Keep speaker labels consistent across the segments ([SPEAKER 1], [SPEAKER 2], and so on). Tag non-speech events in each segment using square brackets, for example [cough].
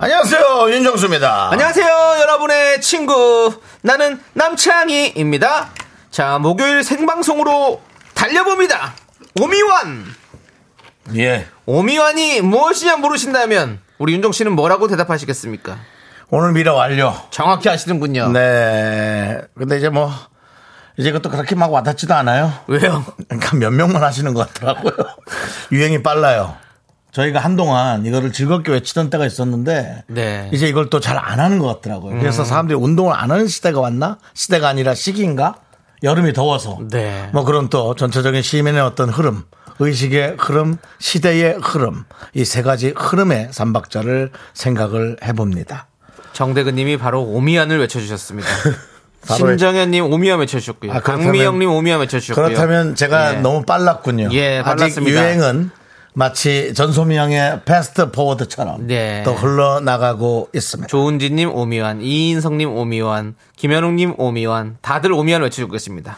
[SPEAKER 1] 안녕하세요
[SPEAKER 2] 아.
[SPEAKER 1] 윤정수입니다.
[SPEAKER 2] 안녕하세요, 여러분의 친구. 나는 남창희입니다. 자, 목요일 생방송으로 달려봅니다. 오미완!
[SPEAKER 1] 예.
[SPEAKER 2] 오미완이 무엇이냐 물으신다면, 우리 윤종 씨는 뭐라고 대답하시겠습니까?
[SPEAKER 1] 오늘 미라 완료.
[SPEAKER 2] 정확히 아시는군요.
[SPEAKER 1] 네. 근데 이제 뭐 이제 그것도 그렇게 막 와닿지도 않아요.
[SPEAKER 2] 왜요?
[SPEAKER 1] 그러니까 몇 명만 하시는 것 같더라고요. [laughs] 유행이 빨라요. 저희가 한동안 이거를 즐겁게 외치던 때가 있었는데
[SPEAKER 2] 네. 음.
[SPEAKER 1] 이제 이걸 또 잘 안 하는 것 같더라고요. 그래서 사람들이 운동을 안 하는 시대가 왔나? 시대가 아니라 시기인가? 여름이 더워서
[SPEAKER 2] 네.
[SPEAKER 1] 뭐 그런 또 전체적인 시민의 어떤 흐름, 의식의 흐름, 시대의 흐름 이 세 가지 흐름의 삼박자를 생각을 해봅니다.
[SPEAKER 2] 정대근 님이 바로 오미완을 [laughs] 외쳐주셨습니다.
[SPEAKER 1] 바로
[SPEAKER 2] 심정현 님 오미완 외쳐주셨고요.
[SPEAKER 1] 아, 그렇다면-
[SPEAKER 2] 강미영 님 오미완 외쳐주셨고요.
[SPEAKER 1] 그렇다면 제가
[SPEAKER 2] 예.
[SPEAKER 1] 너무 빨랐군요.
[SPEAKER 2] 예,
[SPEAKER 1] 아직
[SPEAKER 2] 빨랐습니다.
[SPEAKER 1] 유행은 마치 전소미양의 패스트 포워드처럼
[SPEAKER 2] 네.
[SPEAKER 1] 또 흘러나가고 있습니다.
[SPEAKER 2] 조은지 님 오미완, 이인성 님 오미완, 김현웅 님 오미완, 다들 오미완 외쳐주고 계십니다.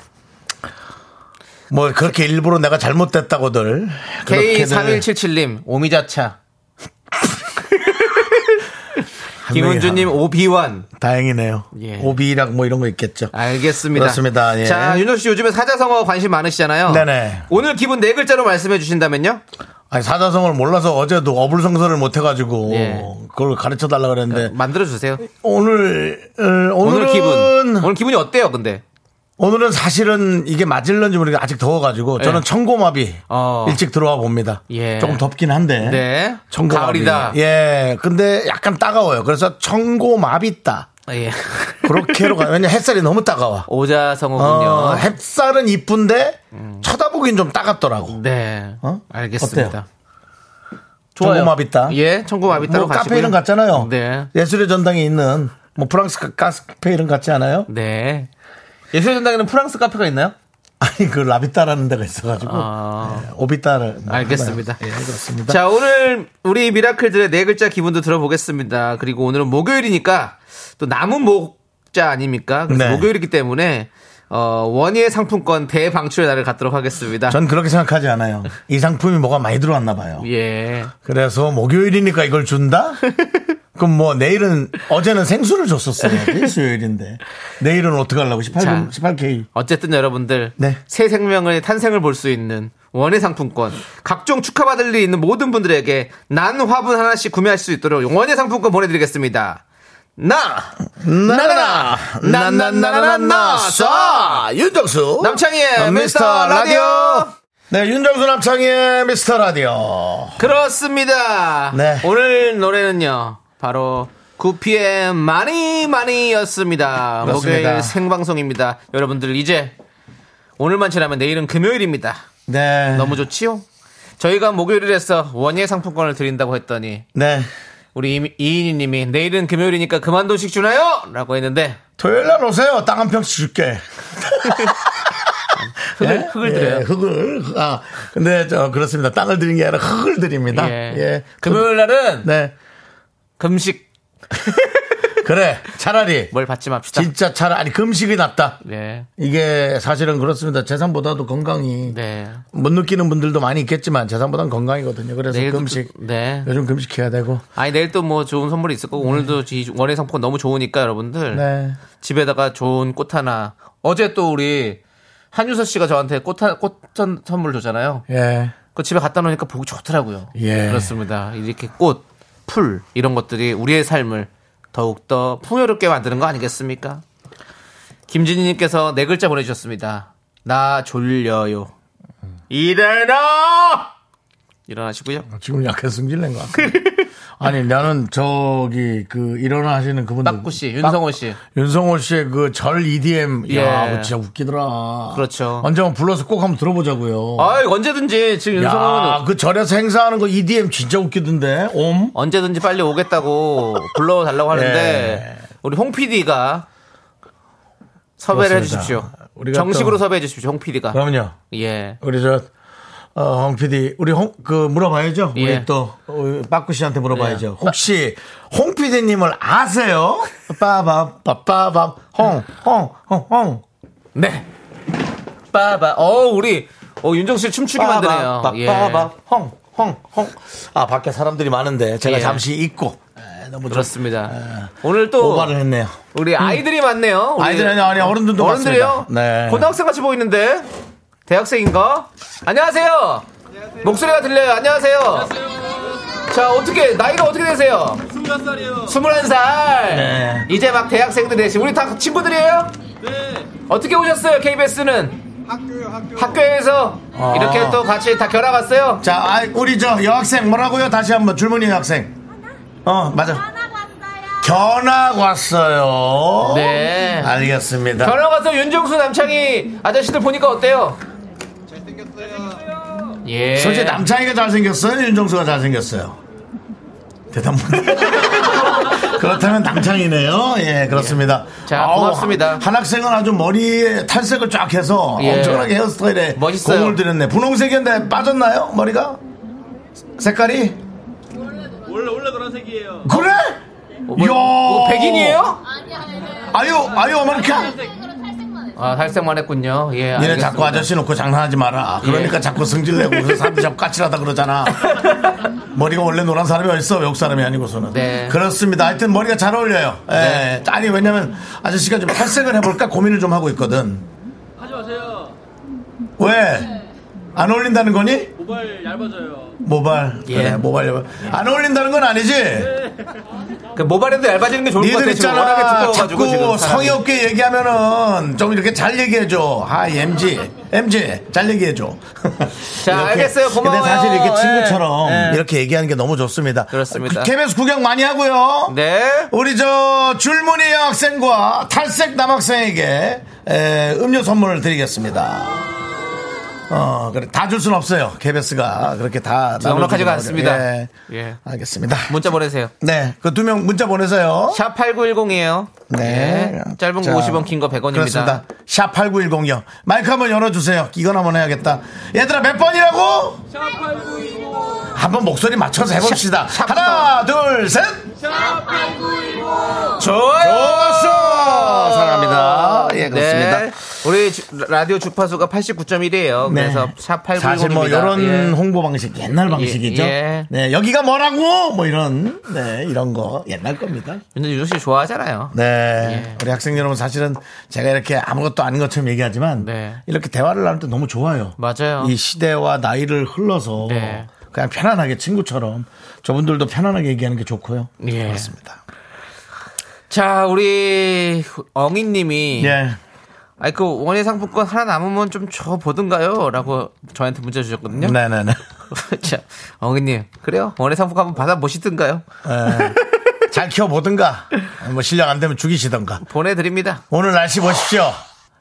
[SPEAKER 1] 뭐 그렇게 일부러 내가 잘못됐다고들 그렇게들
[SPEAKER 2] K3177님, 오미자차.
[SPEAKER 1] [laughs] 한 명이
[SPEAKER 2] 김은주님,
[SPEAKER 1] 하-
[SPEAKER 2] 오비완.
[SPEAKER 1] 다행이네요.
[SPEAKER 2] 예. 아.
[SPEAKER 1] 오비락 뭐 이런 거 있겠죠.
[SPEAKER 2] 알겠습니다.
[SPEAKER 1] 그렇습니다. 예.
[SPEAKER 2] 자, 윤호 씨 요즘에 사자성어 관심 많으시잖아요.
[SPEAKER 1] 네네.
[SPEAKER 2] 오늘 기분 네 글자로 말씀해 주신다면요?
[SPEAKER 1] 아니 사자성어를 몰라서 어제도 어불성설을 못해가지고
[SPEAKER 2] 예.
[SPEAKER 1] 그걸 가르쳐 달라 그랬는데
[SPEAKER 2] 만들어 주세요.
[SPEAKER 1] 오늘 어, 네. 오늘은
[SPEAKER 2] 오늘
[SPEAKER 1] 오늘
[SPEAKER 2] 기분. 오늘 기분이 어때요, 근데?
[SPEAKER 1] 은 사실은 이게 맞을런지 모르겠는데 아직 더워가지고 저는
[SPEAKER 2] 예.
[SPEAKER 1] 청고마비
[SPEAKER 2] 어.
[SPEAKER 1] 일찍 들어와 봅니다.
[SPEAKER 2] 예.
[SPEAKER 1] 조금 덥긴 한데
[SPEAKER 2] 네.
[SPEAKER 1] 청고마비.
[SPEAKER 2] 가을이다.
[SPEAKER 1] 예, 근데 약간 따가워요. 그래서 청고마비다
[SPEAKER 2] 예. [laughs]
[SPEAKER 1] 그렇게로 가. 왜냐 햇살이 너무 따가워.
[SPEAKER 2] 오자성어군요. 음.
[SPEAKER 1] 어, 햇살은 이쁜데 쳐다보긴 좀 따갑더라고.
[SPEAKER 2] 네.
[SPEAKER 1] 어?
[SPEAKER 2] 알겠습니다.
[SPEAKER 1] 어때요?
[SPEAKER 2] 좋아요.
[SPEAKER 1] 청고마비다.
[SPEAKER 2] 예, 청고마비 따로
[SPEAKER 1] 뭐
[SPEAKER 2] 가시고요.
[SPEAKER 1] 카페 이름 같잖아요.
[SPEAKER 2] 네.
[SPEAKER 1] 예술의 전당에 있는 뭐 프랑스 카- 카페 이름 같지 않아요?
[SPEAKER 2] 네. 예술의 전당에는 프랑스 카페가 있나요?
[SPEAKER 1] 아니 그 라비따라는 데가 있어가지고
[SPEAKER 2] 아.
[SPEAKER 1] 네, 오비따를 뭐
[SPEAKER 2] 알겠습니다.
[SPEAKER 1] 해봐요. 예, 그렇습니다.
[SPEAKER 2] 자, 오늘 우리 미라클들의 네 글자 기분도 들어보겠습니다. 그리고 오늘은 목요일이니까 또 남은 목자 아닙니까? 그래서
[SPEAKER 1] 네.
[SPEAKER 2] 목요일이기 때문에 어, 원예 상품권 대방출의 날을 갖도록 하겠습니다.
[SPEAKER 1] 전 그렇게 생각하지 않아요. 이 상품이 뭐가 많이 들어왔나 봐요.
[SPEAKER 2] 예.
[SPEAKER 1] 그래서 목요일이니까 이걸 준다? 그럼 뭐 내일은 어제는 생수를 줬었어요. 수요일인데 내일은 어떻게 하려고 18,
[SPEAKER 2] 자.
[SPEAKER 1] 18K
[SPEAKER 2] 어쨌든 여러분들
[SPEAKER 1] 네.
[SPEAKER 2] 새 생명의 탄생을 볼 수 있는 원예 상품권 각종 축하받을 일이 있는 모든 분들에게 난 화분 하나씩 구매할 수 있도록 원예 상품권 보내드리겠습니다. 나 나나나 나나나나나 쏴
[SPEAKER 1] 쏴! 윤정수
[SPEAKER 2] 남창희의 미스터 라디오
[SPEAKER 1] 네 윤정수 남창희의 미스터 라디오
[SPEAKER 2] 그렇습니다.
[SPEAKER 1] 네.
[SPEAKER 2] 오늘 노래는요. 바로 구피의 많이 많이였습니다.
[SPEAKER 1] 그렇습니다.
[SPEAKER 2] 목요일 생방송입니다. 여러분들 이제 오늘만 지나면 내일은 금요일입니다.
[SPEAKER 1] 네
[SPEAKER 2] 너무 좋지요? 저희가 목요일에서 원예 상품권을 드린다고 했더니
[SPEAKER 1] 네
[SPEAKER 2] 우리 이- 이인희님이 내일은 금요일이니까 그만둬식 주나요? 라고 했는데
[SPEAKER 1] 토요일 날 오세요 땅 한 평씩 줄게
[SPEAKER 2] [laughs] 흙을, 흙을 드려요.
[SPEAKER 1] 예, 흙을 아 근데 저 그렇습니다 땅을 드린 게 아니라 흙을 드립니다
[SPEAKER 2] 예.
[SPEAKER 1] 예
[SPEAKER 2] 금요일 날은
[SPEAKER 1] 네
[SPEAKER 2] 금식
[SPEAKER 1] 그래
[SPEAKER 2] [laughs]
[SPEAKER 1] 차라리
[SPEAKER 2] 뭘 받지 맙시다.
[SPEAKER 1] 진짜 차라리 아니, 금식이 낫다
[SPEAKER 2] 네.
[SPEAKER 1] 이게 사실은 그렇습니다 재산보다도 건강이
[SPEAKER 2] 네.
[SPEAKER 1] 못 느끼는 분들도 많이 있겠지만 재산보다는 건강이거든요 그래서
[SPEAKER 2] 내일도
[SPEAKER 1] 금식
[SPEAKER 2] 또- 네.
[SPEAKER 1] 요즘 금식해야 되고
[SPEAKER 2] 아니 내일 또 뭐 좋은 선물이 있을 거고 오늘도 이 원예 상품 너무 좋으니까 여러분들
[SPEAKER 1] 네.
[SPEAKER 2] 집에다가 좋은 꽃 하나 어제 또 우리 한유서 씨가 저한테 꽃, 하- 꽃 선- 선물 줬잖아요
[SPEAKER 1] 예.
[SPEAKER 2] 그 집에 갖다 놓으니까 보기 좋더라고요
[SPEAKER 1] 예.
[SPEAKER 2] 그렇습니다 이렇게 꽃, 풀 이런 것들이 우리의 삶을 더욱더 풍요롭게 만드는 거 아니겠습니까 김진희님께서 네
[SPEAKER 1] 음.
[SPEAKER 2] 글자 보내주셨습니다 나 졸려요 일어나 일어나시고요.
[SPEAKER 1] 지금 약간 승질낸 것
[SPEAKER 2] [laughs]
[SPEAKER 1] 같아요. 아니 나는 저기 그 일어나시는 그분들
[SPEAKER 2] 박구 씨, 윤성호 씨.
[SPEAKER 1] 윤성호 씨의 그 절 EDM 야
[SPEAKER 2] 예.
[SPEAKER 1] 그거 진짜 웃기더라.
[SPEAKER 2] 그렇죠.
[SPEAKER 1] 언제 한번 불러서 꼭 한번 들어보자고요.
[SPEAKER 2] 아, 언제든지 지금 윤성호는
[SPEAKER 1] 야그 절에서 행사하는 거 EDM 진짜 웃기던데. 옴.
[SPEAKER 2] 언제든지 빨리 오겠다고 불러달라고 하는데
[SPEAKER 1] 예.
[SPEAKER 2] 우리 홍 PD가 섭외를
[SPEAKER 1] 그렇습니다.
[SPEAKER 2] 해주십시오.
[SPEAKER 1] 우리가
[SPEAKER 2] 정식으로
[SPEAKER 1] 또-
[SPEAKER 2] 섭외해 주십시오, 홍 PD가.
[SPEAKER 1] 그럼요.
[SPEAKER 2] 예.
[SPEAKER 1] 우리 저, 어, 홍 PD, 우리 홍, 그, 물어봐야죠.
[SPEAKER 2] 예.
[SPEAKER 1] 우리 또, 어, 빠꾸 씨한테 물어봐야죠. 혹시, 홍 PD님을 아세요? 빠밤, 빠빠밤, 홍, 홍, 홍, 홍.
[SPEAKER 2] 네. 빠바. 어, 우리 어, 윤정 씨 춤추게 만드네요.
[SPEAKER 1] 빠밤,
[SPEAKER 2] 예.
[SPEAKER 1] 빠밤, 홍, 홍, 홍. 아, 밖에 사람들이 많은데, 제가
[SPEAKER 2] 예.
[SPEAKER 1] 잠시 잊고, 에, 너무 좀
[SPEAKER 2] 그렇습니다. 오늘 또
[SPEAKER 1] 예. 오바를 했네요.
[SPEAKER 2] 우리 아이들이 많네요.
[SPEAKER 1] 음.
[SPEAKER 2] 우리
[SPEAKER 1] 아이들이 아니라 아니, 어른들도
[SPEAKER 2] 어른들이요?
[SPEAKER 1] 많습니다. 네.
[SPEAKER 2] 고등학생 같이 보이는데 대학생인가? 안녕하세요. 목소리가 들려요. 안녕하세요. 자 어떻게 나이가 어떻게 되세요? 21살이요. 21살.
[SPEAKER 1] 네.
[SPEAKER 2] 이제 막 대학생들 되신 우리 다 친구들이에요? 네. 어떻게 오셨어요 KBS는? 학교요 학교. 학교에서
[SPEAKER 1] 아.
[SPEAKER 2] 이렇게 또 같이 다 결합 왔어요.
[SPEAKER 1] 자, 아이, 우리 저 여학생 뭐라고요? 다시 한번 줄무늬 여학생. 어, 맞아. 견학 왔어요.
[SPEAKER 2] 네.
[SPEAKER 1] 알겠습니다.
[SPEAKER 2] 결혼 가서 윤정수 남창희 아저씨들 보니까 어때요? 잘생겼어요. 예.
[SPEAKER 1] 솔직히 남창이가 잘생겼어요? 윤정수가 잘생겼어요? 대답 못 [laughs] 그렇다면 남창이네요. 예, 그렇습니다.
[SPEAKER 2] 자,
[SPEAKER 1] 아우,
[SPEAKER 2] 고맙습니다.
[SPEAKER 1] 한, 한 학생은 아주 머리에 탈색을 쫙 해서
[SPEAKER 2] 예.
[SPEAKER 1] 엄청나게 헤어스타일에
[SPEAKER 2] 멋있어요.
[SPEAKER 1] 공을 들였네. 분홍색이었는데 빠졌나요? 머리가? 색깔이? 원래, 원래 노란색이에요. 그래?
[SPEAKER 2] 뭐, 뭐 백인이에요?
[SPEAKER 1] 아유, 아유, 아메리카.
[SPEAKER 2] 아, 탈색만 했군요.
[SPEAKER 1] 니네
[SPEAKER 2] 예. 알겠습니다.
[SPEAKER 1] 자꾸 아저씨 놓고 장난하지 마라. 그러니까
[SPEAKER 2] 예.
[SPEAKER 1] 자꾸 승질내고 그래서 사람들이 자꾸 까칠하다
[SPEAKER 2] [laughs]
[SPEAKER 1] 그러잖아. 머리가 원래 노란 사람이 어딨어 외국 사람이 아니고서는.
[SPEAKER 2] 네.
[SPEAKER 1] 그렇습니다. 하여튼 머리가 잘 어울려요. 예. 아니 왜냐면 아저씨가 좀 탈색을 해볼까 고민을 좀 하고 있거든. 하지 마세요. 왜? 안 어울린다는 거니? 모발 얇아져요. 모발.
[SPEAKER 2] 예.
[SPEAKER 1] 그래, 모발 얇아. 안 어울린다는 건 아니지?
[SPEAKER 2] 그 모발에도 얇아지는 게 좋을 것
[SPEAKER 1] 니들
[SPEAKER 2] 같아요. 지금 워낙에
[SPEAKER 1] 있잖아.
[SPEAKER 2] 두꺼워가지고
[SPEAKER 1] 자꾸
[SPEAKER 2] 지금. 사람이.
[SPEAKER 1] 성의 없게 얘기하면은 좀 이렇게 잘 얘기해줘. 하이, MG. MG. 잘 얘기해줘.
[SPEAKER 2] [laughs] 자, 알겠어요. 고마워요.
[SPEAKER 1] 근데 사실 이렇게 친구처럼
[SPEAKER 2] 예, 예.
[SPEAKER 1] 이렇게 얘기하는 게 너무 좋습니다.
[SPEAKER 2] 그렇습니다.
[SPEAKER 1] KBS 구경 많이 하고요.
[SPEAKER 2] 네.
[SPEAKER 1] 우리 저 줄무늬 학생과 탈색 남학생에게 에, 음료 선물을 드리겠습니다. 어, 그래. 다 줄 순 없어요. KBS가 그렇게 다.
[SPEAKER 2] 넉넉하지가
[SPEAKER 1] 나눠주기는
[SPEAKER 2] 않습니다.
[SPEAKER 1] 어려워요. 예.
[SPEAKER 2] 예.
[SPEAKER 1] 알겠습니다.
[SPEAKER 2] 문자 보내세요.
[SPEAKER 1] 네. 그 두 명 문자 보내세요.
[SPEAKER 2] 샵 8910이에요. 예.
[SPEAKER 1] 네.
[SPEAKER 2] 짧은 거
[SPEAKER 1] 자,
[SPEAKER 2] 50원, 긴 거 100원입니다.
[SPEAKER 1] 그렇습니다. 샵 8910이요. 마이크 한번 열어주세요. 이건 한번 해야겠다. 얘들아, 몇 번이라고? 샵 8910. 한번 목소리 맞춰서 해봅시다. 하나, 둘, 셋.
[SPEAKER 2] 좋아요.
[SPEAKER 1] 좋았어! 사랑합니다. 예, 그렇습니다.
[SPEAKER 2] 네. 우리 주- 라디오 주파수가 89.1이에요.
[SPEAKER 1] 네.
[SPEAKER 2] 그래서 샵 8910입니다.
[SPEAKER 1] 사실 뭐 이런 홍보 방식 옛날 방식이죠.
[SPEAKER 2] 예.
[SPEAKER 1] 네 여기가 뭐라고 뭐 이런 네 이런 거 옛날 겁니다.
[SPEAKER 2] 근데 유정 씨 좋아하잖아요.
[SPEAKER 1] 네.
[SPEAKER 2] 예.
[SPEAKER 1] 우리 학생 여러분 사실은 제가 이렇게 아무것도 아닌 것처럼 얘기하지만
[SPEAKER 2] 네.
[SPEAKER 1] 이렇게 대화를 나눌 때 너무 좋아요.
[SPEAKER 2] 맞아요.
[SPEAKER 1] 이 시대와 나이를 흘러서
[SPEAKER 2] 네.
[SPEAKER 1] 그냥 편안하게 친구처럼 저분들도 편안하게 얘기하는 게 좋고요.
[SPEAKER 2] 예.
[SPEAKER 1] 그렇습니다.
[SPEAKER 2] 자, 우리 엉이님이
[SPEAKER 1] 예.
[SPEAKER 2] 아이 그 원예 상품권 하나 남으면 좀 줘 보든가요?라고 저한테 문자 주셨거든요.
[SPEAKER 1] 네네네.
[SPEAKER 2] [laughs] 자, 엉이님 그래요? 원예 상품권 한번 받아 보시든가요?
[SPEAKER 1] 예. 잘 키워보든가 뭐 실력 안 되면 죽이시던가
[SPEAKER 2] 보내드립니다.
[SPEAKER 1] 오늘 날씨 보십시오.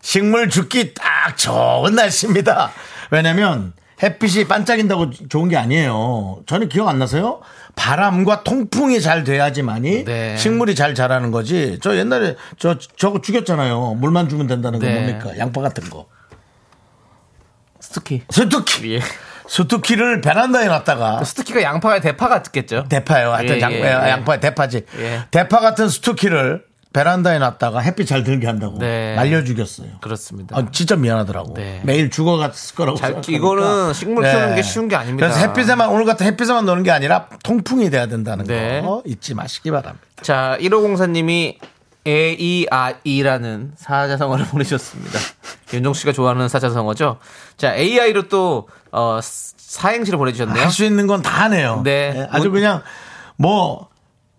[SPEAKER 1] 식물 죽기 딱 좋은 날씨입니다. 왜냐면 햇빛이 반짝인다고 좋은 게 아니에요. 저는 기억 안 나세요? 바람과 통풍이 잘 돼야지만이
[SPEAKER 2] 네.
[SPEAKER 1] 식물이 잘 자라는 거지. 저 옛날에 저 저거 죽였잖아요. 물만 주면 된다는 거
[SPEAKER 2] 네.
[SPEAKER 1] 뭡니까? 양파 같은 거.
[SPEAKER 2] 스투키.
[SPEAKER 1] 수투키.
[SPEAKER 2] 예.
[SPEAKER 1] 수투키를 베란다에 놨다가
[SPEAKER 2] 스투키가 양파에 대파 같겠죠?
[SPEAKER 1] 대파요. 하여튼
[SPEAKER 2] 예,
[SPEAKER 1] 양,
[SPEAKER 2] 예, 예.
[SPEAKER 1] 파에 대파지.
[SPEAKER 2] 예.
[SPEAKER 1] 대파 같은 수투키를 베란다에 놨다가 햇빛 잘 들게 한다고
[SPEAKER 2] 네.
[SPEAKER 1] 말려 죽였어요.
[SPEAKER 2] 그렇습니다.
[SPEAKER 1] 아, 진짜 미안하더라고.
[SPEAKER 2] 네.
[SPEAKER 1] 매일 죽어갔을 거라고.
[SPEAKER 2] 잘-
[SPEAKER 1] 생각하니까. 네.
[SPEAKER 2] 이거는 식물 키우는 게 쉬운 게 아닙니다.
[SPEAKER 1] 그래서 햇빛에만 오늘 같은 햇빛에만 노는 게 아니라 통풍이 돼야 된다는
[SPEAKER 2] 네.
[SPEAKER 1] 거 잊지 마시기 바랍니다.
[SPEAKER 2] 자, 1504님이 AEI라는 사자성어를 [laughs] 보내셨습니다. 윤종 씨가 좋아하는 사자성어죠. 자, AI로 또 어, 사행시를 보내주셨네요.
[SPEAKER 1] 할 수 있는 건 다 하네요.
[SPEAKER 2] 네.
[SPEAKER 1] 예, 아주
[SPEAKER 2] 문-
[SPEAKER 1] 그냥 뭐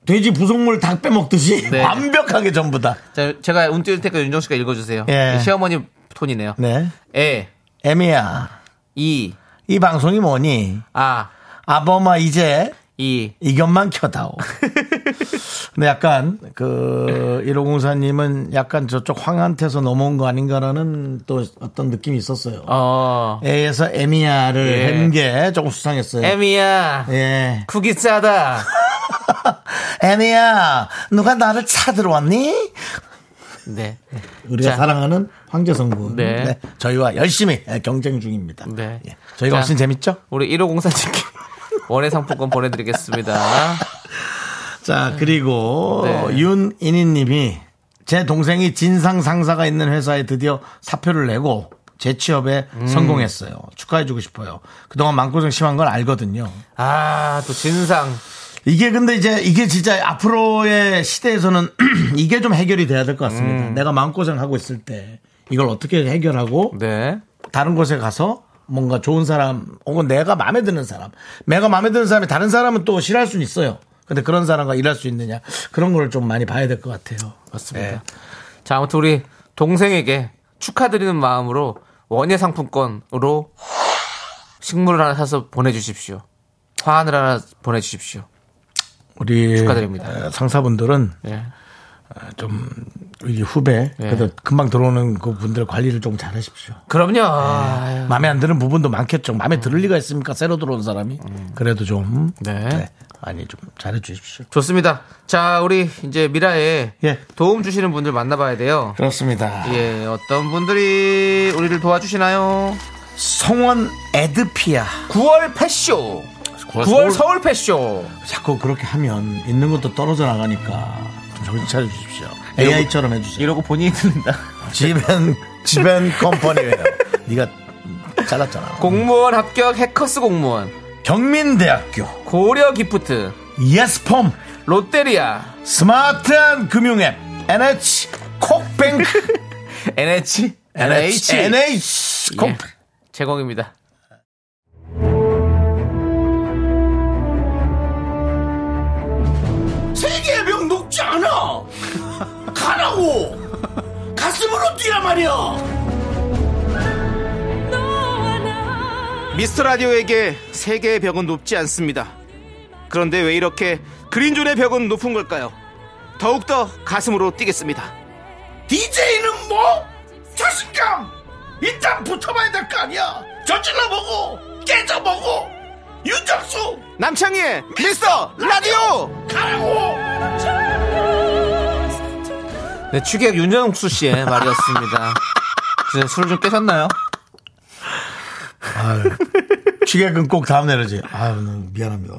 [SPEAKER 1] 돼지 부속물 닭 빼먹듯이
[SPEAKER 2] 네.
[SPEAKER 1] [laughs] 완벽하게 전부 다.
[SPEAKER 2] 자, 제가 운 띄울 테니까 윤종 씨가 읽어주세요.
[SPEAKER 1] 예.
[SPEAKER 2] 시어머니 톤이네요.
[SPEAKER 1] 네.
[SPEAKER 2] 에,
[SPEAKER 1] 애미야,
[SPEAKER 2] 이,
[SPEAKER 1] 이 방송이 뭐니?
[SPEAKER 2] 아,
[SPEAKER 1] 아범아 이제
[SPEAKER 2] 이
[SPEAKER 1] 이견만 켜다오. [laughs] 근데 약간 그 1504님은 약간 저쪽 황한테서 넘어온 거 아닌가라는 또 어떤 느낌이 있었어요.
[SPEAKER 2] 어.
[SPEAKER 1] A에서 에미야를
[SPEAKER 2] 예.
[SPEAKER 1] 햄게 조금 수상했어요.
[SPEAKER 2] 에미야.
[SPEAKER 1] 네. 예. [laughs]
[SPEAKER 2] 국이 짜다.
[SPEAKER 1] 에미야, 누가 나를 찾으러왔니?
[SPEAKER 2] 네.
[SPEAKER 1] 우리가
[SPEAKER 2] 자.
[SPEAKER 1] 사랑하는 황제성군.
[SPEAKER 2] 네.
[SPEAKER 1] 저희와 열심히 경쟁 중입니다.
[SPEAKER 2] 네.
[SPEAKER 1] 예. 저희가
[SPEAKER 2] 자.
[SPEAKER 1] 없으면 재밌죠?
[SPEAKER 2] 우리 1504님께 [laughs] 원예 상품권 보내드리겠습니다.
[SPEAKER 1] 자, 그리고
[SPEAKER 2] 네.
[SPEAKER 1] 윤인희 님이 제 동생이 진상 상사가 있는 회사에 드디어 사표를 내고 재취업에 성공했어요. 축하해주고 싶어요. 그동안 마음고생 심한 건 알거든요.
[SPEAKER 2] 아, 또 진상.
[SPEAKER 1] 이게 근데 이제 이게 진짜 앞으로의 시대에서는 [clears throat] 이게 좀 해결이 돼야 될 것 같습니다. 내가 마음고생하고 있을 때 이걸 어떻게 해결하고
[SPEAKER 2] 네.
[SPEAKER 1] 다른 곳에 가서 뭔가 좋은 사람 혹은 내가 마음에 드는 사람 내가 마음에 드는 사람이 다른 사람은 또 싫어할 수는 있어요 근데 그런 사람과 일할 수 있느냐 그런 걸 좀 많이 봐야 될 것 같아요
[SPEAKER 2] 맞습니다.
[SPEAKER 1] 네.
[SPEAKER 2] 자, 아무튼 우리 동생에게 축하드리는 마음으로 원예 상품권으로 식물을 하나 사서 보내주십시오. 화환을 하나 보내주십시오.
[SPEAKER 1] 우리
[SPEAKER 2] 축하드립니다.
[SPEAKER 1] 에, 상사분들은
[SPEAKER 2] 예.
[SPEAKER 1] 좀 우리 후배
[SPEAKER 2] 네.
[SPEAKER 1] 그래도 금방 들어오는 그 분들 관리를 좀 잘하십시오
[SPEAKER 2] 그럼요. 아유.
[SPEAKER 1] 마음에 안 드는 부분도 많겠죠 마음에 들을 리가 있습니까 새로 들어온 사람이 그래도 좀
[SPEAKER 2] 네.
[SPEAKER 1] 네, 아니 좀 잘해 주십시오
[SPEAKER 2] 좋습니다. 자, 우리 이제 미라에
[SPEAKER 1] 예.
[SPEAKER 2] 도움 주시는 분들 만나봐야 돼요.
[SPEAKER 1] 그렇습니다
[SPEAKER 2] 예, 어떤 분들이 우리를 도와주시나요?
[SPEAKER 1] 성원 에드피아
[SPEAKER 2] 9월 패쇼. 9월, 서울, 패쇼.
[SPEAKER 1] 자꾸 그렇게 하면 있는 것도 떨어져 나가니까 좀 정신 차려 주십시오. AI처럼 해주세요.
[SPEAKER 2] 이러고 본인이 듣는다. [laughs]
[SPEAKER 1] 지벤 지벤 컴퍼니웨어. 네가 잘랐잖아.
[SPEAKER 2] 공무원 합격 해커스 공무원.
[SPEAKER 1] 경민대학교
[SPEAKER 2] 고려 기프트.
[SPEAKER 1] 예스폼
[SPEAKER 2] 롯데리아.
[SPEAKER 1] 스마트한 금융앱 NH 콕뱅크
[SPEAKER 2] NH.
[SPEAKER 1] NH NH 콕
[SPEAKER 2] 예, 제공입니다.
[SPEAKER 1] 세계의 병 녹지 않아. 가라고 가슴으로 뛰란 말이야.
[SPEAKER 3] 미스터 라디오에게 세계의 벽은 높지 않습니다. 그런데 왜 이렇게 그린존의 벽은 높은 걸까요? 더욱더 가슴으로 뛰겠습니다.
[SPEAKER 1] DJ는 뭐 자신감 일단 붙어봐야 될 거 아니야. 저질러 보고 깨져 보고 윤정수
[SPEAKER 3] 남창희의 미스터 라디오!
[SPEAKER 1] 가라고.
[SPEAKER 2] 네, 추객 윤정수 씨의 말이었습니다. 진짜 술좀 깨셨나요?
[SPEAKER 1] 취객은 꼭 다음 내려지. 아유, 너무 미안합니다.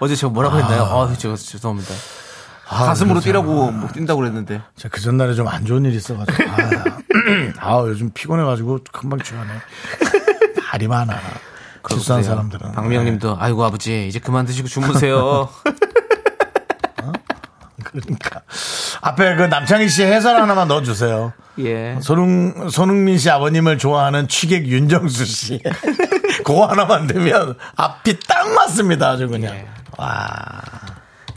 [SPEAKER 2] 어제 제가 뭐라고 했나요? 아, 제가 죄송합니다.
[SPEAKER 1] 아,
[SPEAKER 2] 가슴으로
[SPEAKER 1] 그래서-
[SPEAKER 2] 뛰라고 뭐 뛴다고 그랬는데.
[SPEAKER 1] 제가 그 전날에 좀 안 좋은 일이 있어가지고. 아, 아, 요즘 피곤해가지고 금방 취하네. 말이 많아. 실수한
[SPEAKER 2] 그러세요.
[SPEAKER 1] 사람들은.
[SPEAKER 2] 박미영님도 아이고 아버지 이제 그만 드시고 주무세요.
[SPEAKER 1] [laughs] 네, 그러니까. 앞에 그 남창희 씨 해설 하나만 넣어주세요.
[SPEAKER 2] 예.
[SPEAKER 1] 손흥, 손흥민 씨 아버님을 좋아하는 취객 윤정수 씨. [laughs] 그거 하나만 되면 앞이 딱 맞습니다. 아주 그냥.
[SPEAKER 2] 예.
[SPEAKER 1] 와.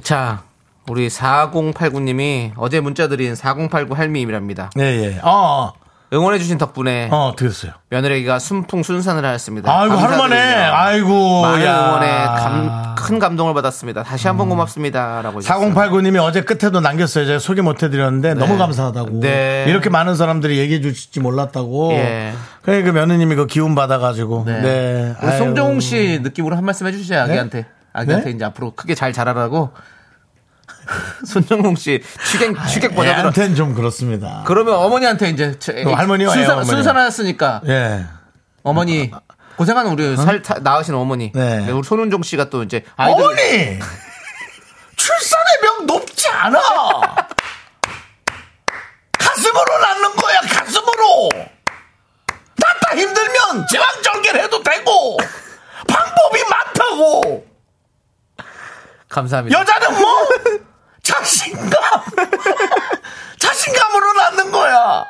[SPEAKER 2] 자, 우리 4089님이 어제 문자 드린 4089 할미임이랍니다.
[SPEAKER 1] 예, 예. 어,
[SPEAKER 2] 응원해주신 덕분에
[SPEAKER 1] 어, 어, 들었어요.
[SPEAKER 2] 며느리가 순풍순산을 하였습니다.
[SPEAKER 1] 아이고,
[SPEAKER 2] 감사드리며
[SPEAKER 1] 하루만에. 아이고.
[SPEAKER 2] 많은
[SPEAKER 1] 야. 음.
[SPEAKER 2] 응원에 감- 큰 감동을 받았습니다. 다시 한번 고맙습니다라고. 해주셨어요.
[SPEAKER 1] 4089님이 어제 끝에도 남겼어요. 제가 소개 못 해드렸는데 너무 감사하다고.
[SPEAKER 2] 네.
[SPEAKER 1] 이렇게 많은 사람들이 얘기해 주실지 몰랐다고.
[SPEAKER 2] 예.
[SPEAKER 1] 그러니까 그 며느님이 그 기운 받아가지고. 네.
[SPEAKER 2] 우리
[SPEAKER 1] 아유.
[SPEAKER 2] 송정웅 씨 느낌으로 한 말씀 해주세요 아기한테. 아기한테
[SPEAKER 1] 네?
[SPEAKER 2] 이제 앞으로 크게 잘 자라라고. [laughs] 손정웅 씨 취객 취객 버전으로.
[SPEAKER 1] 애한텐 예, 좀 그렇습니다.
[SPEAKER 2] 그러면 어머니한테 이제 제-
[SPEAKER 1] 어, 할머니와 애,
[SPEAKER 2] 순산,
[SPEAKER 1] 어머니.
[SPEAKER 2] 순산하였으니까
[SPEAKER 1] 예.
[SPEAKER 2] 어머니 고생한 우리 살 타- 낳으신 어머니.
[SPEAKER 1] 어? 네.
[SPEAKER 2] 우리 손은종 씨가 또 이제 아이들
[SPEAKER 1] 어머니! [laughs] 출산의 명 높지 않아! [laughs] 가슴으로 낳는 거야, 가슴으로! 낳다 힘들면 제왕절개를 해도 되고! 방법이 많다고!
[SPEAKER 2] 감사합니다.
[SPEAKER 1] 여자는 뭐
[SPEAKER 2] [laughs]
[SPEAKER 1] 자신감 자신감으로 낳는 거야.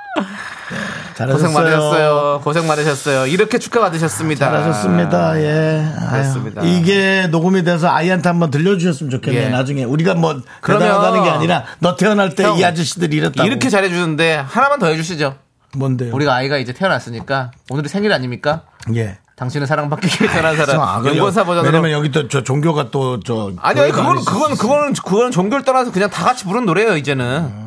[SPEAKER 2] 고생 많으셨어요. 고생 많으셨어요. 이렇게 축하 받으셨습니다.
[SPEAKER 1] 잘하셨습니다. 예. 아유,
[SPEAKER 2] 그렇습니다.
[SPEAKER 1] 이게 녹음이 돼서 아이한테 한번 들려주셨으면 좋겠네요.
[SPEAKER 2] 예.
[SPEAKER 1] 나중에 우리가 뭐
[SPEAKER 2] 그러면-
[SPEAKER 1] 대단하다는 게 아니라 너 태어날 때
[SPEAKER 2] 형,
[SPEAKER 1] 이 아저씨들이 이랬다고.
[SPEAKER 2] 이렇게 잘해주는데 하나만 더 해주시죠.
[SPEAKER 1] 뭔데요?
[SPEAKER 2] 우리가 아이가 이제 태어났으니까 오늘이 생일 아닙니까?
[SPEAKER 1] 예.
[SPEAKER 2] 당신은 사랑받기 위해 태어난
[SPEAKER 1] 좀
[SPEAKER 2] 사람.
[SPEAKER 1] 악을
[SPEAKER 2] 연권사
[SPEAKER 1] 여-
[SPEAKER 2] 버전으로.
[SPEAKER 1] 그렇죠. 아, 왜냐면 여기 또 저 종교가 또저
[SPEAKER 2] 아니, 아니 그거는 그거는 그거는 그거는 종교를 떠나서 그냥 다 같이 부른 노래예요 이제는.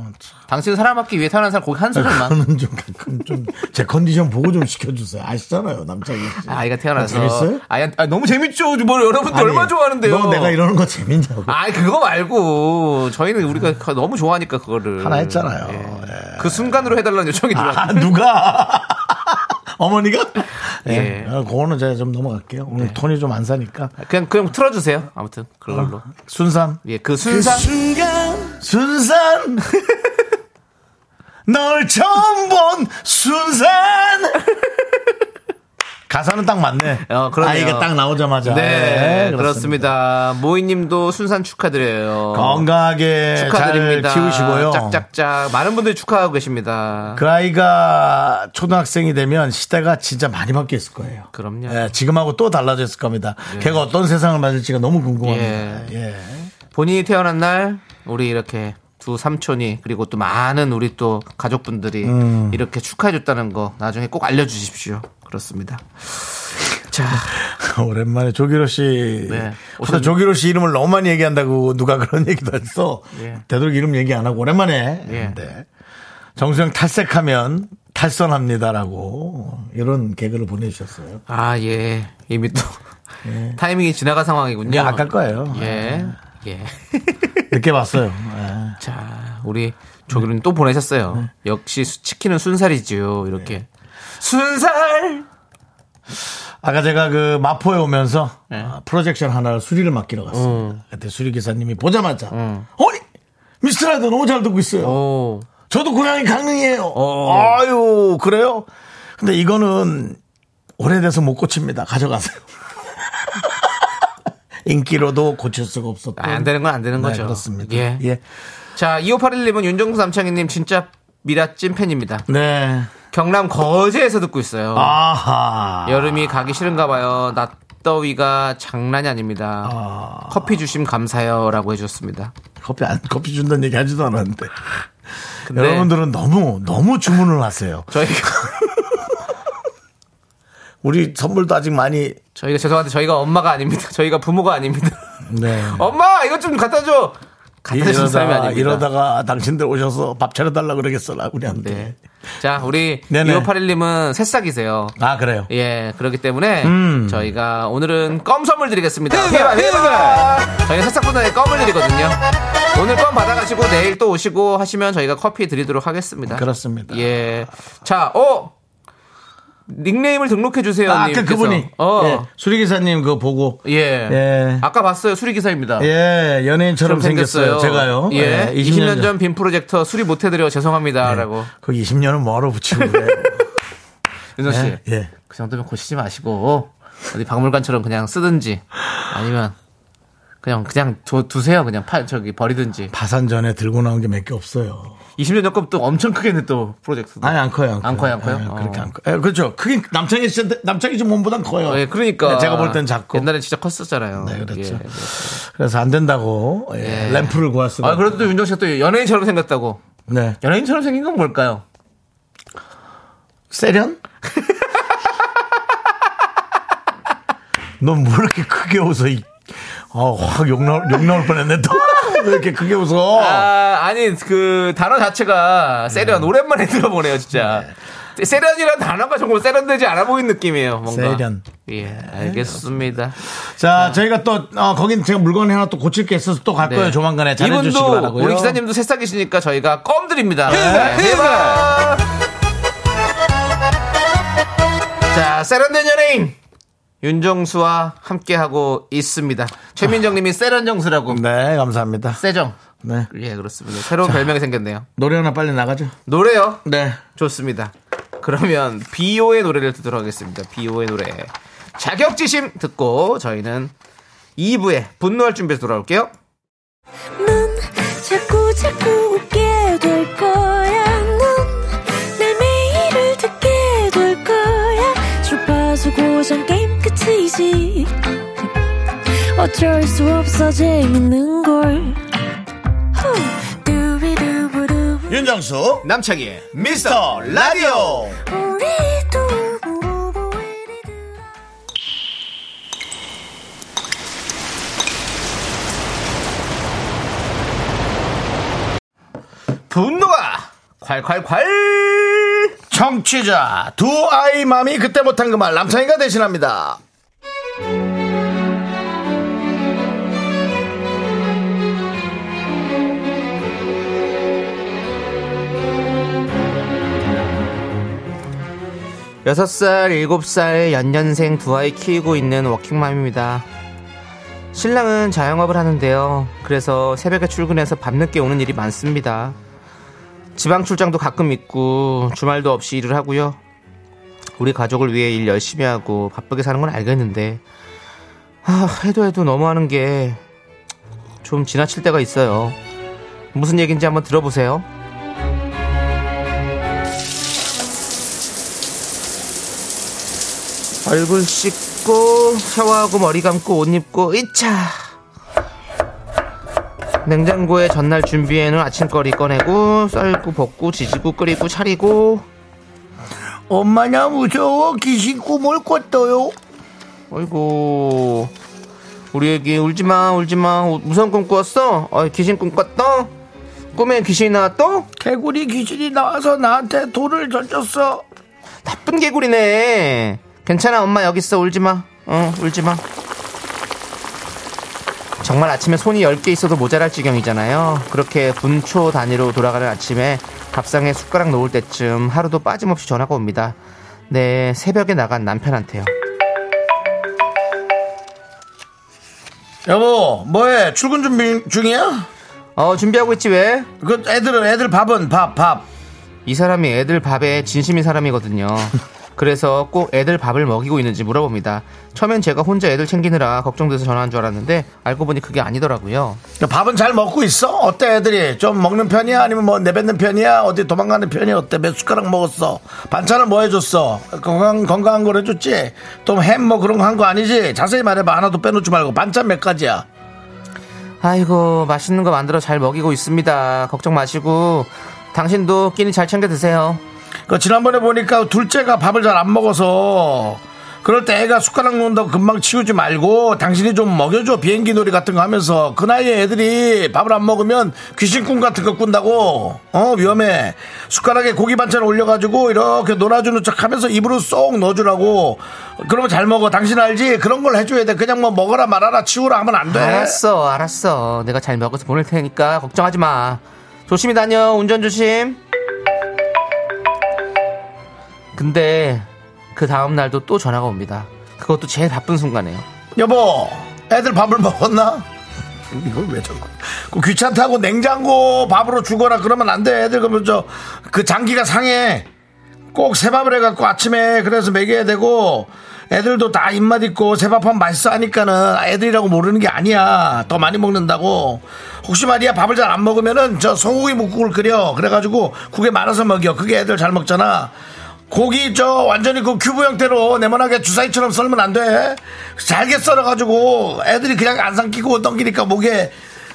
[SPEAKER 2] 당신은 사랑받기 위해 태어난 사람 거기 한 소절만.
[SPEAKER 1] 아, 그거는 좀 가끔 좀제 컨디션 보고 좀 시켜주세요. 아시잖아요, 남창희 씨.
[SPEAKER 2] 아이가 태어나서.
[SPEAKER 1] 재밌어요?
[SPEAKER 2] 아이, 아, 너무 재밌죠. 뭐 여러분들
[SPEAKER 1] 아니,
[SPEAKER 2] 얼마나 좋아하는데요.
[SPEAKER 1] 너 내가 이러는 거 재밌냐고.
[SPEAKER 2] 아이 그거 말고 저희는 우리가 거- 너무 좋아하니까 그거를
[SPEAKER 1] 하나 했잖아요.
[SPEAKER 2] 예. 그 순간으로 해달라는 요청이 들어왔어요.
[SPEAKER 1] 아 누가? [laughs] 어머니가?
[SPEAKER 2] 예. 네.
[SPEAKER 1] 예. 아, 그거는 제가 좀 넘어갈게요. 오늘 톤이 좀 안 사니까.
[SPEAKER 2] 그냥 그냥 틀어주세요. 아무튼 그걸로.
[SPEAKER 1] 순산.
[SPEAKER 2] 예, 그 순상.
[SPEAKER 1] 순산. [laughs] 널 처음 본 순산. [laughs] 가사는 딱 맞네.
[SPEAKER 2] 어, 그러네요.
[SPEAKER 1] 아이가 딱 나오자마자.
[SPEAKER 2] 네,
[SPEAKER 1] 예,
[SPEAKER 2] 그렇습니다. 모이님도 순산 축하드려요.
[SPEAKER 1] 건강하게
[SPEAKER 2] 축하드립니다.
[SPEAKER 1] 네, 잘 키우시고요.
[SPEAKER 2] 짝짝짝 많은 분들이 축하하고 계십니다.
[SPEAKER 1] 그 아이가 초등학생이 되면 시대가 진짜 많이 바뀌었을 거예요.
[SPEAKER 2] 그럼요.
[SPEAKER 1] 예, 지금하고 또 달라졌을 겁니다. 걔가 어떤 세상을 맞을지가 너무 궁금합니다.
[SPEAKER 2] 예.
[SPEAKER 1] 예. [laughs]
[SPEAKER 2] 본인이 태어난 날 우리 이렇게 두 삼촌이 그리고 또 많은 우리 또 가족분들이
[SPEAKER 1] 음.
[SPEAKER 2] 이렇게 축하해줬다는 거 나중에 꼭 알려주십시오. 그렇습니다. 자,
[SPEAKER 1] 오랜만에 조기로 씨.
[SPEAKER 2] 네.
[SPEAKER 1] 보다 조기로 씨 이름을 너무 많이 얘기한다고 누가 그런 [laughs] 얘기도 했어.
[SPEAKER 2] 예.
[SPEAKER 1] 되도록 이름 얘기 안 하고 오랜만에.
[SPEAKER 2] 예.
[SPEAKER 1] 했는데 정수영 탈색하면 탈선합니다라고 이런 개그를 보내주셨어요.
[SPEAKER 2] 아 예, 이미 또 타이밍이 지나간 상황이군요.
[SPEAKER 1] 예. 이게 아까 거예요.
[SPEAKER 2] 어.
[SPEAKER 1] 아.
[SPEAKER 2] 예, 예.
[SPEAKER 1] 늦게 봤어요. 예.
[SPEAKER 2] 자, 우리 조기로님 또 보내셨어요.
[SPEAKER 1] 네.
[SPEAKER 2] 역시 수- 치킨은 순살이지요. 이렇게 순살.
[SPEAKER 1] 아까 제가 그 마포에 오면서
[SPEAKER 2] 네. 음.
[SPEAKER 1] 아, 프로젝션 하나를 수리를 맡기러 갔습니다. 그때 수리 기사님이 보자마자 어이 미스터라도 너무 잘 듣고 있어요.
[SPEAKER 2] 오,
[SPEAKER 1] 저도 고향이 강릉이에요.
[SPEAKER 2] 어.
[SPEAKER 1] 아유 그래요? 근데 이거는 오래돼서 못 고칩니다. 가져가세요. [laughs] 인기로도 고칠 수가 없었던.
[SPEAKER 2] 아, 안 되는 건 안 되는
[SPEAKER 1] 네,
[SPEAKER 2] 거죠.
[SPEAKER 1] 그렇습니다.
[SPEAKER 2] 예.
[SPEAKER 1] 예.
[SPEAKER 2] 자, 2581님은 윤정수 남창희님 진짜 미라찜 팬입니다.
[SPEAKER 1] 네.
[SPEAKER 2] 경남 거제에서 듣고 있어요.
[SPEAKER 1] 아. 아하.
[SPEAKER 2] 여름이 가기 싫은가 봐요. 낮더위가 장난이 아닙니다. 커피 주심 감사요라고 해주셨습니다.
[SPEAKER 1] 커피 안 커피 준다는 얘기 하지도 않았는데.
[SPEAKER 2] 근데
[SPEAKER 1] 여러분들은 너무 너무 주문을 하세요.
[SPEAKER 2] 저희가
[SPEAKER 1] 우리 선물도 아직 많이
[SPEAKER 2] 저희가 죄송한데 저희가 엄마가 아닙니다. 저희가 부모가 아닙니다.
[SPEAKER 1] 네.
[SPEAKER 2] 엄마 이것 좀 갖다 줘. 갖다 주는 사람이
[SPEAKER 1] 이러다가,
[SPEAKER 2] 아닙니다.
[SPEAKER 1] 이러다가 당신들 오셔서 밥 차려달라 그러겠어, 나, 우리한테.
[SPEAKER 2] 네. 자 우리
[SPEAKER 1] 네네.
[SPEAKER 2] 2581님은 새싹이세요.
[SPEAKER 1] 아, 그래요.
[SPEAKER 2] 예, 그렇기 때문에
[SPEAKER 1] 음.
[SPEAKER 2] 저희가 오늘은 껌 선물 드리겠습니다. 휘바, 휘바. 저희는 새싹분들에 껌을 드리거든요. 오늘 껌 받아가지고 내일 또 오시고 하시면 저희가 커피 드리도록 하겠습니다.
[SPEAKER 1] 그렇습니다.
[SPEAKER 2] 예. 자, 어 닉네임을 등록해 주세요.
[SPEAKER 1] 아, 아까
[SPEAKER 2] 님께서.
[SPEAKER 1] 그분이.
[SPEAKER 2] 어.
[SPEAKER 1] 예, 수리기사님 그거 보고.
[SPEAKER 2] 예.
[SPEAKER 1] 예.
[SPEAKER 2] 아까 봤어요 수리 기사입니다.
[SPEAKER 1] 예, 연예인처럼 생겼어요. 제가요.
[SPEAKER 2] 예. 20년, 전 빔 프로젝터 수리 못해드려 죄송합니다라고
[SPEAKER 1] 그 20년은 뭐하러 붙이고 그래요.
[SPEAKER 2] 윤정 씨.
[SPEAKER 1] 예, 예.
[SPEAKER 2] [laughs] 그 정도면 고치지 마시고 어디 박물관처럼 그냥 쓰든지 아니면 그냥 그냥 두, 두세요 그냥 팔 저기 버리든지
[SPEAKER 1] 파산 전에 들고 나온 게 몇 개 없어요.
[SPEAKER 2] 20년 전급 또 엄청 크겠네 또 프로젝트도
[SPEAKER 1] 아니, 안 커요, 안 커요.
[SPEAKER 2] 안 커요, 안 커요?
[SPEAKER 1] 예, 그렇게
[SPEAKER 2] 어.
[SPEAKER 1] 안 커요. 예, 그렇죠. 크긴 남창희 씨, 남창희 씨 몸보단 커요. 네,
[SPEAKER 2] 어, 예, 그러니까
[SPEAKER 1] 제가 볼 땐 작고.
[SPEAKER 2] 옛날에 진짜 컸었잖아요
[SPEAKER 1] 네, 그렇죠.
[SPEAKER 2] 예, 네.
[SPEAKER 1] 그래서 안 된다고. 예,
[SPEAKER 2] 예.
[SPEAKER 1] 램프를 구했어요.
[SPEAKER 2] 아 그래도 또 윤정 씨가 또 연예인처럼 생겼다고
[SPEAKER 1] 네.
[SPEAKER 2] 연예인처럼 생긴 건 뭘까요
[SPEAKER 1] 세련? [laughs] 넌 왜 이렇게 크게 웃어? 이... 아, 확 욕, 나올, 욕 나올 뻔했네, 또. [laughs] 왜 이렇게 크게 웃어?
[SPEAKER 2] 아 아니 그 단어 자체가 세련 오랜만에 네. 들어보네요 진짜 세련이라는 단어가 정말 세련되지 않아 보이는 느낌이에요 뭔가
[SPEAKER 1] 세련.
[SPEAKER 2] 예 알겠습니다
[SPEAKER 1] 자, 저희가 또, 어, 거긴 제가 물건 하나 또 고칠 게 있어서 또 갈 거예요, 조만간에. 잘해주시기
[SPEAKER 2] 네. 이분도
[SPEAKER 1] 바라고요. 네.
[SPEAKER 2] 우리 기사님도 새싹이시니까 저희가 껌 드립니다.
[SPEAKER 1] 대박,
[SPEAKER 2] 네, 대박.
[SPEAKER 1] 네.
[SPEAKER 2] 자, 세련된 연예인 윤정수와 함께하고 있습니다.
[SPEAKER 1] 아.
[SPEAKER 2] 최민정님이 세련정수라고.
[SPEAKER 1] 네, 감사합니다.
[SPEAKER 2] 세정.
[SPEAKER 1] 네.
[SPEAKER 2] 예, 그렇습니다. 새로운 별명이 생겼네요.
[SPEAKER 1] 노래 하나 빨리 나가죠.
[SPEAKER 2] 노래요?
[SPEAKER 1] 네.
[SPEAKER 2] 좋습니다. 그러면 비오의 노래를 듣도록 하겠습니다. 비오의 노래. 자격지심 듣고 저희는 2부에 분노할 준비해서 돌아올게요.
[SPEAKER 4] 넌 자꾸 자꾸 웃게 될 거야. 넌내 매일을 듣게 될 거야. 주파수 고정 게임 끝이지. 어쩔 수 없어 재밌는 걸. 후. 두비두부두.
[SPEAKER 1] 윤정수,
[SPEAKER 2] 남창희의
[SPEAKER 1] 미스터 라디오.
[SPEAKER 4] 우리 두부부부 우리 두부부.
[SPEAKER 1] 그
[SPEAKER 2] 분노가 콸콸콸
[SPEAKER 1] 청취자 두 아이 맘이 그때 못한 그 말 남창희가 대신합니다.
[SPEAKER 2] 여섯 살 일곱 살 연년생 두 아이 키우고 있는 워킹맘입니다 신랑은 자영업을 하는데요 그래서 새벽에 출근해서 밤늦게 오는 일이 많습니다 지방 출장도 가끔 있고 주말도 없이 일을 하고요 우리 가족을 위해 일 열심히 하고 바쁘게 사는 건 알겠는데 아, 해도 해도 너무하는 게 좀 지나칠 때가 있어요 무슨 얘기인지 한번 들어보세요 얼굴 씻고 샤워하고 머리 감고 옷 입고 이차 냉장고에 전날 준비해놓은 아침거리 꺼내고 썰고 볶고 지지고 끓이고 차리고
[SPEAKER 1] 엄마 나 무서워 귀신 꿈을 꿨어요.
[SPEAKER 2] 어이구 우리 애기 울지마 울지마 무서운 꿈 꾸었어? 어, 귀신 꿈 꿨어? 꿈에 귀신이 나왔어?
[SPEAKER 1] 개구리 귀신이 나와서 나한테 돌을 던졌어.
[SPEAKER 2] 나쁜 개구리네. 괜찮아, 엄마 여기 있어. 울지 마. 어, 울지 마. 정말 아침에 손이 10개 있어도 모자랄 지경이잖아요. 그렇게 분초 단위로 돌아가는 아침에 밥상에 숟가락 놓을 때쯤 하루도 빠짐없이 전화가 옵니다. 네, 새벽에 나간 남편한테요.
[SPEAKER 1] 여보 뭐해 출근 준비 중이야?
[SPEAKER 2] 어, 준비하고 있지 왜?
[SPEAKER 1] 그 애들은 애들 밥은 밥 밥.
[SPEAKER 2] 이 사람이 애들 밥에 진심인 사람이거든요. 그래서 꼭 애들 밥을 먹이고 있는지 물어봅니다. 처음엔 제가 혼자 애들 챙기느라 걱정돼서 전화한 줄 알았는데 알고 보니 그게 아니더라고요.
[SPEAKER 1] 밥은 잘 먹고 있어? 어때 애들이 좀 먹는 편이야? 아니면 뭐 내뱉는 편이야? 어디 도망가는 편이야? 어때 몇 숟가락 먹었어? 반찬은 뭐 해줬어? 건강 건강한 걸 해줬지? 또 햄 뭐 그런 거 한 거 아니지? 자세히 말해봐 하나도 빼놓지 말고 반찬 몇 가지야?
[SPEAKER 2] 아이고 맛있는 거 만들어 잘 먹이고 있습니다. 걱정 마시고 당신도 끼니 잘 챙겨 드세요.
[SPEAKER 1] 그 지난번에 보니까 둘째가 밥을 잘 안 먹어서 그럴 때 애가 숟가락 놓는다고 금방 치우지 말고 당신이 좀 먹여줘 비행기 놀이 같은 거 하면서 그 나이에 애들이 밥을 안 먹으면 귀신꿈 같은 거 꾼다고 어 위험해 숟가락에 고기 반찬 올려가지고 이렇게 놀아주는 척하면서 입으로 쏙 넣어주라고 그러면 잘 먹어 당신 알지 그런 걸 해줘야 돼 그냥 뭐 먹어라 말아라 치우라 하면 안돼
[SPEAKER 2] 알았어, 알았어. 내가 잘 먹어서 보낼 테니까 걱정하지 마. 조심히 다녀. 운전 조심. 근데 그 다음 날도 또 전화가 옵니다. 그것도 제일 바쁜 순간에요.
[SPEAKER 1] 여보, 애들 밥을 먹었나? 이걸 왜 자꾸. 그 귀찮다고 냉장고 밥으로 주거나 그러면 안 돼. 애들 그러면 저 그 장기가 상해. 꼭 새밥을 해갖고 아침에 그래서 먹여야 되고 애들도 다 입맛 있고 새밥하면 맛있어 하니까는 애들이라고 모르는 게 아니야. 더 많이 먹는다고. 혹시 말이야 밥을 잘 안 먹으면은 저 소고기 묵국을 끓여. 그래가지고 국에 말아서 먹여. 그게 애들 잘 먹잖아. 고기 저 완전히 그 큐브 형태로 네모나게 주사위처럼 썰면 안 돼. 잘게 썰어가지고 애들이 그냥 안 삼키고 던기니까 목에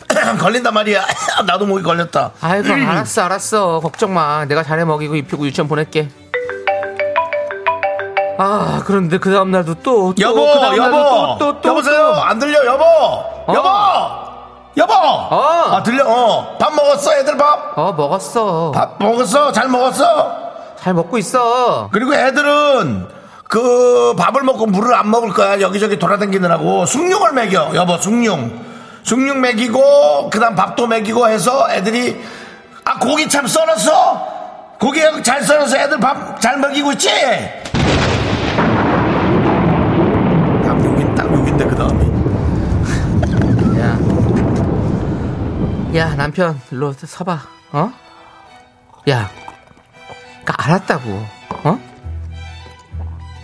[SPEAKER 1] [clears throat] 걸린단 말이야. [laughs] 나도 목이 걸렸다.
[SPEAKER 2] 아이고, 알았어, 알았어. 걱정 마. 내가 잘해 먹이고 입히고 유치원 보낼게. 아, 그런데 그 다음 날도 또, 또,
[SPEAKER 1] 여보,
[SPEAKER 2] 그 다음 날도
[SPEAKER 1] 여보,
[SPEAKER 2] 또, 어. 또, 또,
[SPEAKER 1] 여보세요. 안 들려, 여보, 여보, 여보. 아 들려. 어, 밥 먹었어, 애들 밥.
[SPEAKER 2] 또. 어, 먹었어.
[SPEAKER 1] 밥 먹었어, 잘 먹었어.
[SPEAKER 2] 잘 먹고 있어.
[SPEAKER 1] 그리고 애들은 그 밥을 먹고 물을 안 먹을 거야. 여기저기 돌아다니느라고 숭늉을 먹여, 여보, 숭늉. 숭늉 먹이고 그다음 밥도 먹이고 해서 애들이 아 고기 참 썰었어. 고기 잘 썰어서 애들 밥 잘 먹이고 있지. 예. 딱 여긴 딱 여긴데 그 다음에.
[SPEAKER 2] 야. 야, 남편, 일로 서봐. 어? 야. 그니까 알았다고. 어?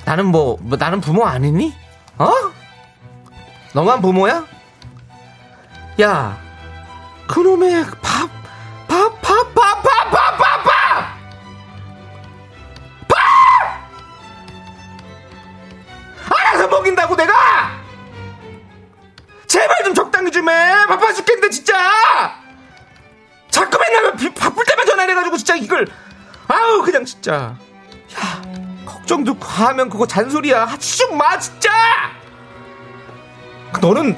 [SPEAKER 2] 나는 뭐, 뭐, 나는 부모 아니니? 어? 너만 부모야? 야. 그놈의 밥, 밥, 밥, 밥, 밥, 밥, 밥, 밥! 밥! 알아서 먹인다고 내가! 제발 좀 적당히 좀 해. 바빠 죽겠는데 진짜. 자꾸 맨날 비- 바쁠 때만 전화를 해가지고 진짜 이걸 아우 그냥 진짜. 야 걱정도 과하면 그거 잔소리야. 하지 좀 마 진짜. 그 너는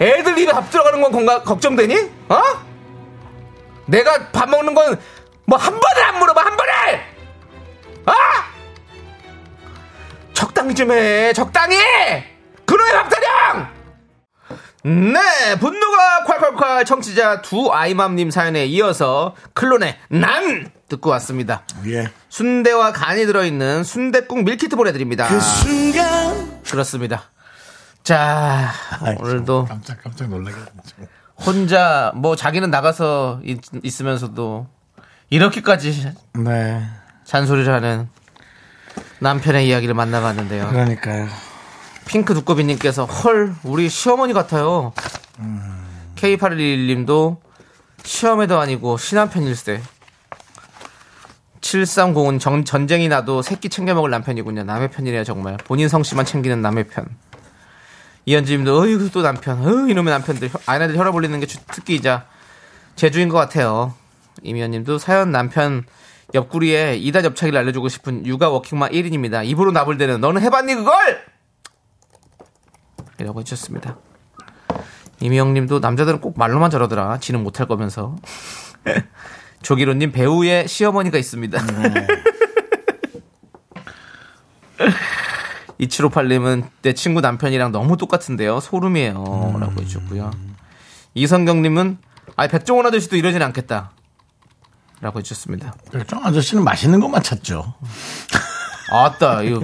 [SPEAKER 2] 애들 일에 밥 들어가는 건 건가 걱정되니? 어? 내가 밥 먹는 건 뭐 한 번을 안 물어봐 한 번을 아 적당히 좀 해 적당히 그놈의 밥타령 네 분노가 콸콸콸 청취자 두 아이맘님 사연에 이어서 클론의 난 듣고 왔습니다
[SPEAKER 1] 예.
[SPEAKER 2] 순대와 간이 들어있는 순대국 밀키트 보내드립니다
[SPEAKER 1] 그 순간.
[SPEAKER 2] 그렇습니다 자 오늘도
[SPEAKER 1] 깜짝 깜짝 놀라겠네. 지금.
[SPEAKER 2] 혼자 뭐 자기는 나가서 있, 으면서도 이렇게까지
[SPEAKER 1] 네.
[SPEAKER 2] 잔소리를 하는 남편의 이야기를 만나봤는데요.
[SPEAKER 1] 그러니까요.
[SPEAKER 2] 핑크 두꺼비님께서 헐 우리 시어머니 같아요. K811님도 시험에도 아니고 신남편일세. 7305는 정, 전쟁이 나도 새끼 챙겨 먹을 남편이군요. 남의 편이래요 정말. 본인 성씨만 챙기는 남의 편. 이현지님도 어이구 또 남편. 어 이놈의 남편들 혀- 아내들 혈압 올리는 게 주- 특기이자 제주인 것 같아요. 이미연님도 사연 남편 옆구리에 이단 옆차기를 알려주고 싶은 육아 워킹맘 1인입니다. 입으로 나불대는 너는 해봤니 그걸? 이라고 해주셨습니다. 이미영님도 남자들은 꼭 말로만 저러더라. 지는 못할 거면서. [laughs] 조기로님 배우의 시어머니가 있습니다. [laughs] 2758님은 내 친구 남편이랑 너무 똑같은데요. 소름이에요. 라고 해주셨고요. 이성경님은 아 백종원 아저씨도 이러진 않겠다. 라고 해주셨습니다.
[SPEAKER 1] 백종 아저씨는 맛있는 것만 찾죠.
[SPEAKER 2] 아따, 이거.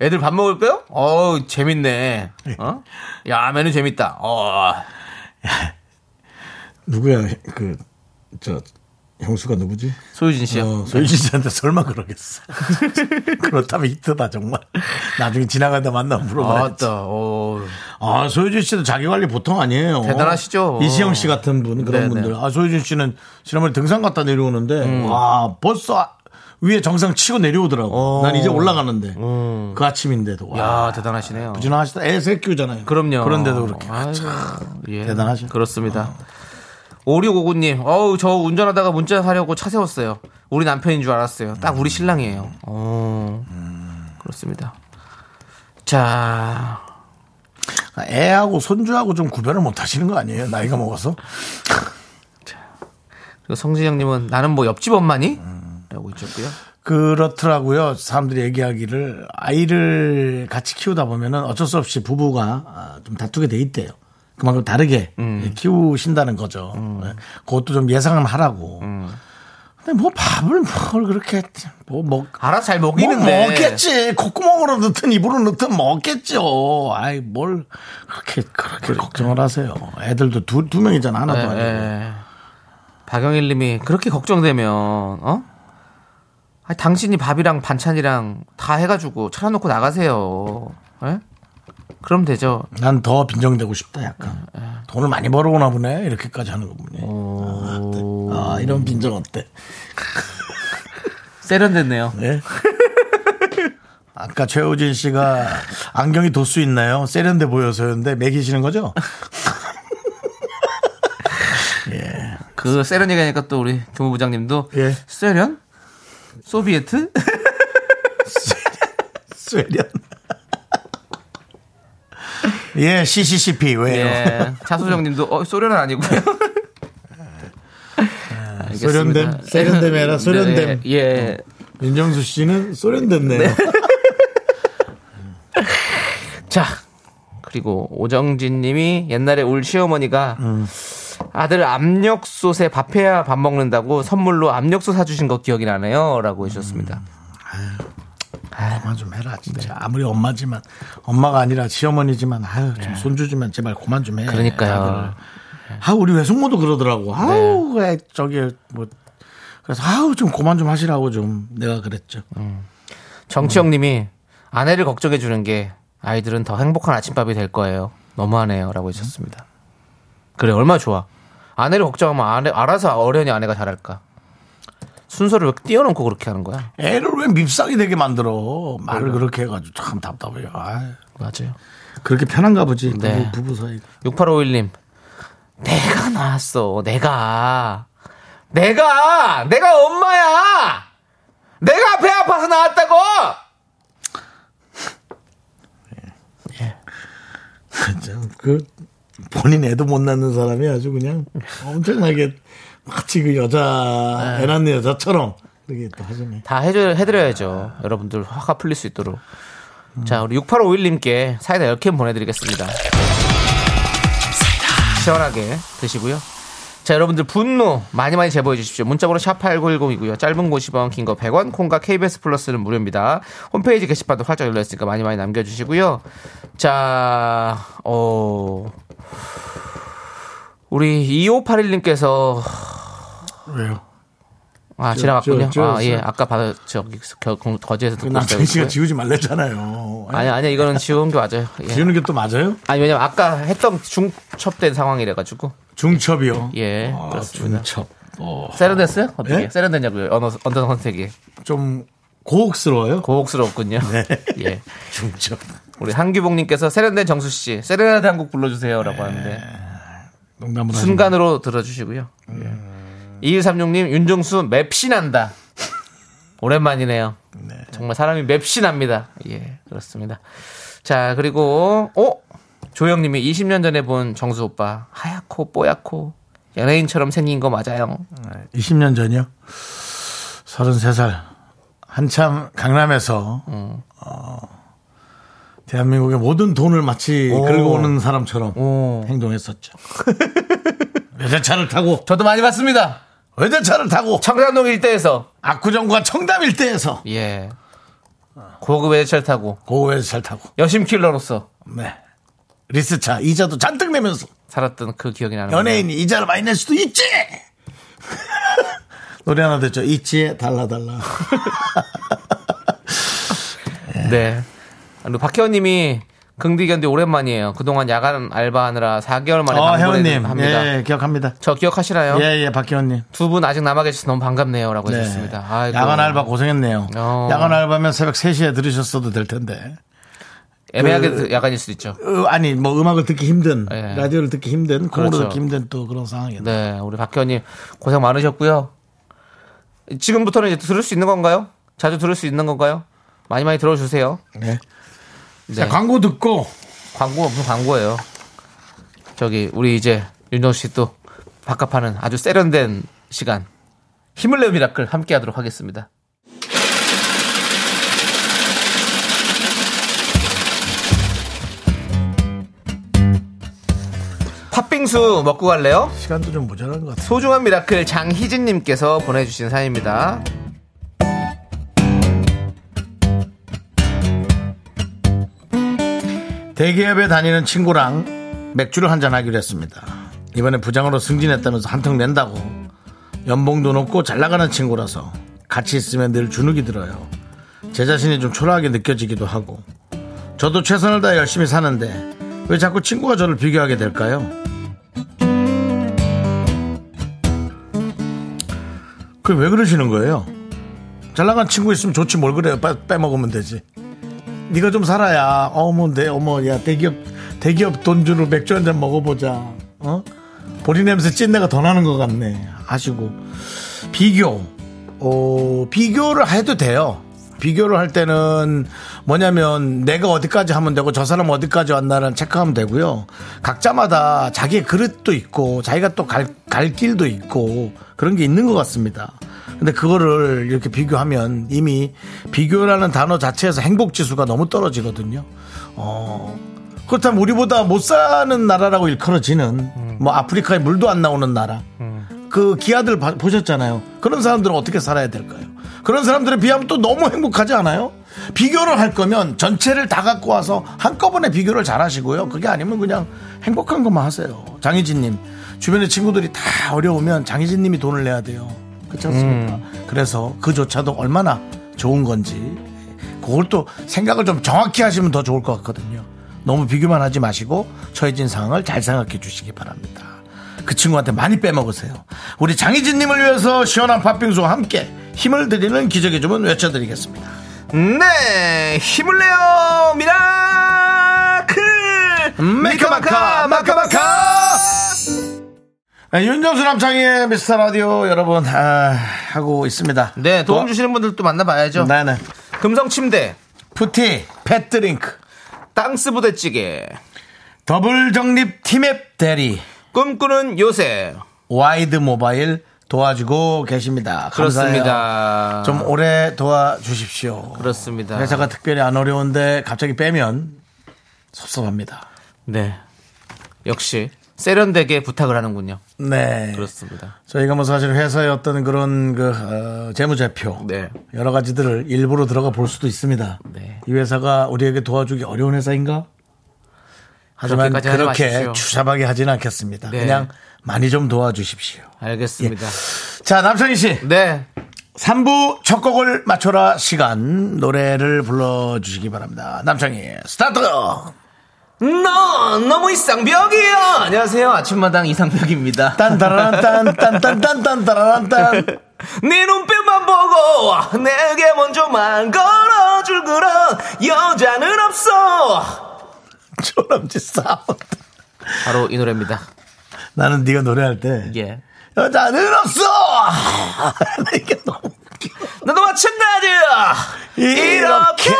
[SPEAKER 2] 애들 밥 먹을까요? 어 재밌네. 어? 야, 메뉴 재밌다. 어.
[SPEAKER 1] 누구야 그 저 형수가 누구지?
[SPEAKER 2] 소유진 씨요.
[SPEAKER 1] 어, 소유진 씨한테 설마 그러겠어. [laughs] 그렇다면 히트다 정말. 나중에 지나가다 만나면 물어봐야지.
[SPEAKER 2] 아따, 네. 어.
[SPEAKER 1] 아, 소유진 씨도 자기 관리 보통 아니에요.
[SPEAKER 2] 대단하시죠.
[SPEAKER 1] 이시영 씨 같은 분, 그런
[SPEAKER 2] 네네.
[SPEAKER 1] 분들. 아, 소유진 씨는 지난번에 등산 갔다 내려오는데, 와, 벌써 아- 위에 정상 치고 내려오더라고.
[SPEAKER 2] 음. 어. 음.
[SPEAKER 1] 난 이제 올라가는데. 그 아침인데도. 와,
[SPEAKER 2] 야, 대단하시네요.
[SPEAKER 1] 부진하시다. 애 새 키우잖아요.
[SPEAKER 2] 그럼요.
[SPEAKER 1] 그런데도 그렇게.
[SPEAKER 2] 아이고, 예.
[SPEAKER 1] 대단하죠. 아.
[SPEAKER 2] 그렇습니다. 5659님, 어우, 저 운전하다가 문자 하려고 차 세웠어요. 우리 남편인 줄 알았어요. 딱 우리 신랑이에요.
[SPEAKER 1] 음.
[SPEAKER 2] 어, 그렇습니다. 자,
[SPEAKER 1] 애하고 손주하고 좀 구별을 못 하시는 거 아니에요? 나이가 먹어서?
[SPEAKER 2] 그리고 성진영님은 나는 뭐 옆집 엄마니?
[SPEAKER 1] 음.
[SPEAKER 2] 라고 있었고요.
[SPEAKER 1] 그렇더라고요. 사람들이 얘기하기를 아이를 같이 키우다 보면은 어쩔 수 없이 부부가 아, 좀 다투게 돼 있대요. 그만큼 다르게
[SPEAKER 2] 음.
[SPEAKER 1] 예, 키우신다는 거죠. 예, 그것도 좀 예상을 하라고.
[SPEAKER 2] 음.
[SPEAKER 1] 근데 뭐 밥을 뭘 그렇게 뭐 먹.
[SPEAKER 2] 알아서 잘
[SPEAKER 1] 뭐
[SPEAKER 2] 먹이는데.
[SPEAKER 1] 먹겠지. 콧구멍으로 넣든 입으로 넣든 먹겠죠. 아이, 뭘 그렇게, 그렇게
[SPEAKER 2] 그러니까.
[SPEAKER 1] 걱정을 하세요. 애들도 두, 두 명이잖아. 하나도
[SPEAKER 2] 예,
[SPEAKER 1] 아니고.
[SPEAKER 2] 예. 박영일 님이 그렇게 걱정되면 어? 아니, 당신이 밥이랑 반찬이랑 다 해가지고 차려놓고 나가세요. 예? 그럼 되죠.
[SPEAKER 1] 난 더 빈정되고 싶다 약간 돈을 많이 벌어오나 보네 이렇게까지 하는 거 보니 아, 어때? 아, 이런 빈정 어때
[SPEAKER 2] 세련됐네요.
[SPEAKER 1] 예? 아까 최우진 씨가 안경이 도수 있나요 세련돼 보여서였는데 매기시는 거죠
[SPEAKER 2] 그 세련 얘기하니까 또 우리 교무부장님도
[SPEAKER 1] 예.
[SPEAKER 2] 세련? 소비에트?
[SPEAKER 1] 세련 [laughs] 예 CCCP 왜요
[SPEAKER 2] 예. [laughs] 차소정 님도 어, 소련은 아니고요. 알겠습니다.
[SPEAKER 1] 아, 소련됨? 세련됨이 아니라 소련됨.
[SPEAKER 2] 네, 예.
[SPEAKER 1] 윤정수 씨는 소련됐네요 [laughs]
[SPEAKER 2] 자 그리고 오정진님이 옛날에 울 시어머니가 아들 압력솥에 밥해야 밥 먹는다고 선물로 압력솥 사주신 거 기억이 음. 나네요라고 해주셨습니다.
[SPEAKER 1] 그만 좀 해라 진짜 아무리 엄마지만 엄마가 아니라 시어머니지만 아유 좀 손주지만 제발 그만 좀해
[SPEAKER 2] 그러니까요.
[SPEAKER 1] 아 우리 외숙모도 그러더라고.
[SPEAKER 2] 네.
[SPEAKER 1] 아우 왜 저기 뭐 그래서 아우 좀 그만 좀 하시라고 좀 내가 그랬죠.
[SPEAKER 2] 음. 정치영님이 아내를 걱정해 주는 게 아이들은 더 행복한 아침밥이 될 거예요. 너무하네요라고 해주셨습니다. 그래 얼마나 좋아. 아내를 걱정하면 아내, 알아서 어련히 아내가 잘할까. 순서를 왜 띄워놓고 그렇게 하는 거야?
[SPEAKER 1] 애를 왜 밉상이 되게 만들어 말을
[SPEAKER 2] 그러니까.
[SPEAKER 1] 그렇게 해가지고 참 답답해요. 아유,
[SPEAKER 2] 맞아요.
[SPEAKER 1] 그렇게 편한가 보지
[SPEAKER 2] 네.
[SPEAKER 1] 부부, 부부 사이. [laughs]
[SPEAKER 2] 6851님. 내가 낳았어. 내가. 내가! 내가 엄마야! 내가 배 아파서 낳았다고!
[SPEAKER 1] 진짜 그 본인 애도 못 낳는 사람이 아주 그냥 엄청나게 마치 그
[SPEAKER 2] 네.
[SPEAKER 1] 여자 애 낳는 여자처럼 그게 또 하시네.
[SPEAKER 2] 다 해줘, 해드려야죠. 여러분들 화가 풀릴 수 있도록. 자, 우리 6851님께 사이다 10캔 보내드리겠습니다. 시원하게 드시고요. 자, 여러분들 분노 많이 많이 제보해 주십시오. 문자번호 샵8910이고요. 짧은 50원, 긴 거 100원, 콩과 KBS 플러스는 무료입니다. 홈페이지 게시판도 활짝 열려있으니까 많이 많이 남겨주시고요. 자, 어, 우리 2581님께서
[SPEAKER 1] 왜요?
[SPEAKER 2] 아
[SPEAKER 1] 저,
[SPEAKER 2] 지나갔군요.
[SPEAKER 1] 저, 저,
[SPEAKER 2] 아
[SPEAKER 1] 저.
[SPEAKER 2] 예, 아까 받아 저기 겨- 거- 거제에서 듣고
[SPEAKER 1] 그 남창희 씨가 네.
[SPEAKER 2] 있어요.
[SPEAKER 1] 지우지 말랬잖아요. 아니,
[SPEAKER 2] 아니 예. 아니 이거는 지운 게 맞아요. 예.
[SPEAKER 1] 지우는 게 또 맞아요?
[SPEAKER 2] 아니 왜냐면 아까 했던 중첩된 상황이라 가지고
[SPEAKER 1] 중첩이요.
[SPEAKER 2] 예
[SPEAKER 1] 아,
[SPEAKER 2] 그렇습니다.
[SPEAKER 1] 중첩.
[SPEAKER 2] 세련됐어요? 어떻게
[SPEAKER 1] 예?
[SPEAKER 2] 세련됐냐고요? 언어 언어 선택이
[SPEAKER 1] 좀
[SPEAKER 2] [laughs]
[SPEAKER 1] 고혹스러워요.
[SPEAKER 2] 고혹스럽군요.
[SPEAKER 1] 네.
[SPEAKER 2] 예
[SPEAKER 1] 중첩.
[SPEAKER 2] 우리 한규봉님께서 세련된 정수 씨 세련된 한국
[SPEAKER 1] 네.
[SPEAKER 2] 불러주세요라고 하는데
[SPEAKER 1] 농담으로 하지 마.
[SPEAKER 2] 순간으로 들어주시고요. 예. 2136님 윤정수 맵신한다. 오랜만이네요. 정말 사람이 맵신합니다. 예, 그렇습니다. 자, 그리고 어? 조영님이 20년 전에 본 정수 오빠 하얗고 뽀얗고 연예인처럼 생긴 거 맞아요.
[SPEAKER 1] 20년 전이요. 33살. 한참 강남에서 어, 대한민국의 모든 돈을 마치 긁어 오는 사람처럼
[SPEAKER 2] 오.
[SPEAKER 1] 행동했었죠. [laughs] 외제차를 타고
[SPEAKER 2] 저도 많이 봤습니다.
[SPEAKER 1] 외제차를 타고
[SPEAKER 2] 청담동 일대에서
[SPEAKER 1] 압구정과 청담 일대에서
[SPEAKER 2] 예 고급 외제차를 타고
[SPEAKER 1] 고외제차를 타고
[SPEAKER 2] 여심 킬러로서
[SPEAKER 1] 네. 리스차 이자도 잔뜩 내면서
[SPEAKER 2] 살았던 그 기억이 나는
[SPEAKER 1] 아, 연예인이 이자를 많이 낼 수도 있지. [laughs] 노래 하나 듣죠. 있지에 달라 달라.
[SPEAKER 2] 네. 그리고 박혜원님이 긍디견디 오랜만이에요. 그동안 야간 알바하느라 4개월 만에
[SPEAKER 1] 어,
[SPEAKER 2] 방문을
[SPEAKER 1] 회원님.
[SPEAKER 2] 합니다. 네.
[SPEAKER 1] 예, 예, 기억합니다.
[SPEAKER 2] 저 기억하시나요?
[SPEAKER 1] 예, 예, 박혜원님.
[SPEAKER 2] 두 분 아직 남아 계셔서 너무 반갑네요라고
[SPEAKER 1] 네.
[SPEAKER 2] 해주셨습니다. 아이고.
[SPEAKER 1] 야간 알바 고생했네요.
[SPEAKER 2] 어.
[SPEAKER 1] 야간 알바면 새벽 3시에 들으셨어도 될 텐데.
[SPEAKER 2] 애매하게
[SPEAKER 1] 그-
[SPEAKER 2] 야간일 수도 있죠.
[SPEAKER 1] 으, 아니, 뭐 음악을 듣기 힘든,
[SPEAKER 2] 예.
[SPEAKER 1] 라디오를 듣기 힘든, 콩으로
[SPEAKER 2] 그렇죠.
[SPEAKER 1] 듣기 힘든 또 그런 상황이에요.
[SPEAKER 2] 네, 우리 박혜원님 고생 많으셨고요. 지금부터는 이제 들을 수 있는 건가요? 자주 들을 수 있는 건가요? 많이 많이 들어주세요.
[SPEAKER 1] 네.
[SPEAKER 2] 네.
[SPEAKER 1] 자, 광고 듣고
[SPEAKER 2] 광고가 무슨 광고예요? 저기 우리 이제 윤정수 씨 또 바깥 파는 아주 세련된 시간 힘을 내요 미라클 함께 하도록 하겠습니다. 팥빙수 먹고 갈래요?
[SPEAKER 1] 시간도 좀 모자란 것 같아요.
[SPEAKER 2] 소중한 미라클 장희진님께서 보내주신 사연입니다.
[SPEAKER 1] 대기업에 다니는 친구랑 맥주를 한잔 하기로 했습니다. 이번에 부장으로 승진했다면서 한턱 낸다고. 연봉도 높고 잘 나가는 친구라서 같이 있으면 늘 주눅이 들어요. 제 자신이 좀 초라하게 느껴지기도 하고. 저도 최선을 다해 열심히 사는데 왜 자꾸 친구가 저를 비교하게 될까요? 그 왜 그러시는 거예요? 잘 나간 친구 있으면 좋지 뭘 그래요. 빼- 빼먹으면 되지. 네가 좀 살아야 어머 내 어머 야 대기업 대기업 돈 주로 맥주 한 잔 먹어보자 어 보리 냄새 찐내가 더 나는 것 같네 하시고 비교 어 비교를 해도 돼요 비교를 할 때는 뭐냐면 내가 어디까지 하면 되고 저 사람 어디까지 왔나를 체크하면 되고요 각자마다 자기의 그릇도 있고 자기가 또 갈 갈 길도 있고 그런 게 있는 것 같습니다 근데 그거를 이렇게 비교하면 이미 비교라는 단어 자체에서 행복 지수가 너무 떨어지거든요. 어, 그렇다면 우리보다 못 사는 나라라고 일컬어지는 뭐 아프리카에 물도 안 나오는 나라. 그 기아들 봐- 보셨잖아요. 그런 사람들은 어떻게 살아야 될까요? 그런 사람들에 비하면 또 너무 행복하지 않아요? 비교를 할 거면 전체를 다 갖고 와서 한꺼번에 비교를 잘 하시고요. 그게 아니면 그냥 행복한 것만 하세요. 장희진님, 주변의 친구들이 다 어려우면 장희진님이 돈을 내야 돼요. 그렇지 않습니까? 그래서 그조차도 얼마나 좋은 건지 그걸 또 생각을 좀 정확히 하시면 더 좋을 것 같거든요. 너무 비교만 하지 마시고 처해진 상황을 잘 생각해 주시기 바랍니다. 그 친구한테 많이 빼먹으세요. 우리 장희진님을 위해서 시원한 팥빙수와 함께 힘을 드리는 기적의 주문 외쳐드리겠습니다.
[SPEAKER 2] 네, 힘을 내요 미라클
[SPEAKER 1] 메카마카 마카마카 아, 윤정수 남창희의 미스터 라디오 여러분 아, 하고 있습니다.
[SPEAKER 2] 네, 도움 주시는 분들도 만나봐야죠.
[SPEAKER 1] 네네.
[SPEAKER 2] 금성 침대,
[SPEAKER 1] 푸티 팻드링크
[SPEAKER 2] 땅스 부대찌개,
[SPEAKER 1] 더블 정립 티맵 대리
[SPEAKER 2] 꿈꾸는 요새,
[SPEAKER 1] 와이드 모바일 도와주고 계십니다. 감사해요.
[SPEAKER 2] 그렇습니다.
[SPEAKER 1] 좀 네, 오래 도와주십시오.
[SPEAKER 2] 아. 그렇습니다.
[SPEAKER 1] 회사가 특별히 안 어려운데 갑자기 빼면 섭섭합니다.
[SPEAKER 2] 네. 역시 세련되게 부탁을 하는군요.
[SPEAKER 1] 네.
[SPEAKER 2] 그렇습니다.
[SPEAKER 1] 저희가 뭐 사실 회사의 어떤 그런 그 어, 재무제표
[SPEAKER 2] 네.
[SPEAKER 1] 여러 가지들을 일부러 들어가 볼 수도 있습니다.
[SPEAKER 2] 네.
[SPEAKER 1] 이 회사가 우리에게 도와주기 어려운 회사인가? 하지만
[SPEAKER 2] 그렇게까지 하지
[SPEAKER 1] 그렇게
[SPEAKER 2] 마십시오.
[SPEAKER 1] 추잡하게 하진 않겠습니다.
[SPEAKER 2] 네.
[SPEAKER 1] 그냥 많이 좀 도와주십시오.
[SPEAKER 2] 알겠습니다.
[SPEAKER 1] 자, 남창희 씨.
[SPEAKER 2] 네.
[SPEAKER 1] 3부 첫 곡을 맞춰라 시간 노래를 불러주시기 바랍니다. 남창희 스타트!
[SPEAKER 2] 너 너무 이상벽이야. 안녕하세요. 아침마당 이상벽입니다.
[SPEAKER 1] 딴따라란 딴딴딴딴 딴따라란 딴
[SPEAKER 2] 네 눈빛만 보고 내게 먼저 말 걸어줄 그런 여자는 없어.
[SPEAKER 1] 조남지 싸웠다.
[SPEAKER 2] 바로 이 노래입니다.
[SPEAKER 1] 나는 네가 노래할 때
[SPEAKER 2] 예.
[SPEAKER 1] 여자는 없어! [laughs] 이게 너무 웃겨.
[SPEAKER 2] 나도 마찬가지야. 이렇게.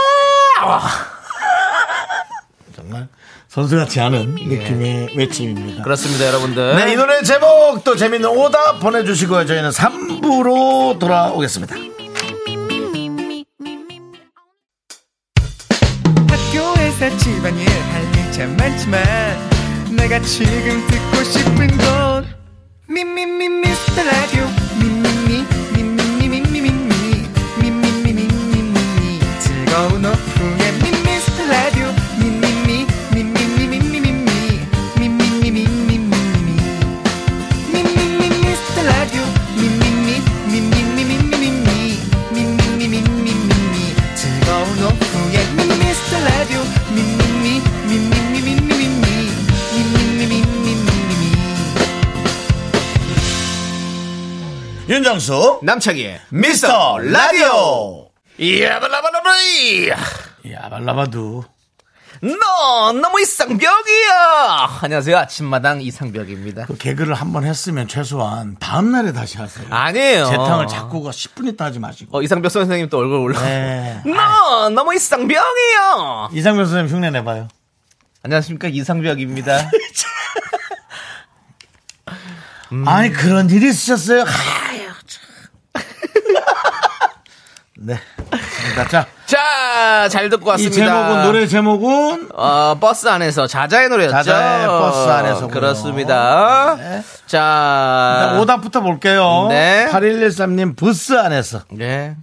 [SPEAKER 1] 정말 선수같지 않은 느낌의 외침입니다.
[SPEAKER 2] 예. 그렇습니다, 여러분들.
[SPEAKER 1] 네, 이 노래 제목 또 재밌는 오답 보내주시고요. 저희는 3부로 돌아오겠습니다.
[SPEAKER 5] 학교에서 집안일 할 일 참 많지만 내가 지금 듣고 싶은 건 미미미 미스터 라디오 미미미 미미미 미미미 미미미 미미미 즐거운 오후에 미미스터 라디오 미미미 미미미 미미미 미미미 미미미
[SPEAKER 1] 윤정수,
[SPEAKER 2] 남창희의
[SPEAKER 1] 미스터 라디오!
[SPEAKER 2] 야발라발라이
[SPEAKER 1] 야, 말라바두.
[SPEAKER 2] 너 너무 이상벽이야. 안녕하세요. 아침마당 이상벽입니다.
[SPEAKER 1] 그 개그를 한 번 했으면 최소한 다음날에 다시 하세요.
[SPEAKER 2] 아니에요.
[SPEAKER 1] 재탕을 자꾸 가 10분 있다 하지 마시고.
[SPEAKER 2] 어, 이상벽 선생님 또 얼굴 올라.
[SPEAKER 1] 네.
[SPEAKER 2] 너 너무 이상벽이야.
[SPEAKER 1] 이상민 선생님 흉내 내봐요.
[SPEAKER 2] 안녕하십니까 이상벽입니다.
[SPEAKER 1] 아니, 그런 일이 있으셨어요? 아유, 참. [laughs] 네. 그러니까 자,
[SPEAKER 2] [laughs] 자, 잘 듣고
[SPEAKER 1] 이
[SPEAKER 2] 왔습니다.
[SPEAKER 1] 제목은, 노래 제목은
[SPEAKER 2] 어, 버스 안에서 자자의 노래였죠.
[SPEAKER 1] 자자의 버스 안에서군요.
[SPEAKER 2] 그렇습니다.
[SPEAKER 1] 네.
[SPEAKER 2] 자,
[SPEAKER 1] 일단 오답부터 볼게요.
[SPEAKER 2] 아. 네.
[SPEAKER 1] 8113님 부스 안에서
[SPEAKER 2] 네.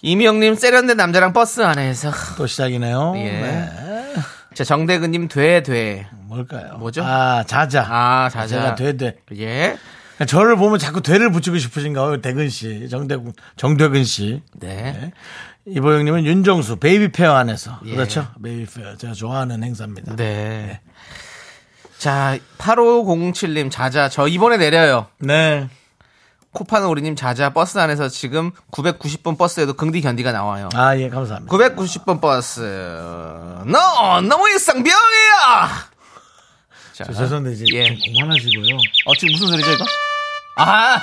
[SPEAKER 2] 이미영님 세련된 남자랑 버스 안에서.
[SPEAKER 1] 또 시작이네요.
[SPEAKER 2] 예.
[SPEAKER 1] 네.
[SPEAKER 2] 자, 정대근님 돼 돼.
[SPEAKER 1] 뭘까요?
[SPEAKER 2] 뭐죠?
[SPEAKER 1] 아 자자.
[SPEAKER 2] 아, 자자.
[SPEAKER 1] 제가 되되
[SPEAKER 2] 예.
[SPEAKER 1] 저를 보면 자꾸 되를 붙이고 싶으신가 봐요. 대근 씨, 정대근 정대근 씨.
[SPEAKER 2] 네.
[SPEAKER 1] 네. 이보영님은 윤정수 베이비 페어 안에서
[SPEAKER 2] 예.
[SPEAKER 1] 그렇죠. 베이비 페어 제가 좋아하는 행사입니다.
[SPEAKER 2] 네. 자, 8507님 자자 저 이번에 내려요.
[SPEAKER 1] 네.
[SPEAKER 2] 코파는 우리님 자자 버스 안에서 지금 990번 버스에도 긍디 견디가 나와요.
[SPEAKER 1] 아 예 감사합니다.
[SPEAKER 2] 990번 버스. 너 너무 일상병이야. 자,
[SPEAKER 1] 저 아, 죄송한데 이제
[SPEAKER 2] 예.
[SPEAKER 1] 좀 그만하시고요.
[SPEAKER 2] 어 지금 무슨 소리죠 이거? 아,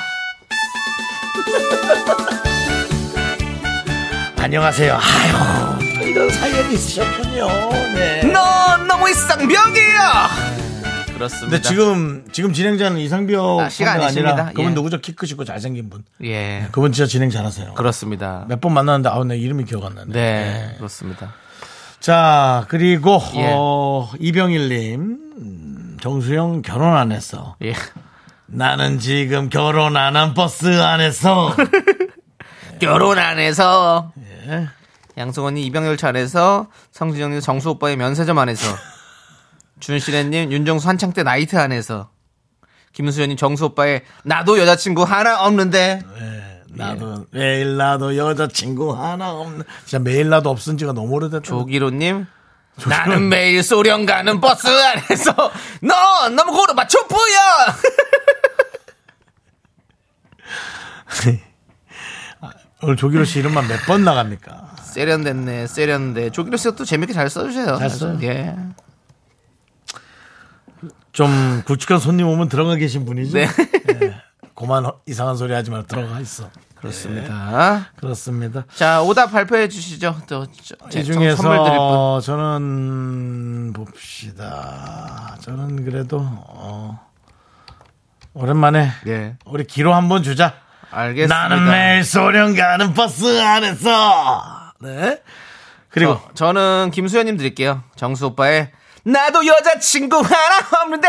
[SPEAKER 1] 안녕하세요. 아유 이런 사연이 있으셨군요. 네.
[SPEAKER 2] 너 너무 일상병이야. 그렇습니다.
[SPEAKER 1] 근데 지금 지금 진행자는 이상벽
[SPEAKER 2] 네. 아, 시간
[SPEAKER 1] 선배가 아니라
[SPEAKER 2] 아니십니다.
[SPEAKER 1] 그분
[SPEAKER 2] 예.
[SPEAKER 1] 누구죠? 키 크시고 잘생긴 분.
[SPEAKER 2] 예,
[SPEAKER 1] 그분 진짜 진행 잘하세요.
[SPEAKER 2] 그렇습니다.
[SPEAKER 1] 몇 번 만났는데 아우 내 이름이 기억 안 나네. 예.
[SPEAKER 2] 네, 그렇습니다.
[SPEAKER 1] 자 그리고
[SPEAKER 2] 예.
[SPEAKER 1] 어, 이병일님 정수영 결혼 안 했어.
[SPEAKER 2] 예,
[SPEAKER 1] 나는 지금 결혼 안 한 버스 안에서
[SPEAKER 2] 결혼 안 해서 양승원이 이병열 차례에서 성진영님 정수 오빠의 면세점 [laughs] 안에서 준실애님 윤정수 한창 때 나이트 안에서 김수현님 정수 오빠의 나도 여자친구 하나 없는데
[SPEAKER 1] 나도 매일 나도 여자친구 하나 없는 진짜 매일 나도 없은 지가 너무 오래됐다. [laughs]
[SPEAKER 2] 조기로님 나는 매일 소련 가는 버스 안에서 [laughs] 너 너무 고르마 촛불야 [laughs]
[SPEAKER 1] 아, 오늘 조기로 씨 이름만 몇 번 나갑니까?
[SPEAKER 2] 세련됐네 세련돼 조기로 씨가 또 재밌게 잘 써주세요
[SPEAKER 1] 잘 써요. 음.
[SPEAKER 2] 예.
[SPEAKER 1] 좀 굵직한 손님 오면 들어가 계신 분이죠.
[SPEAKER 2] 네
[SPEAKER 1] 고만 허- 이상한 소리 하지 말고 들어가 있어.
[SPEAKER 2] 그렇습니다
[SPEAKER 1] 그렇습니다.
[SPEAKER 2] [laughs] 자 오답 발표해 주시죠 또이
[SPEAKER 1] 이
[SPEAKER 2] 네, 선물 드릴
[SPEAKER 1] 중에서
[SPEAKER 2] 분
[SPEAKER 1] 저는 봅시다. 저는 그래도 어, 오랜만에
[SPEAKER 2] 예.
[SPEAKER 1] 우리 기로 한번 주자.
[SPEAKER 2] 알겠습니다.
[SPEAKER 1] 나는 매일 소련 가는 버스 안에서. 네. 그리고
[SPEAKER 2] 어, 저는 김수현님 드릴게요. 정수 오빠의 나도 여자친구 하나
[SPEAKER 1] [laughs]
[SPEAKER 2] 없는데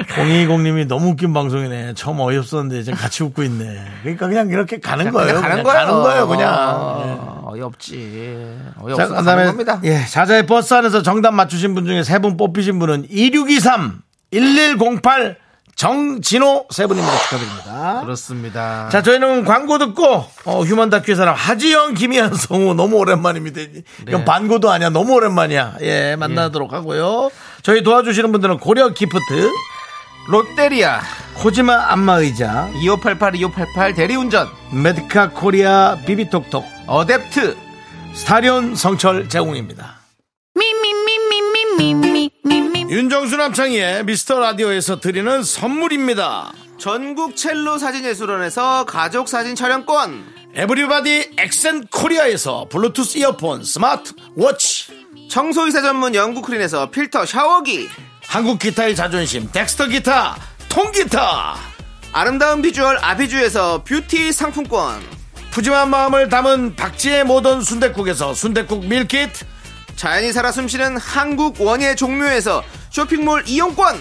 [SPEAKER 1] 020님이 너무 웃긴 방송이네. 처음 어이없었는데 이제 같이 웃고 있네. 그러니까 그냥 이렇게 가는 거예요. 그냥
[SPEAKER 2] 가는 거예요.
[SPEAKER 1] 가는 거예요, 그냥. 예.
[SPEAKER 2] 어, 어이없지.
[SPEAKER 1] 자,
[SPEAKER 2] 어이없어 가는
[SPEAKER 1] 그다음에
[SPEAKER 2] 겁니다.
[SPEAKER 1] 예, 자자의 버스 안에서 정답 맞추신 분 중에 세 분 뽑히신 분은 2623 1108 정진호 세 분입니다. 축하드립니다.
[SPEAKER 2] 그렇습니다.
[SPEAKER 1] 자, 저희는 광고 듣고 어, 휴먼 다큐의 사람 하지영, 김희한, 성우 너무 오랜만입니다.
[SPEAKER 2] 네.
[SPEAKER 1] 이건 반고도 아니야. 너무 오랜만이야. 예, 만나도록 하고요. 저희 도와주시는 분들은 고려 기프트,
[SPEAKER 2] 롯데리아
[SPEAKER 1] 코지마 안마의자,
[SPEAKER 2] 2588 2588 대리운전
[SPEAKER 1] 메디카 코리아 비비톡톡,
[SPEAKER 2] 어댑트
[SPEAKER 1] 스타리온 성철 제공입니다. 윤정수 남창희의 미스터 라디오에서 드리는 선물입니다.
[SPEAKER 2] 전국 첼로 사진예술원에서 가족 사진 촬영권
[SPEAKER 1] 에브리바디 엑센 코리아에서 블루투스 이어폰, 스마트 워치,
[SPEAKER 2] 청소이사 전문 영국크린에서 필터 샤워기
[SPEAKER 1] 한국 기타의 자존심, 덱스터 기타, 통기타.
[SPEAKER 2] 아름다운 비주얼 아비주에서 뷰티 상품권
[SPEAKER 1] 푸짐한 마음을 담은 박지의 모던 순댓국에서순댓국 밀키트,
[SPEAKER 2] 자연이 살아 숨쉬는 한국 원예 종묘에서 쇼핑몰 이용권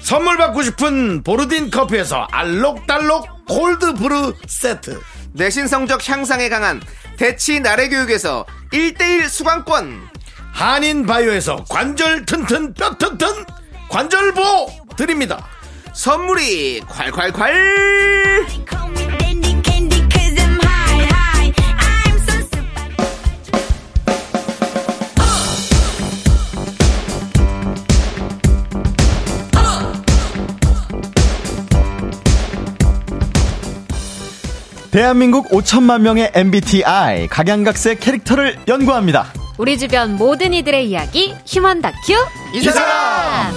[SPEAKER 1] 선물 받고 싶은 보르딘 커피에서 알록달록 골드 브루 세트.
[SPEAKER 2] 내신 성적 향상에 강한 대치 나래 교육에서 1대1 수강권
[SPEAKER 1] 한인 바이오에서 관절 튼튼 뼈 튼튼 관절보 드립니다.
[SPEAKER 2] 선물이 콸콸콸
[SPEAKER 6] 대한민국 5천만 명의 MBTI 각양각색 캐릭터를 연구합니다.
[SPEAKER 7] 우리 주변 모든 이들의 이야기 휴먼 다큐
[SPEAKER 2] 이 사람!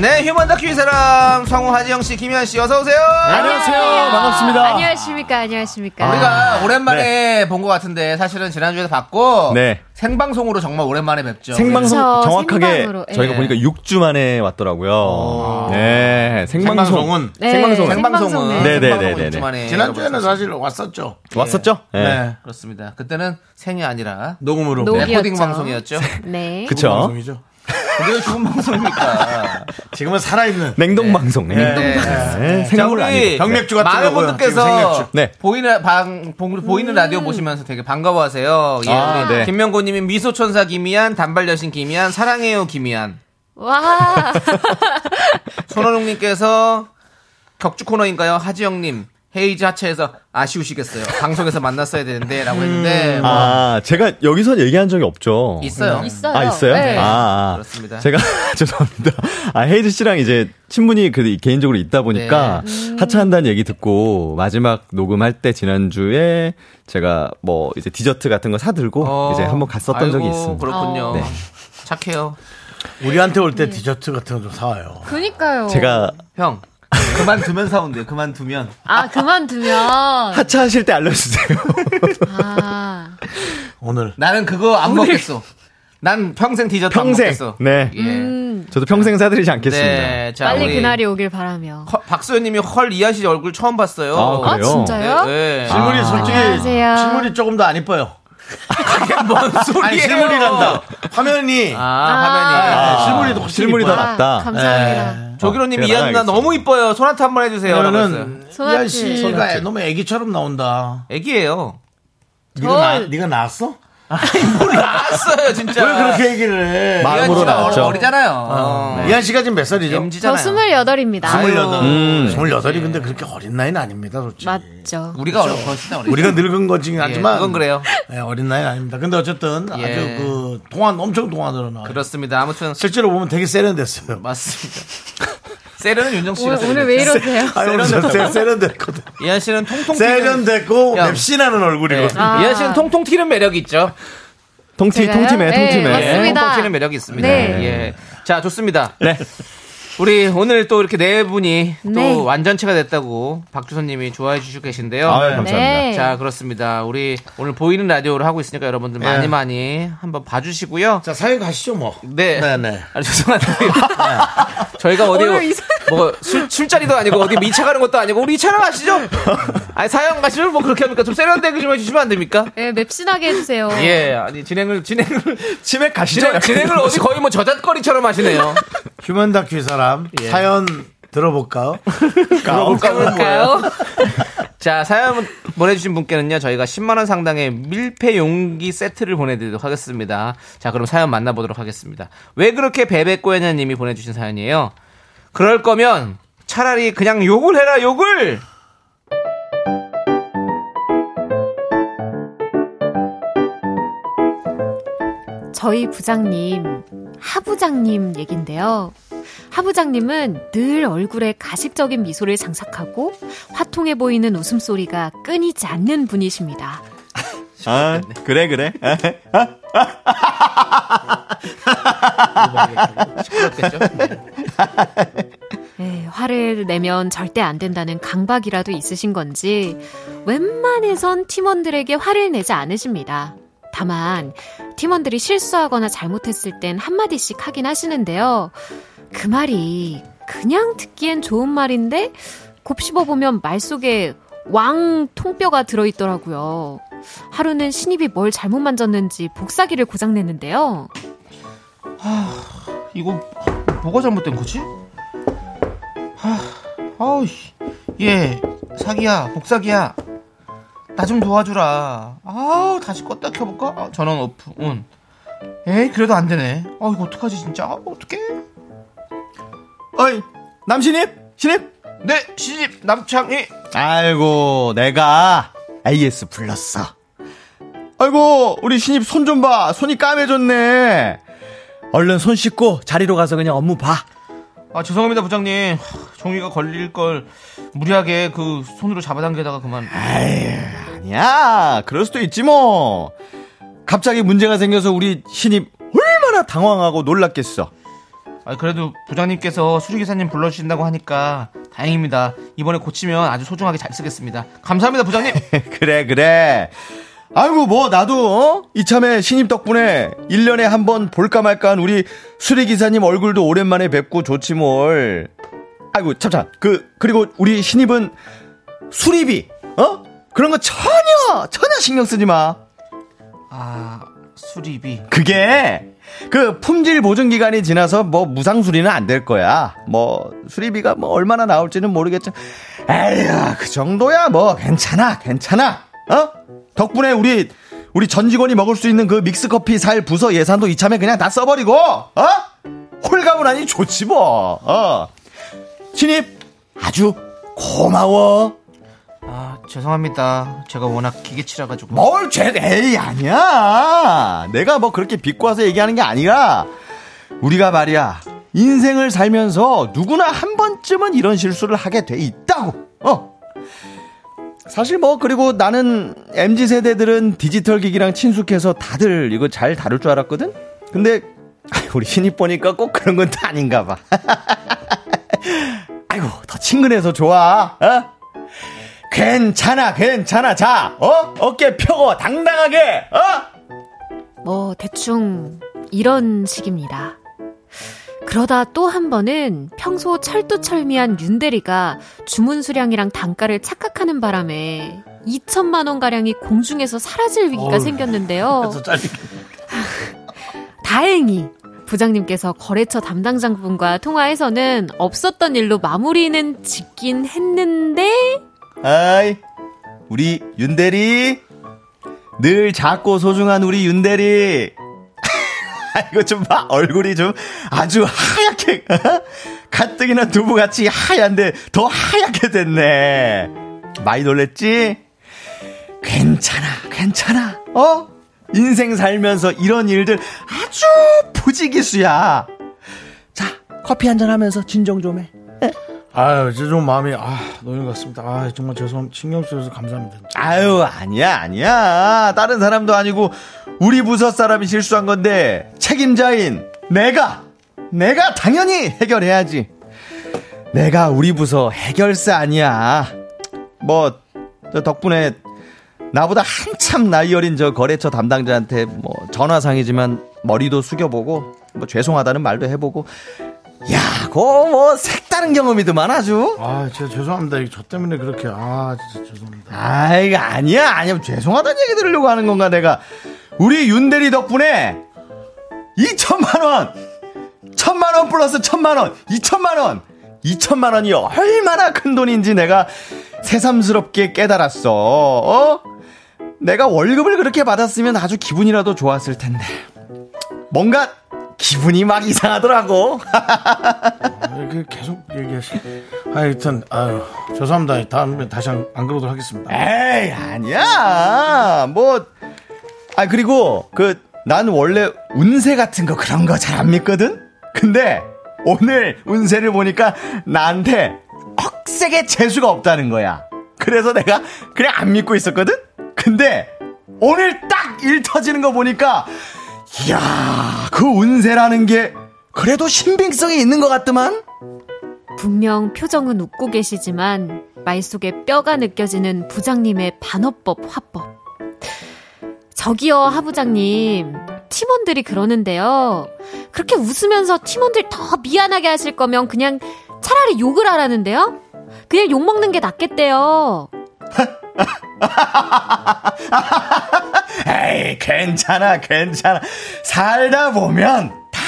[SPEAKER 2] 네, 휴먼 다큐 이 사람 성우 하지영 씨, 김현 씨 어서 오세요.
[SPEAKER 6] 안녕하세요. 반갑습니다.
[SPEAKER 7] 그러니까 안녕하십니까 안녕하십니까
[SPEAKER 6] 아,
[SPEAKER 2] 우리가 오랜만에 본 것 같은데 사실은 지난주에도 봤고
[SPEAKER 6] 네.
[SPEAKER 2] 생방송으로 정말 오랜만에 뵙죠.
[SPEAKER 6] 생방송
[SPEAKER 7] 그렇죠.
[SPEAKER 6] 정확하게
[SPEAKER 7] 생방으로, 예.
[SPEAKER 6] 저희가 보니까 6주 만에 왔더라고요. 네, 생방송.
[SPEAKER 1] 어. 생방송은?
[SPEAKER 7] 네,
[SPEAKER 6] 생방송은.
[SPEAKER 2] 생방송은
[SPEAKER 6] 네, 네, 네,
[SPEAKER 2] 생방송은
[SPEAKER 6] 네,
[SPEAKER 2] 이주
[SPEAKER 6] 네.
[SPEAKER 2] 만에
[SPEAKER 1] 지난주에는
[SPEAKER 2] 여러분
[SPEAKER 1] 사실 왔었죠.
[SPEAKER 6] 왔었죠? 네.
[SPEAKER 1] 네.
[SPEAKER 2] 그렇습니다. 그때는 생이 아니라 네,
[SPEAKER 1] 녹음으로.
[SPEAKER 7] 녹- 녹이었죠.
[SPEAKER 2] 레코딩 방송이었죠.
[SPEAKER 7] 네
[SPEAKER 6] 그쵸?
[SPEAKER 1] 방송이죠.
[SPEAKER 2] 그게 좋은 방송이니까.
[SPEAKER 1] 지금은 살아있는
[SPEAKER 6] 냉동방송. 네. 네, 생방송은
[SPEAKER 2] 자, 우리
[SPEAKER 6] 아니고.
[SPEAKER 1] 병맥주 같은
[SPEAKER 2] 많은
[SPEAKER 1] 거고요. 지금
[SPEAKER 2] 분들께서
[SPEAKER 1] 생맥주.
[SPEAKER 6] 네.
[SPEAKER 2] 보이는 방 보- 보이는 라디오 보시면서 되게 반가워하세요. 예,
[SPEAKER 6] 아,
[SPEAKER 2] 우리
[SPEAKER 6] 네.
[SPEAKER 2] 김명곤님이 미소천사 김이안, 단발여신 김이안, 사랑해요 김이안.
[SPEAKER 7] 와
[SPEAKER 2] 손원웅님께서 격주 코너인가요? 하지영님 헤이즈 하체에서 아쉬우시겠어요. 방송에서 만났어야 되는데라고 했는데 뭐
[SPEAKER 6] 아, 제가 여기서 얘기한 적이 없죠.
[SPEAKER 2] 있어요.
[SPEAKER 7] [laughs] 있어요
[SPEAKER 6] 아, 있어요?
[SPEAKER 7] 네.
[SPEAKER 6] 아, 아.
[SPEAKER 2] 그렇습니다.
[SPEAKER 6] 제가 죄송합니다. 아, 헤이즈 씨랑 이제 친분이 그 개인적으로 있다 보니까
[SPEAKER 2] 네.
[SPEAKER 6] 하차한다는 얘기 듣고 마지막 녹음할 때 지난주에 제가 뭐 이제 디저트 같은 거 사들고
[SPEAKER 2] 어,
[SPEAKER 6] 이제 한번 갔었던 적이
[SPEAKER 2] 아이고,
[SPEAKER 6] 있습니다.
[SPEAKER 2] 그렇군요.
[SPEAKER 7] 어.
[SPEAKER 6] 네.
[SPEAKER 2] 착해요,
[SPEAKER 1] 우리한테 올 때
[SPEAKER 7] 네.
[SPEAKER 1] 디저트 같은 거 좀 사와요.
[SPEAKER 7] 그니까요
[SPEAKER 6] 제가
[SPEAKER 2] 형. 그만 두면 사온대요. 그만 두면.
[SPEAKER 7] 아 그만두면
[SPEAKER 6] 하차하실 때 알려주세요.
[SPEAKER 7] 아
[SPEAKER 1] 오늘.
[SPEAKER 2] 나는 그거 안 먹겠어. 난 평생 디저트 안
[SPEAKER 6] 평생.
[SPEAKER 2] 먹겠어.
[SPEAKER 6] [laughs] 네.
[SPEAKER 2] 예.
[SPEAKER 6] 저도 평생 사드리지 않겠습니다.
[SPEAKER 2] 네, 자,
[SPEAKER 7] 음. 빨리
[SPEAKER 2] 우리
[SPEAKER 7] 그날이 오길 바라며
[SPEAKER 2] 허- 박소연님이 헐 이한 씨 얼굴 처음 봤어요.
[SPEAKER 6] 아,
[SPEAKER 7] 아
[SPEAKER 6] 그래요?
[SPEAKER 7] 진짜요?
[SPEAKER 2] 네, 네.
[SPEAKER 1] 실물이 솔직히
[SPEAKER 7] 안녕하세요.
[SPEAKER 1] 실물이 조금 더 안 이뻐요.
[SPEAKER 2] 뭔 소리예요?
[SPEAKER 1] 아니 실물이란다. 화면이
[SPEAKER 2] 아, 화면이.
[SPEAKER 1] 네, 실물이 더 훨씬
[SPEAKER 6] 실물이 더
[SPEAKER 1] 이뻐요.
[SPEAKER 7] 아, 네.
[SPEAKER 6] 낫다.
[SPEAKER 7] 감사합니다
[SPEAKER 2] 조기로님
[SPEAKER 6] 제가
[SPEAKER 2] 이한 나
[SPEAKER 6] 나가야겠어요.
[SPEAKER 2] 너무 이뻐요. 소나타 한 번 해주세요.
[SPEAKER 1] 그러면은
[SPEAKER 7] 손아귀.
[SPEAKER 1] 이한 씨가 너무 애기처럼 나온다.
[SPEAKER 2] 애기예요.
[SPEAKER 1] 네가 나, 네가 나왔어?
[SPEAKER 2] 알았어요, 진짜.
[SPEAKER 1] 왜 그렇게 얘기를 해?
[SPEAKER 6] 마음으로
[SPEAKER 2] 이한 씨가
[SPEAKER 6] 나왔죠.
[SPEAKER 2] 어리잖아요. 네.
[SPEAKER 1] 이한 씨가 지금 몇 살이죠?
[SPEAKER 7] 저
[SPEAKER 2] MG잖아요.
[SPEAKER 7] 28입니다
[SPEAKER 1] 스물여덟.
[SPEAKER 6] 음.
[SPEAKER 2] 네.
[SPEAKER 1] 스물여덟이 근데 그렇게 어린 나이는 아닙니다, 솔직히.
[SPEAKER 7] 맞죠
[SPEAKER 2] 우리가 어려 거시다 우리.
[SPEAKER 1] 우리가 늙은 거지긴 하지만.
[SPEAKER 2] 예, 그건 그래요.
[SPEAKER 1] 네, 어린 나이는 아닙니다. 근데 어쨌든
[SPEAKER 2] 예.
[SPEAKER 1] 아주 그 동안 엄청 동안으로 나와요.
[SPEAKER 2] 그렇습니다. 아무튼
[SPEAKER 1] 실제로 보면 되게 세련됐어요.
[SPEAKER 2] 맞습니다. 세련은 윤정 씨가
[SPEAKER 7] 오늘, 오늘
[SPEAKER 2] 세련됐죠.
[SPEAKER 7] 왜 이러세요
[SPEAKER 1] 아니, 오늘 저 세- 세련됐거든.
[SPEAKER 2] 이한 씨는 통통 튀는
[SPEAKER 1] 세련됐고
[SPEAKER 2] 야.
[SPEAKER 1] 맵신하는
[SPEAKER 2] 네.
[SPEAKER 1] 얼굴이거든.
[SPEAKER 7] 아.
[SPEAKER 2] 이한 씨는 통통 튀는 매력이 있죠. 예,
[SPEAKER 6] 통티,
[SPEAKER 7] 제가요?
[SPEAKER 6] 통팀에,
[SPEAKER 7] 네,
[SPEAKER 6] 통팀에.
[SPEAKER 7] 맞습니다.
[SPEAKER 2] 통통 튀는 매력이 있습니다.
[SPEAKER 7] 네.
[SPEAKER 2] 예. 자, 좋습니다.
[SPEAKER 6] 네.
[SPEAKER 2] 우리 오늘 또 이렇게 네 분이
[SPEAKER 7] 네.
[SPEAKER 2] 또 완전체가 됐다고 박주선님이 좋아해 주시고 계신데요.
[SPEAKER 1] 아, 감사합니다.
[SPEAKER 7] 네.
[SPEAKER 2] 자 그렇습니다. 우리 오늘 보이는 라디오를 하고 있으니까 여러분들 많이
[SPEAKER 5] 네.
[SPEAKER 2] 많이 한번 봐주시고요.
[SPEAKER 5] 자, 사연 가시죠, 뭐.
[SPEAKER 2] 네.
[SPEAKER 5] 네네. 네.
[SPEAKER 2] 아, 죄송한데 저희가 어디
[SPEAKER 7] 오늘 이상-
[SPEAKER 2] 뭐술 술자리도 아니고 어디 미차 가는 것도 아니고 우리 이차로 가시죠. 아니 사연 가시면 뭐 그렇게 합니까? 좀 세련되게 좀 해주시면 안 됩니까?
[SPEAKER 7] 예, 맵신하게 해주세요.
[SPEAKER 2] 예, 아니 진행을 진행을
[SPEAKER 5] [laughs]
[SPEAKER 1] 치맥 가시죠.
[SPEAKER 2] 진행, 진행을 어디 거의 뭐 저잣거리처럼 하시네요.
[SPEAKER 5] 휴먼 다큐 이 사람
[SPEAKER 1] 예.
[SPEAKER 5] 사연
[SPEAKER 2] [laughs]
[SPEAKER 5] 들어볼까요?
[SPEAKER 2] 볼까요?
[SPEAKER 7] 볼까요?
[SPEAKER 2] [laughs] 자, 사연 보내주신 분께는요, 저희가 10만원 상당의 밀폐 용기 세트를 보내드리도록 하겠습니다. 자, 그럼 사연 만나보도록 하겠습니다. 왜 그렇게 베베꼬야냐 님이 보내주신 사연이에요? 그럴 거면 차라리 그냥 욕을 해라, 욕을!
[SPEAKER 7] 저희 부장님, 하부장님 얘긴데요. 하부장님은 늘 얼굴에 가식적인 미소를 장착하고 화통해 보이는 웃음소리가 끊이지 않는 분이십니다.
[SPEAKER 1] 아, 그래, 그래.
[SPEAKER 2] 아, 예, 시끄럽겠죠? [laughs]
[SPEAKER 7] 에, 예, 화를 내면 절대 안 된다는 강박이라도 있으신 건지 웬만해선 팀원들에게 화를 내지 않으십니다. 다만 팀원들이 실수하거나 잘못했을 땐 한마디씩 하긴 하시는데요. 그 말이 그냥 듣기엔 좋은 말인데 곱씹어 보면 말 속에 왕 통뼈가 들어있더라고요. 하루는 신입이 뭘 잘못 만졌는지 복사기를 고장냈는데요.
[SPEAKER 2] 이거 뭐가 잘못된 거지? 하, 아우, 씨. 얘 사기야, 복사기야. 나 좀 도와주라. 아우, 다시 껐다 켜볼까? 아, 전원 오프, 온. 에이, 그래도 안 되네. 아, 이거 어떡하지, 진짜. 아, 어떡해.
[SPEAKER 1] 어이, 남신입? 신입?
[SPEAKER 2] 네, 시집, 남창이.
[SPEAKER 1] 아이고, 내가 AS 불렀어. 아이고, 우리 신입 손 좀 봐. 손이 까매졌네. 얼른 손 씻고 자리로 가서 그냥 업무 봐.
[SPEAKER 2] 아, 죄송합니다, 부장님. 하, 종이가 걸릴 걸 무리하게 그 손으로 잡아당기다가 그만.
[SPEAKER 1] 아니야, 그럴 수도 있지 뭐. 갑자기 문제가 생겨서 우리 신입 얼마나 당황하고 놀랐겠어.
[SPEAKER 2] 아, 그래도 부장님께서 수리기사님 불러주신다고 하니까 다행입니다. 이번에 고치면 아주 소중하게 잘 쓰겠습니다. 감사합니다, 부장님.
[SPEAKER 1] [laughs] 그래, 그래. 아이고, 뭐, 나도, 어? 이참에 신입 덕분에 1년에 한 번 볼까 말까 한 우리 수리기사님 얼굴도 오랜만에 뵙고 좋지 뭘. 아이고, 참, 참. 그, 그리고 우리 신입은 수리비, 어? 그런 거 전혀, 전혀 신경 쓰지 마.
[SPEAKER 2] 아, 수리비.
[SPEAKER 1] 그게 그 품질 보증 기간이 지나서 뭐 무상 수리는 안 될 거야. 뭐 수리비가 뭐 얼마나 나올지는 모르겠지만 에휴 그 정도야 뭐 괜찮아 괜찮아 어 덕분에 우리 우리 전 직원이 먹을 수 있는 그 믹스 커피 살 부서 예산도 이참에 그냥 다 써버리고 어 홀가분하니 좋지 뭐어 신입 아주 고마워
[SPEAKER 2] 아, 죄송합니다. 제가 워낙 기계치라 가지고.
[SPEAKER 1] 뭘 죄, 에이, 아니야. 내가 뭐 그렇게 비꼬아서 얘기하는 게 아니라, 우리가 말이야, 인생을 살면서 누구나 한 번쯤은 이런 실수를 하게 돼 있다고. 어. 사실 뭐, 그리고 나는 MZ 세대들은 디지털 기기랑 친숙해서 다들 이거 잘 다룰 줄 알았거든? 근데, 우리 신입 보니까 꼭 그런 건 다 아닌가 봐. [laughs] 아이고, 더 친근해서 좋아. 어? 괜찮아, 괜찮아. 자, 어? 어깨 펴고 당당하게, 어?
[SPEAKER 7] 뭐 대충 이런 식입니다. 그러다 또 한 번은 평소 철두철미한 윤대리가 주문 수량이랑 단가를 착각하는 바람에 2천만 원 가량이 공중에서 사라질 위기가 생겼는데요.
[SPEAKER 5] [laughs] 그래서 짧게.
[SPEAKER 7] 다행히 부장님께서 거래처 담당자분과 통화해서는 없었던 일로 마무리는 짓긴 했는데
[SPEAKER 1] 아이, 우리 윤대리. 늘 작고 소중한 우리 윤대리. 이거 좀 봐. 얼굴이 좀 아주 하얗게, 어? 가뜩이나 두부같이 하얀데 더 하얗게 됐네. 많이 놀랬지? 괜찮아, 괜찮아. 어? 인생 살면서 이런 일들 아주 부지기수야. 자, 커피 한잔 하면서 진정 좀 해. 네.
[SPEAKER 5] 아유, 이제 좀 마음이, 아, 노인 것 같습니다. 아, 정말 죄송합니다. 신경 쓰셔서 감사합니다. 진짜.
[SPEAKER 1] 아유 아니야 아니야 다른 사람도 아니고 우리 부서 사람이 실수한 건데 책임자인 내가 내가 당연히 해결해야지
[SPEAKER 6] 내가 우리 부서 해결사 아니야. 뭐, 저 덕분에 나보다 한참 나이 어린 저 거래처 담당자한테 뭐 전화상이지만 머리도 숙여보고 뭐 죄송하다는 말도 해보고 야, 그거 뭐 색다른 경험이더만 아주.
[SPEAKER 1] 아, 진짜 죄송합니다. 이거 저 때문에 그렇게. 아, 진짜 죄송합니다.
[SPEAKER 6] 아이 아니야 아니야 죄송하다는 얘기 들으려고 하는 건가 내가 우리 윤대리 덕분에 2천만 원 천만 원 플러스 천만 원 2천만 원 2천만 원이 얼마나 큰 돈인지 내가 새삼스럽게 깨달았어 어? 내가 월급을 그렇게 받았으면 아주 기분이라도 좋았을 텐데 뭔가 기분이 막 이상하더라고
[SPEAKER 1] 아, 이렇게 계속 얘기하시. 하여튼, 아유, 죄송합니다. 다음에 다시 안, 안 그러도록 하겠습니다.
[SPEAKER 6] 에이 아니야 뭐아 그리고 그 난 원래 운세 같은 거 그런 거 잘 안 믿거든 근데 오늘 운세를 보니까 나한테 억세게 재수가 없다는 거야 그래서 내가 그냥 안 믿고 있었거든 근데 오늘 딱 일 터지는 거 보니까 이야 그 운세라는 게 그래도 신빙성이 있는 것 같더만
[SPEAKER 7] 분명 표정은 웃고 계시지만 말 속에 뼈가 느껴지는 부장님의 반어법 화법. 저기요 하부장님 팀원들이 그러는데요. 그렇게 웃으면서 팀원들 더 미안하게 하실 거면 그냥 차라리 욕을 하라는데요. 그냥 욕 먹는 게 낫겠대요.
[SPEAKER 6] 에이, 괜찮아, 괜찮아. 살다 보면 다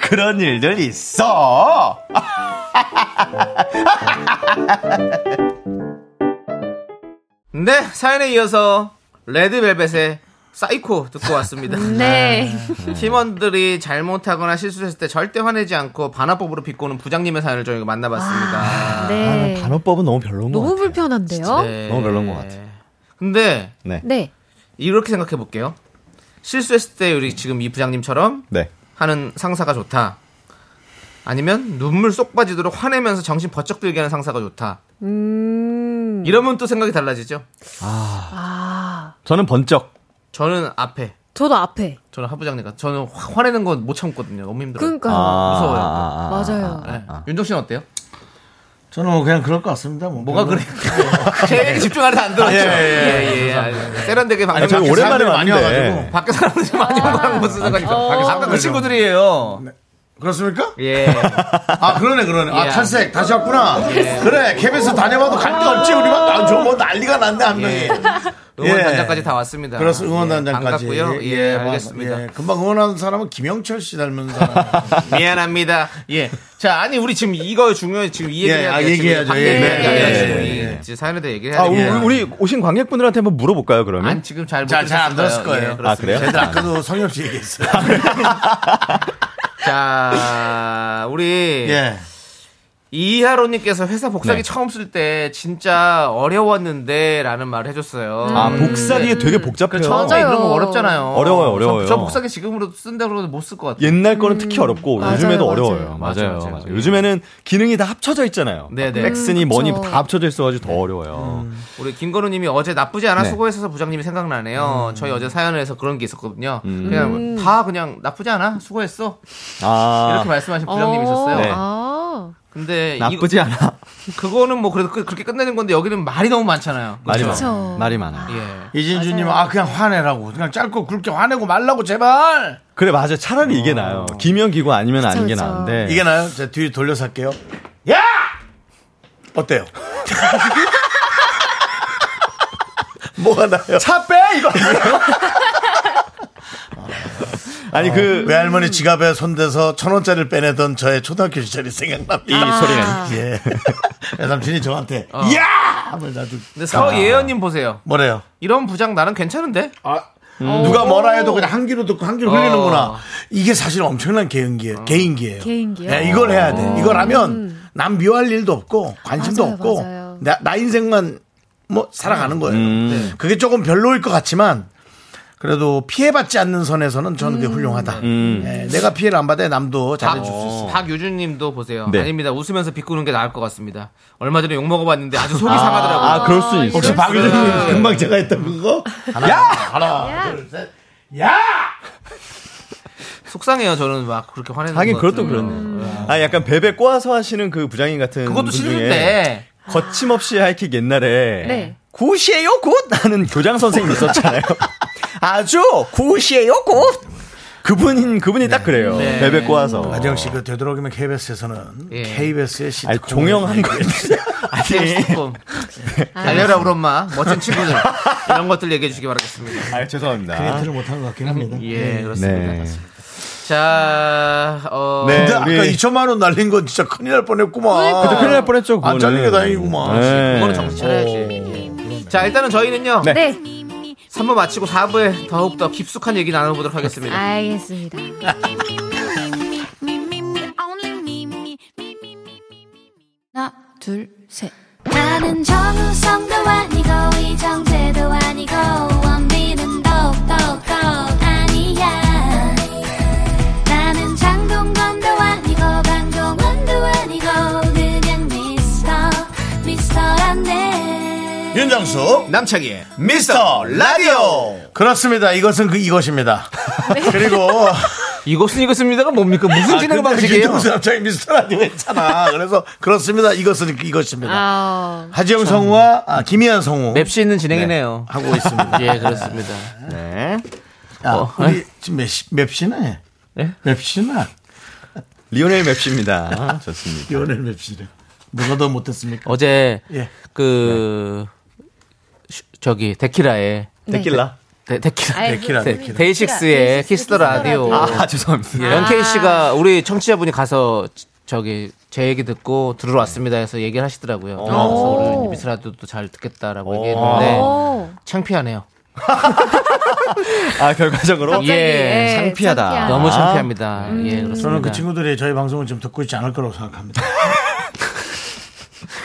[SPEAKER 6] 그런 일들 있어.
[SPEAKER 2] 네, 사연에 이어서 레드벨벳의 사이코 듣고
[SPEAKER 6] [laughs]
[SPEAKER 2] 왔습니다.
[SPEAKER 7] 네.
[SPEAKER 2] 팀원들이 잘못하거나 실수했을 때 절대 화내지 않고 반합법으로 비꼬는 부장님의 사연을 저희가
[SPEAKER 6] 아.
[SPEAKER 2] 아, 만나봤습니다.
[SPEAKER 7] 네.
[SPEAKER 6] 단어법은 너무 별로인
[SPEAKER 7] 너무 불편한데요.
[SPEAKER 2] 네.
[SPEAKER 6] 너무 별로인 것 같아요.
[SPEAKER 2] 근데
[SPEAKER 7] 네.
[SPEAKER 2] 이렇게 생각해 볼게요. 실수했을 때 우리 지금 이 부장님처럼
[SPEAKER 6] 네.
[SPEAKER 2] 하는 상사가 좋다. 아니면 눈물 쏙 빠지도록 화내면서 정신 버쩍 들게 하는 상사가 좋다.
[SPEAKER 7] 음.
[SPEAKER 2] 이러면 또 생각이 달라지죠.
[SPEAKER 6] 아.
[SPEAKER 7] 아.
[SPEAKER 6] 저는 번쩍.
[SPEAKER 2] 저는 앞에,
[SPEAKER 7] 저도 앞에.
[SPEAKER 2] 저는 하부장님과 저는 화- 화내는 건 못 참거든요. 너무 힘들어요.
[SPEAKER 7] 그러니까요.
[SPEAKER 6] 아,
[SPEAKER 2] 무서워요.
[SPEAKER 7] 맞아요.
[SPEAKER 2] 네. 윤정 씨는 어때요?
[SPEAKER 1] 저는 뭐 그냥 그럴 것 같습니다. 뭐
[SPEAKER 2] 뭐가
[SPEAKER 1] 별로.
[SPEAKER 2] 그래요? [laughs] 제 얘기 집중하다 안 들었죠?
[SPEAKER 6] 예, 예,
[SPEAKER 2] 예, 예. 아니, 세련되게 방금
[SPEAKER 6] 저희
[SPEAKER 2] 밖에
[SPEAKER 6] 오랜만에
[SPEAKER 2] 사람들이
[SPEAKER 6] 많이
[SPEAKER 1] 왔는데.
[SPEAKER 6] 와가지고.
[SPEAKER 2] 밖에 사람들이 많이 온 거랑 무슨 상관이 있어? 아까 그
[SPEAKER 1] 사람들이죠.
[SPEAKER 2] 친구들이에요.
[SPEAKER 1] 그렇습니까?
[SPEAKER 2] 예.
[SPEAKER 1] 아, 그러네, 그러네.
[SPEAKER 2] 예.
[SPEAKER 1] 아, 탈색. 다시 왔구나. 그래, KBS 다녀봐도 갈 데 없지. 우리 막, 아, 저뭐 난리가 났네, 한 명이.
[SPEAKER 2] 예. 응원단장까지 다 왔습니다.
[SPEAKER 1] 그렇습니다. 응원단장까지.
[SPEAKER 2] 예, 반갑고요. 예,
[SPEAKER 1] 맞-
[SPEAKER 2] 알겠습니다.
[SPEAKER 1] 예, 금방 응원하는 사람은 김영철 씨 닮은
[SPEAKER 2] [laughs]
[SPEAKER 1] 사람.
[SPEAKER 2] 미안합니다. 예. 자, 아니 우리 지금 이거 중요해. 지금 이 얘기를
[SPEAKER 1] 예,
[SPEAKER 2] 해야
[SPEAKER 1] 아,
[SPEAKER 2] 돼요.
[SPEAKER 1] 얘기해야죠.
[SPEAKER 2] 지금
[SPEAKER 1] 예,
[SPEAKER 2] 방금
[SPEAKER 1] 네,
[SPEAKER 2] 얘기해야
[SPEAKER 1] 예,
[SPEAKER 2] 돼요.
[SPEAKER 1] 예,
[SPEAKER 2] 이 지금 사연에 대해 얘기를 해야
[SPEAKER 6] 아, 우리,
[SPEAKER 2] 돼요.
[SPEAKER 6] 우리 오신 관객분들한테 한번 물어볼까요, 그러면?
[SPEAKER 2] 아니 지금 잘못
[SPEAKER 1] 자, 잘안 들었을 거예요.
[SPEAKER 2] 예, 그렇습니다.
[SPEAKER 6] 아, 그래요?
[SPEAKER 1] 얘들 아까도 성엽 씨 얘기했어요.
[SPEAKER 2] 예. 자, 우리
[SPEAKER 1] 예.
[SPEAKER 2] 이하로님께서 회사 복사기
[SPEAKER 6] 네.
[SPEAKER 2] 처음 쓸 때 진짜 어려웠는데라는 말을 해줬어요.
[SPEAKER 6] 아, 복사기에 되게 복잡해요.
[SPEAKER 2] 처음에
[SPEAKER 7] 맞아요.
[SPEAKER 2] 이런 거 어렵잖아요.
[SPEAKER 6] 어려워요, 어려워요.
[SPEAKER 2] 저, 저 복사기 지금으로 쓴다고는 못 쓸 것 같아요.
[SPEAKER 6] 옛날 거는 특히 어렵고
[SPEAKER 7] 맞아요,
[SPEAKER 6] 요즘에도
[SPEAKER 7] 맞아요.
[SPEAKER 6] 어려워요.
[SPEAKER 2] 맞아요,
[SPEAKER 6] 맞아요.
[SPEAKER 2] 맞아요.
[SPEAKER 6] 맞아요. 요즘에는 기능이 다 합쳐져 있잖아요.
[SPEAKER 2] 네, 네.
[SPEAKER 6] 백스니 뭐니
[SPEAKER 7] 그쵸.
[SPEAKER 6] 다 합쳐져 있어가지고 더 어려워요.
[SPEAKER 2] 우리 김건우님이 어제 나쁘지 않아
[SPEAKER 6] 네. 음.
[SPEAKER 2] 수고했어서 부장님이 생각나네요. 저희 어제 사연에서 그런 게 있었거든요.
[SPEAKER 1] 음.
[SPEAKER 2] 그냥 다 그냥 나쁘지 않아 수고했어
[SPEAKER 6] 아,
[SPEAKER 2] 이렇게 말씀하신 부장님이 있었어요.
[SPEAKER 6] 네.
[SPEAKER 7] 아.
[SPEAKER 2] 근데
[SPEAKER 6] 나쁘지 않아.
[SPEAKER 2] 이거, [laughs] 그거는 뭐 그래도 그- 그렇게 끝내는 건데 여기는 말이 너무 많잖아요.
[SPEAKER 6] 말이
[SPEAKER 2] 그렇죠?
[SPEAKER 6] 많아. 말이 많아.
[SPEAKER 2] 예.
[SPEAKER 1] 이진주님, 아, 그냥 화내라고. 그냥 짧고 굵게 화내고 말라고, 제발!
[SPEAKER 6] 그래 맞아. 차라리 이게 나아요. 기면 기고 아니면 아닌 게
[SPEAKER 7] 그쵸.
[SPEAKER 6] 나은데.
[SPEAKER 1] 이게 나요? 제가 뒤 돌려서 할게요. 야! 어때요? [laughs] 뭐가 나요?
[SPEAKER 6] 차 빼! 이거 아니에요? 아니 그
[SPEAKER 1] 어, 외할머니 지갑에 손대서 천 원짜리를 빼내던 저의 초등학교 시절이 생각납니다. 이 소리는.
[SPEAKER 6] [laughs]
[SPEAKER 1] 예. 외삼촌이 저한테,
[SPEAKER 2] 어.
[SPEAKER 1] 야! 하면 나도.
[SPEAKER 2] 근데 서예연님 보세요.
[SPEAKER 1] 뭐래요?
[SPEAKER 2] 이런 부장 나는 괜찮은데?
[SPEAKER 1] 누가 뭐라 해도 그냥 한 귀로 듣고 한 귀로 흘리는구나.
[SPEAKER 2] 어.
[SPEAKER 1] 이게 사실 엄청난 개인기, 개인기예요.
[SPEAKER 7] 개인기요?
[SPEAKER 1] 네, 이걸 해야 돼. 이걸 하면 남 미워할 일도 없고 관심도
[SPEAKER 7] 맞아요,
[SPEAKER 1] 없고
[SPEAKER 7] 맞아요.
[SPEAKER 1] 나, 나 인생만 뭐 살아가는 거예요. 네. 그게 조금 별로일 것 같지만 그래도 피해받지 않는 선에서는 저는 그게 훌륭하다. 네, 내가 피해를 안 받아야 남도 잘해줄 수 있어.
[SPEAKER 2] 박유준님도 보세요.
[SPEAKER 6] 네.
[SPEAKER 2] 아닙니다. 웃으면서 비꾸는 게 나을 것 같습니다. 얼마 전에 욕 먹어봤는데 아주 속이 상하더라고요. 네.
[SPEAKER 6] 아, 그럴 수 있어.
[SPEAKER 7] 혹시
[SPEAKER 1] 박유준 님 금방 제가 했던 그거 하나, 야! 하나, 둘, 셋, 야!
[SPEAKER 2] 속상해요. 저는 막 그렇게 화내는
[SPEAKER 6] 하긴
[SPEAKER 2] 것
[SPEAKER 6] 그것도
[SPEAKER 2] 같아요.
[SPEAKER 6] 그렇네요. 아 약간 베베 꼬아서 하시는 그 부장님 같은
[SPEAKER 2] 그것도
[SPEAKER 6] 분 중에
[SPEAKER 2] 싫은데
[SPEAKER 6] 거침없이 하이킥 옛날에
[SPEAKER 7] 네.
[SPEAKER 6] 굿이에요 굿 하는 교장 선생님 [laughs] 있었잖아요. 아주 굿이에요 굿. 그분인 그분이 딱 그래요.
[SPEAKER 2] 네.
[SPEAKER 6] 베베 꼬아서.
[SPEAKER 1] 아정 씨, 그 되도록이면 KBS에서는
[SPEAKER 2] 예.
[SPEAKER 1] KBS의 시
[SPEAKER 6] 아니 종영한 거예요. 아니.
[SPEAKER 2] 네, 조금 달려라 우리 엄마 멋진 친구들 이런 것들 얘기해 주시기 바라겠습니다.
[SPEAKER 6] [laughs] 아 죄송합니다.
[SPEAKER 1] 멘트를 못한 것 같긴 합니다.
[SPEAKER 2] 예 그렇습니다.
[SPEAKER 6] 네.
[SPEAKER 2] 자 어,
[SPEAKER 6] 네.
[SPEAKER 1] 근데 아까
[SPEAKER 6] 우리
[SPEAKER 1] 2천만 원 날린 건 진짜 큰일 날 뻔했구만.
[SPEAKER 6] 그러니까. 그래도 큰일 날 뻔했죠.
[SPEAKER 1] 안
[SPEAKER 6] 그거는.
[SPEAKER 1] 잘린 게 다행이구만.
[SPEAKER 6] 네.
[SPEAKER 2] 그거는 정신 차려야지. 자 일단은 저희는요
[SPEAKER 6] 네.
[SPEAKER 7] 네.
[SPEAKER 2] 3부 마치고 4부에 더욱 더 깊숙한 얘기 나눠보도록 하겠습니다.
[SPEAKER 7] 알겠습니다.
[SPEAKER 4] 하나 둘셋
[SPEAKER 8] 나는 정우성도 아니고 이정재도 아니고 원빈은 더욱더 아니야 나는 장동건도 아니고 방종원도 아니고 그냥 미스터 미스터란데
[SPEAKER 1] 윤정수
[SPEAKER 2] 남창희의
[SPEAKER 1] 미스터 라디오. 그렇습니다. 이것은 그 이것입니다.
[SPEAKER 6] 네.
[SPEAKER 1] [laughs] 그리고
[SPEAKER 6] [laughs]
[SPEAKER 1] 아,
[SPEAKER 2] 이것은 이것입니다가 뭡니까? 무슨 진행
[SPEAKER 1] 근데
[SPEAKER 2] 방식이에요?
[SPEAKER 1] 윤정수 남창이 미스터 라디오 했잖아. 그래서 그렇습니다. 이것은 그 이것입니다.
[SPEAKER 7] 아,
[SPEAKER 1] 하지영 성우와 아, 김희연 성우
[SPEAKER 2] 맵시 있는 진행이네요.
[SPEAKER 1] 하고
[SPEAKER 6] [laughs]
[SPEAKER 1] 있습니다.
[SPEAKER 2] 예, 그렇습니다.
[SPEAKER 6] 네.
[SPEAKER 1] 아, 우리 지금 몇, 시- 몇 시나?
[SPEAKER 2] 예?
[SPEAKER 6] 네?
[SPEAKER 1] 예? 몇 시나?
[SPEAKER 6] 리오넬 맵시입니다. 좋습니다.
[SPEAKER 1] 연애 몇 시래? 누가 더 못했습니까?
[SPEAKER 2] [laughs] 어제
[SPEAKER 1] 예.
[SPEAKER 2] 그 슈- 저기 데키라에
[SPEAKER 6] 데킬라.
[SPEAKER 2] 데, 데키라
[SPEAKER 7] 아이,
[SPEAKER 1] 데키라,
[SPEAKER 7] 그-
[SPEAKER 1] 데키라.
[SPEAKER 2] 데이식스의
[SPEAKER 7] 데이식스
[SPEAKER 2] 키스터 라디오
[SPEAKER 6] 아 죄송합니다.
[SPEAKER 2] 연케이 씨가 우리 청취자분이 가서 저- 저기 제 얘기 듣고 들으러 왔습니다 해서 얘기를 하시더라고요. 그래서 오늘 미스라도도 잘 듣겠다라고 얘기했는데
[SPEAKER 7] 오.
[SPEAKER 2] 창피하네요.
[SPEAKER 6] 아 결과적으로
[SPEAKER 7] 갑자기,
[SPEAKER 2] 예,
[SPEAKER 6] 창피하다.
[SPEAKER 7] 창피한.
[SPEAKER 2] 너무 창피합니다.
[SPEAKER 7] 음.
[SPEAKER 2] 예, 그렇습니다.
[SPEAKER 1] 저는
[SPEAKER 6] 네.
[SPEAKER 1] 그 친구들이 저희 방송을 지금 듣고 있지 않을 거라고 생각합니다.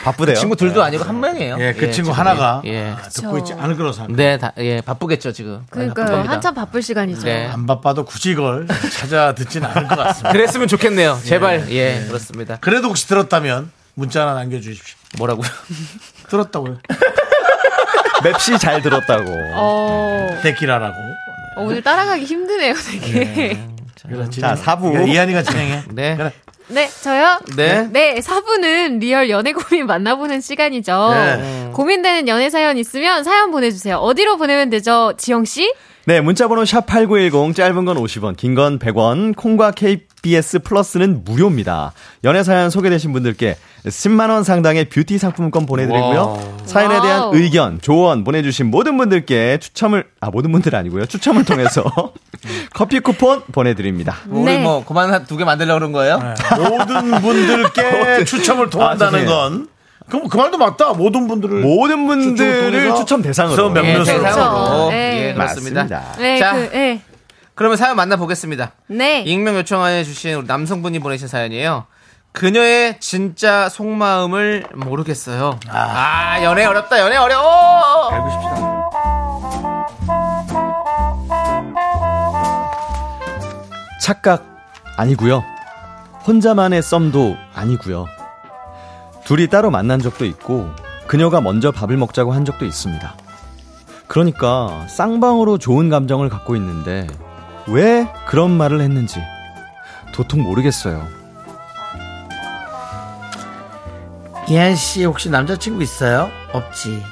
[SPEAKER 6] 바쁘대요.
[SPEAKER 2] 친구들도 아니고 한 명이에요.
[SPEAKER 1] 예, 그 친구
[SPEAKER 2] 지금.
[SPEAKER 1] 하나가 아,
[SPEAKER 2] 예.
[SPEAKER 1] 듣고 있지 않을 거라고 생각합니다.
[SPEAKER 2] 네, 다, 예, 바쁘겠죠, 지금.
[SPEAKER 7] 그러니까
[SPEAKER 2] 바쁩니다.
[SPEAKER 7] 한참 바쁠 시간이죠.
[SPEAKER 2] 네.
[SPEAKER 1] 안 바빠도 굳이 이걸 찾아 듣진 않을 것 같습니다.
[SPEAKER 2] 그랬으면 좋겠네요. 제발. 예, 그렇습니다.
[SPEAKER 1] 그래도 혹시 들었다면 문자 하나 남겨주십시오.
[SPEAKER 2] [laughs] 뭐라고요?
[SPEAKER 1] 들었다고요?
[SPEAKER 6] 맵시 잘 들었다고.
[SPEAKER 7] 어,
[SPEAKER 1] 데키라라고.
[SPEAKER 7] 오늘 따라가기 힘드네요, 되게.
[SPEAKER 1] 그래,
[SPEAKER 6] 자, 아, 사부.
[SPEAKER 1] 그래, 이한이가 진행해.
[SPEAKER 2] 네.
[SPEAKER 1] 그래.
[SPEAKER 7] [laughs] 네, 저요?
[SPEAKER 2] 네.
[SPEAKER 7] 네, 4부는 리얼 연애 고민 만나보는 시간이죠.
[SPEAKER 1] 네.
[SPEAKER 7] 고민되는 연애 사연 있으면 사연 보내주세요. 어디로 보내면 되죠? 지영씨?
[SPEAKER 6] 네, 문자번호 샵 #8910 짧은 건 50원, 긴 건 100원, 콩과 KBS 플러스는 무료입니다. 연애 사연 소개되신 분들께 10만 원 상당의 뷰티 상품권 보내드리고요. 사연에 대한
[SPEAKER 7] 와우.
[SPEAKER 6] 의견, 조언 보내주신 모든 분들께 추첨을 아 모든 분들 아니고요,
[SPEAKER 7] [laughs]
[SPEAKER 6] 추첨을 통해서 커피 쿠폰 보내드립니다.
[SPEAKER 2] 우리
[SPEAKER 7] 네.
[SPEAKER 2] 뭐, 그만 두 개 만들려고 그런 거예요?
[SPEAKER 1] 모든 [laughs] 분들께 추첨을 통한다는
[SPEAKER 6] 죄송해요.
[SPEAKER 1] 건. 그럼 그 말도 맞다. 아, 모든 분들을.
[SPEAKER 6] 모든 분들을
[SPEAKER 1] 통해서
[SPEAKER 6] 추첨 대상으로
[SPEAKER 1] 추첨 몇
[SPEAKER 2] 예,
[SPEAKER 1] 음료수로.
[SPEAKER 2] 대상으로.
[SPEAKER 7] 그렇죠.
[SPEAKER 2] 예,
[SPEAKER 7] 네.
[SPEAKER 2] 그렇습니다.
[SPEAKER 6] 맞습니다.
[SPEAKER 7] 네,
[SPEAKER 2] 자.
[SPEAKER 7] 그, 네.
[SPEAKER 2] 그러면 사연 만나보겠습니다.
[SPEAKER 7] 네.
[SPEAKER 2] 익명 요청해주신 우리 남성분이 보내신 사연이에요. 그녀의 진짜 속마음을 모르겠어요. 아, 연애 어렵다, 연애 어려워! 알고 싶다.
[SPEAKER 6] 착각 아니고요. 혼자만의 썸도 아니고요. 둘이 따로 만난 적도 있고 그녀가 먼저 밥을 먹자고 한 적도 있습니다. 그러니까 쌍방으로 좋은 감정을 갖고 있는데 왜 그런 말을 했는지 도통 모르겠어요.
[SPEAKER 2] 그-
[SPEAKER 1] 이한 씨 혹시 남자친구 있어요? 없지.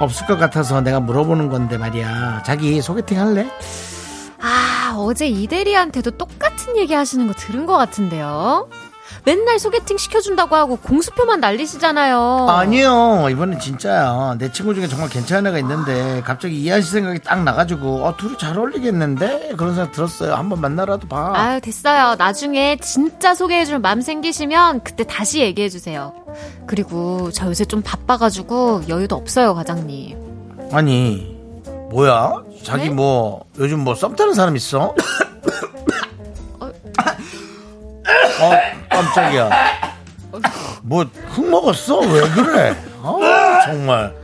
[SPEAKER 1] 없을 것 같아서 내가 물어보는 건데 말이야. 자기 소개팅 할래?
[SPEAKER 7] 아, 어제 이대리한테도 똑같은 얘기 하시는 거 들은 것 같은데요? 맨날 소개팅 시켜준다고 하고 공수표만 날리시잖아요.
[SPEAKER 1] 아니요. 이번엔 진짜야. 내 친구 중에 정말 괜찮은 애가 있는데 갑자기 이한 씨 생각이 딱 나가지고 어, 둘이 잘 어울리겠는데? 그런 생각 들었어요. 한번 만나라도 봐.
[SPEAKER 7] 아유, 됐어요. 나중에 진짜 소개해줄 맘 생기시면 그때 다시 얘기해주세요. 그리고 저 요새 좀 바빠가지고 여유도 없어요, 과장님.
[SPEAKER 1] 아니 뭐야? 자기
[SPEAKER 7] 네?
[SPEAKER 1] 뭐 요즘 뭐 썸 타는 사람 있어? 어 깜짝이야. 뭐 흙 먹었어? 왜 그래? 어, 정말.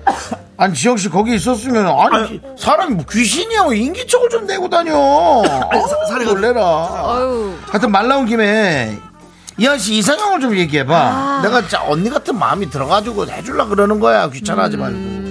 [SPEAKER 1] 아니 지영 씨 거기 있었으면 아니 사람이 뭐 귀신이야 뭐 인기척을 좀 내고 다녀. 어, 놀래라.
[SPEAKER 7] 어유
[SPEAKER 1] 하여튼 말 나온 김에 이한 씨 이상형을 좀 얘기해봐.
[SPEAKER 7] 아,
[SPEAKER 1] 아, 내가 진짜 언니 같은 마음이 음,
[SPEAKER 7] 음,
[SPEAKER 1] 들어가지고 해줄라 그러는 거야. 귀찮아하지 말고.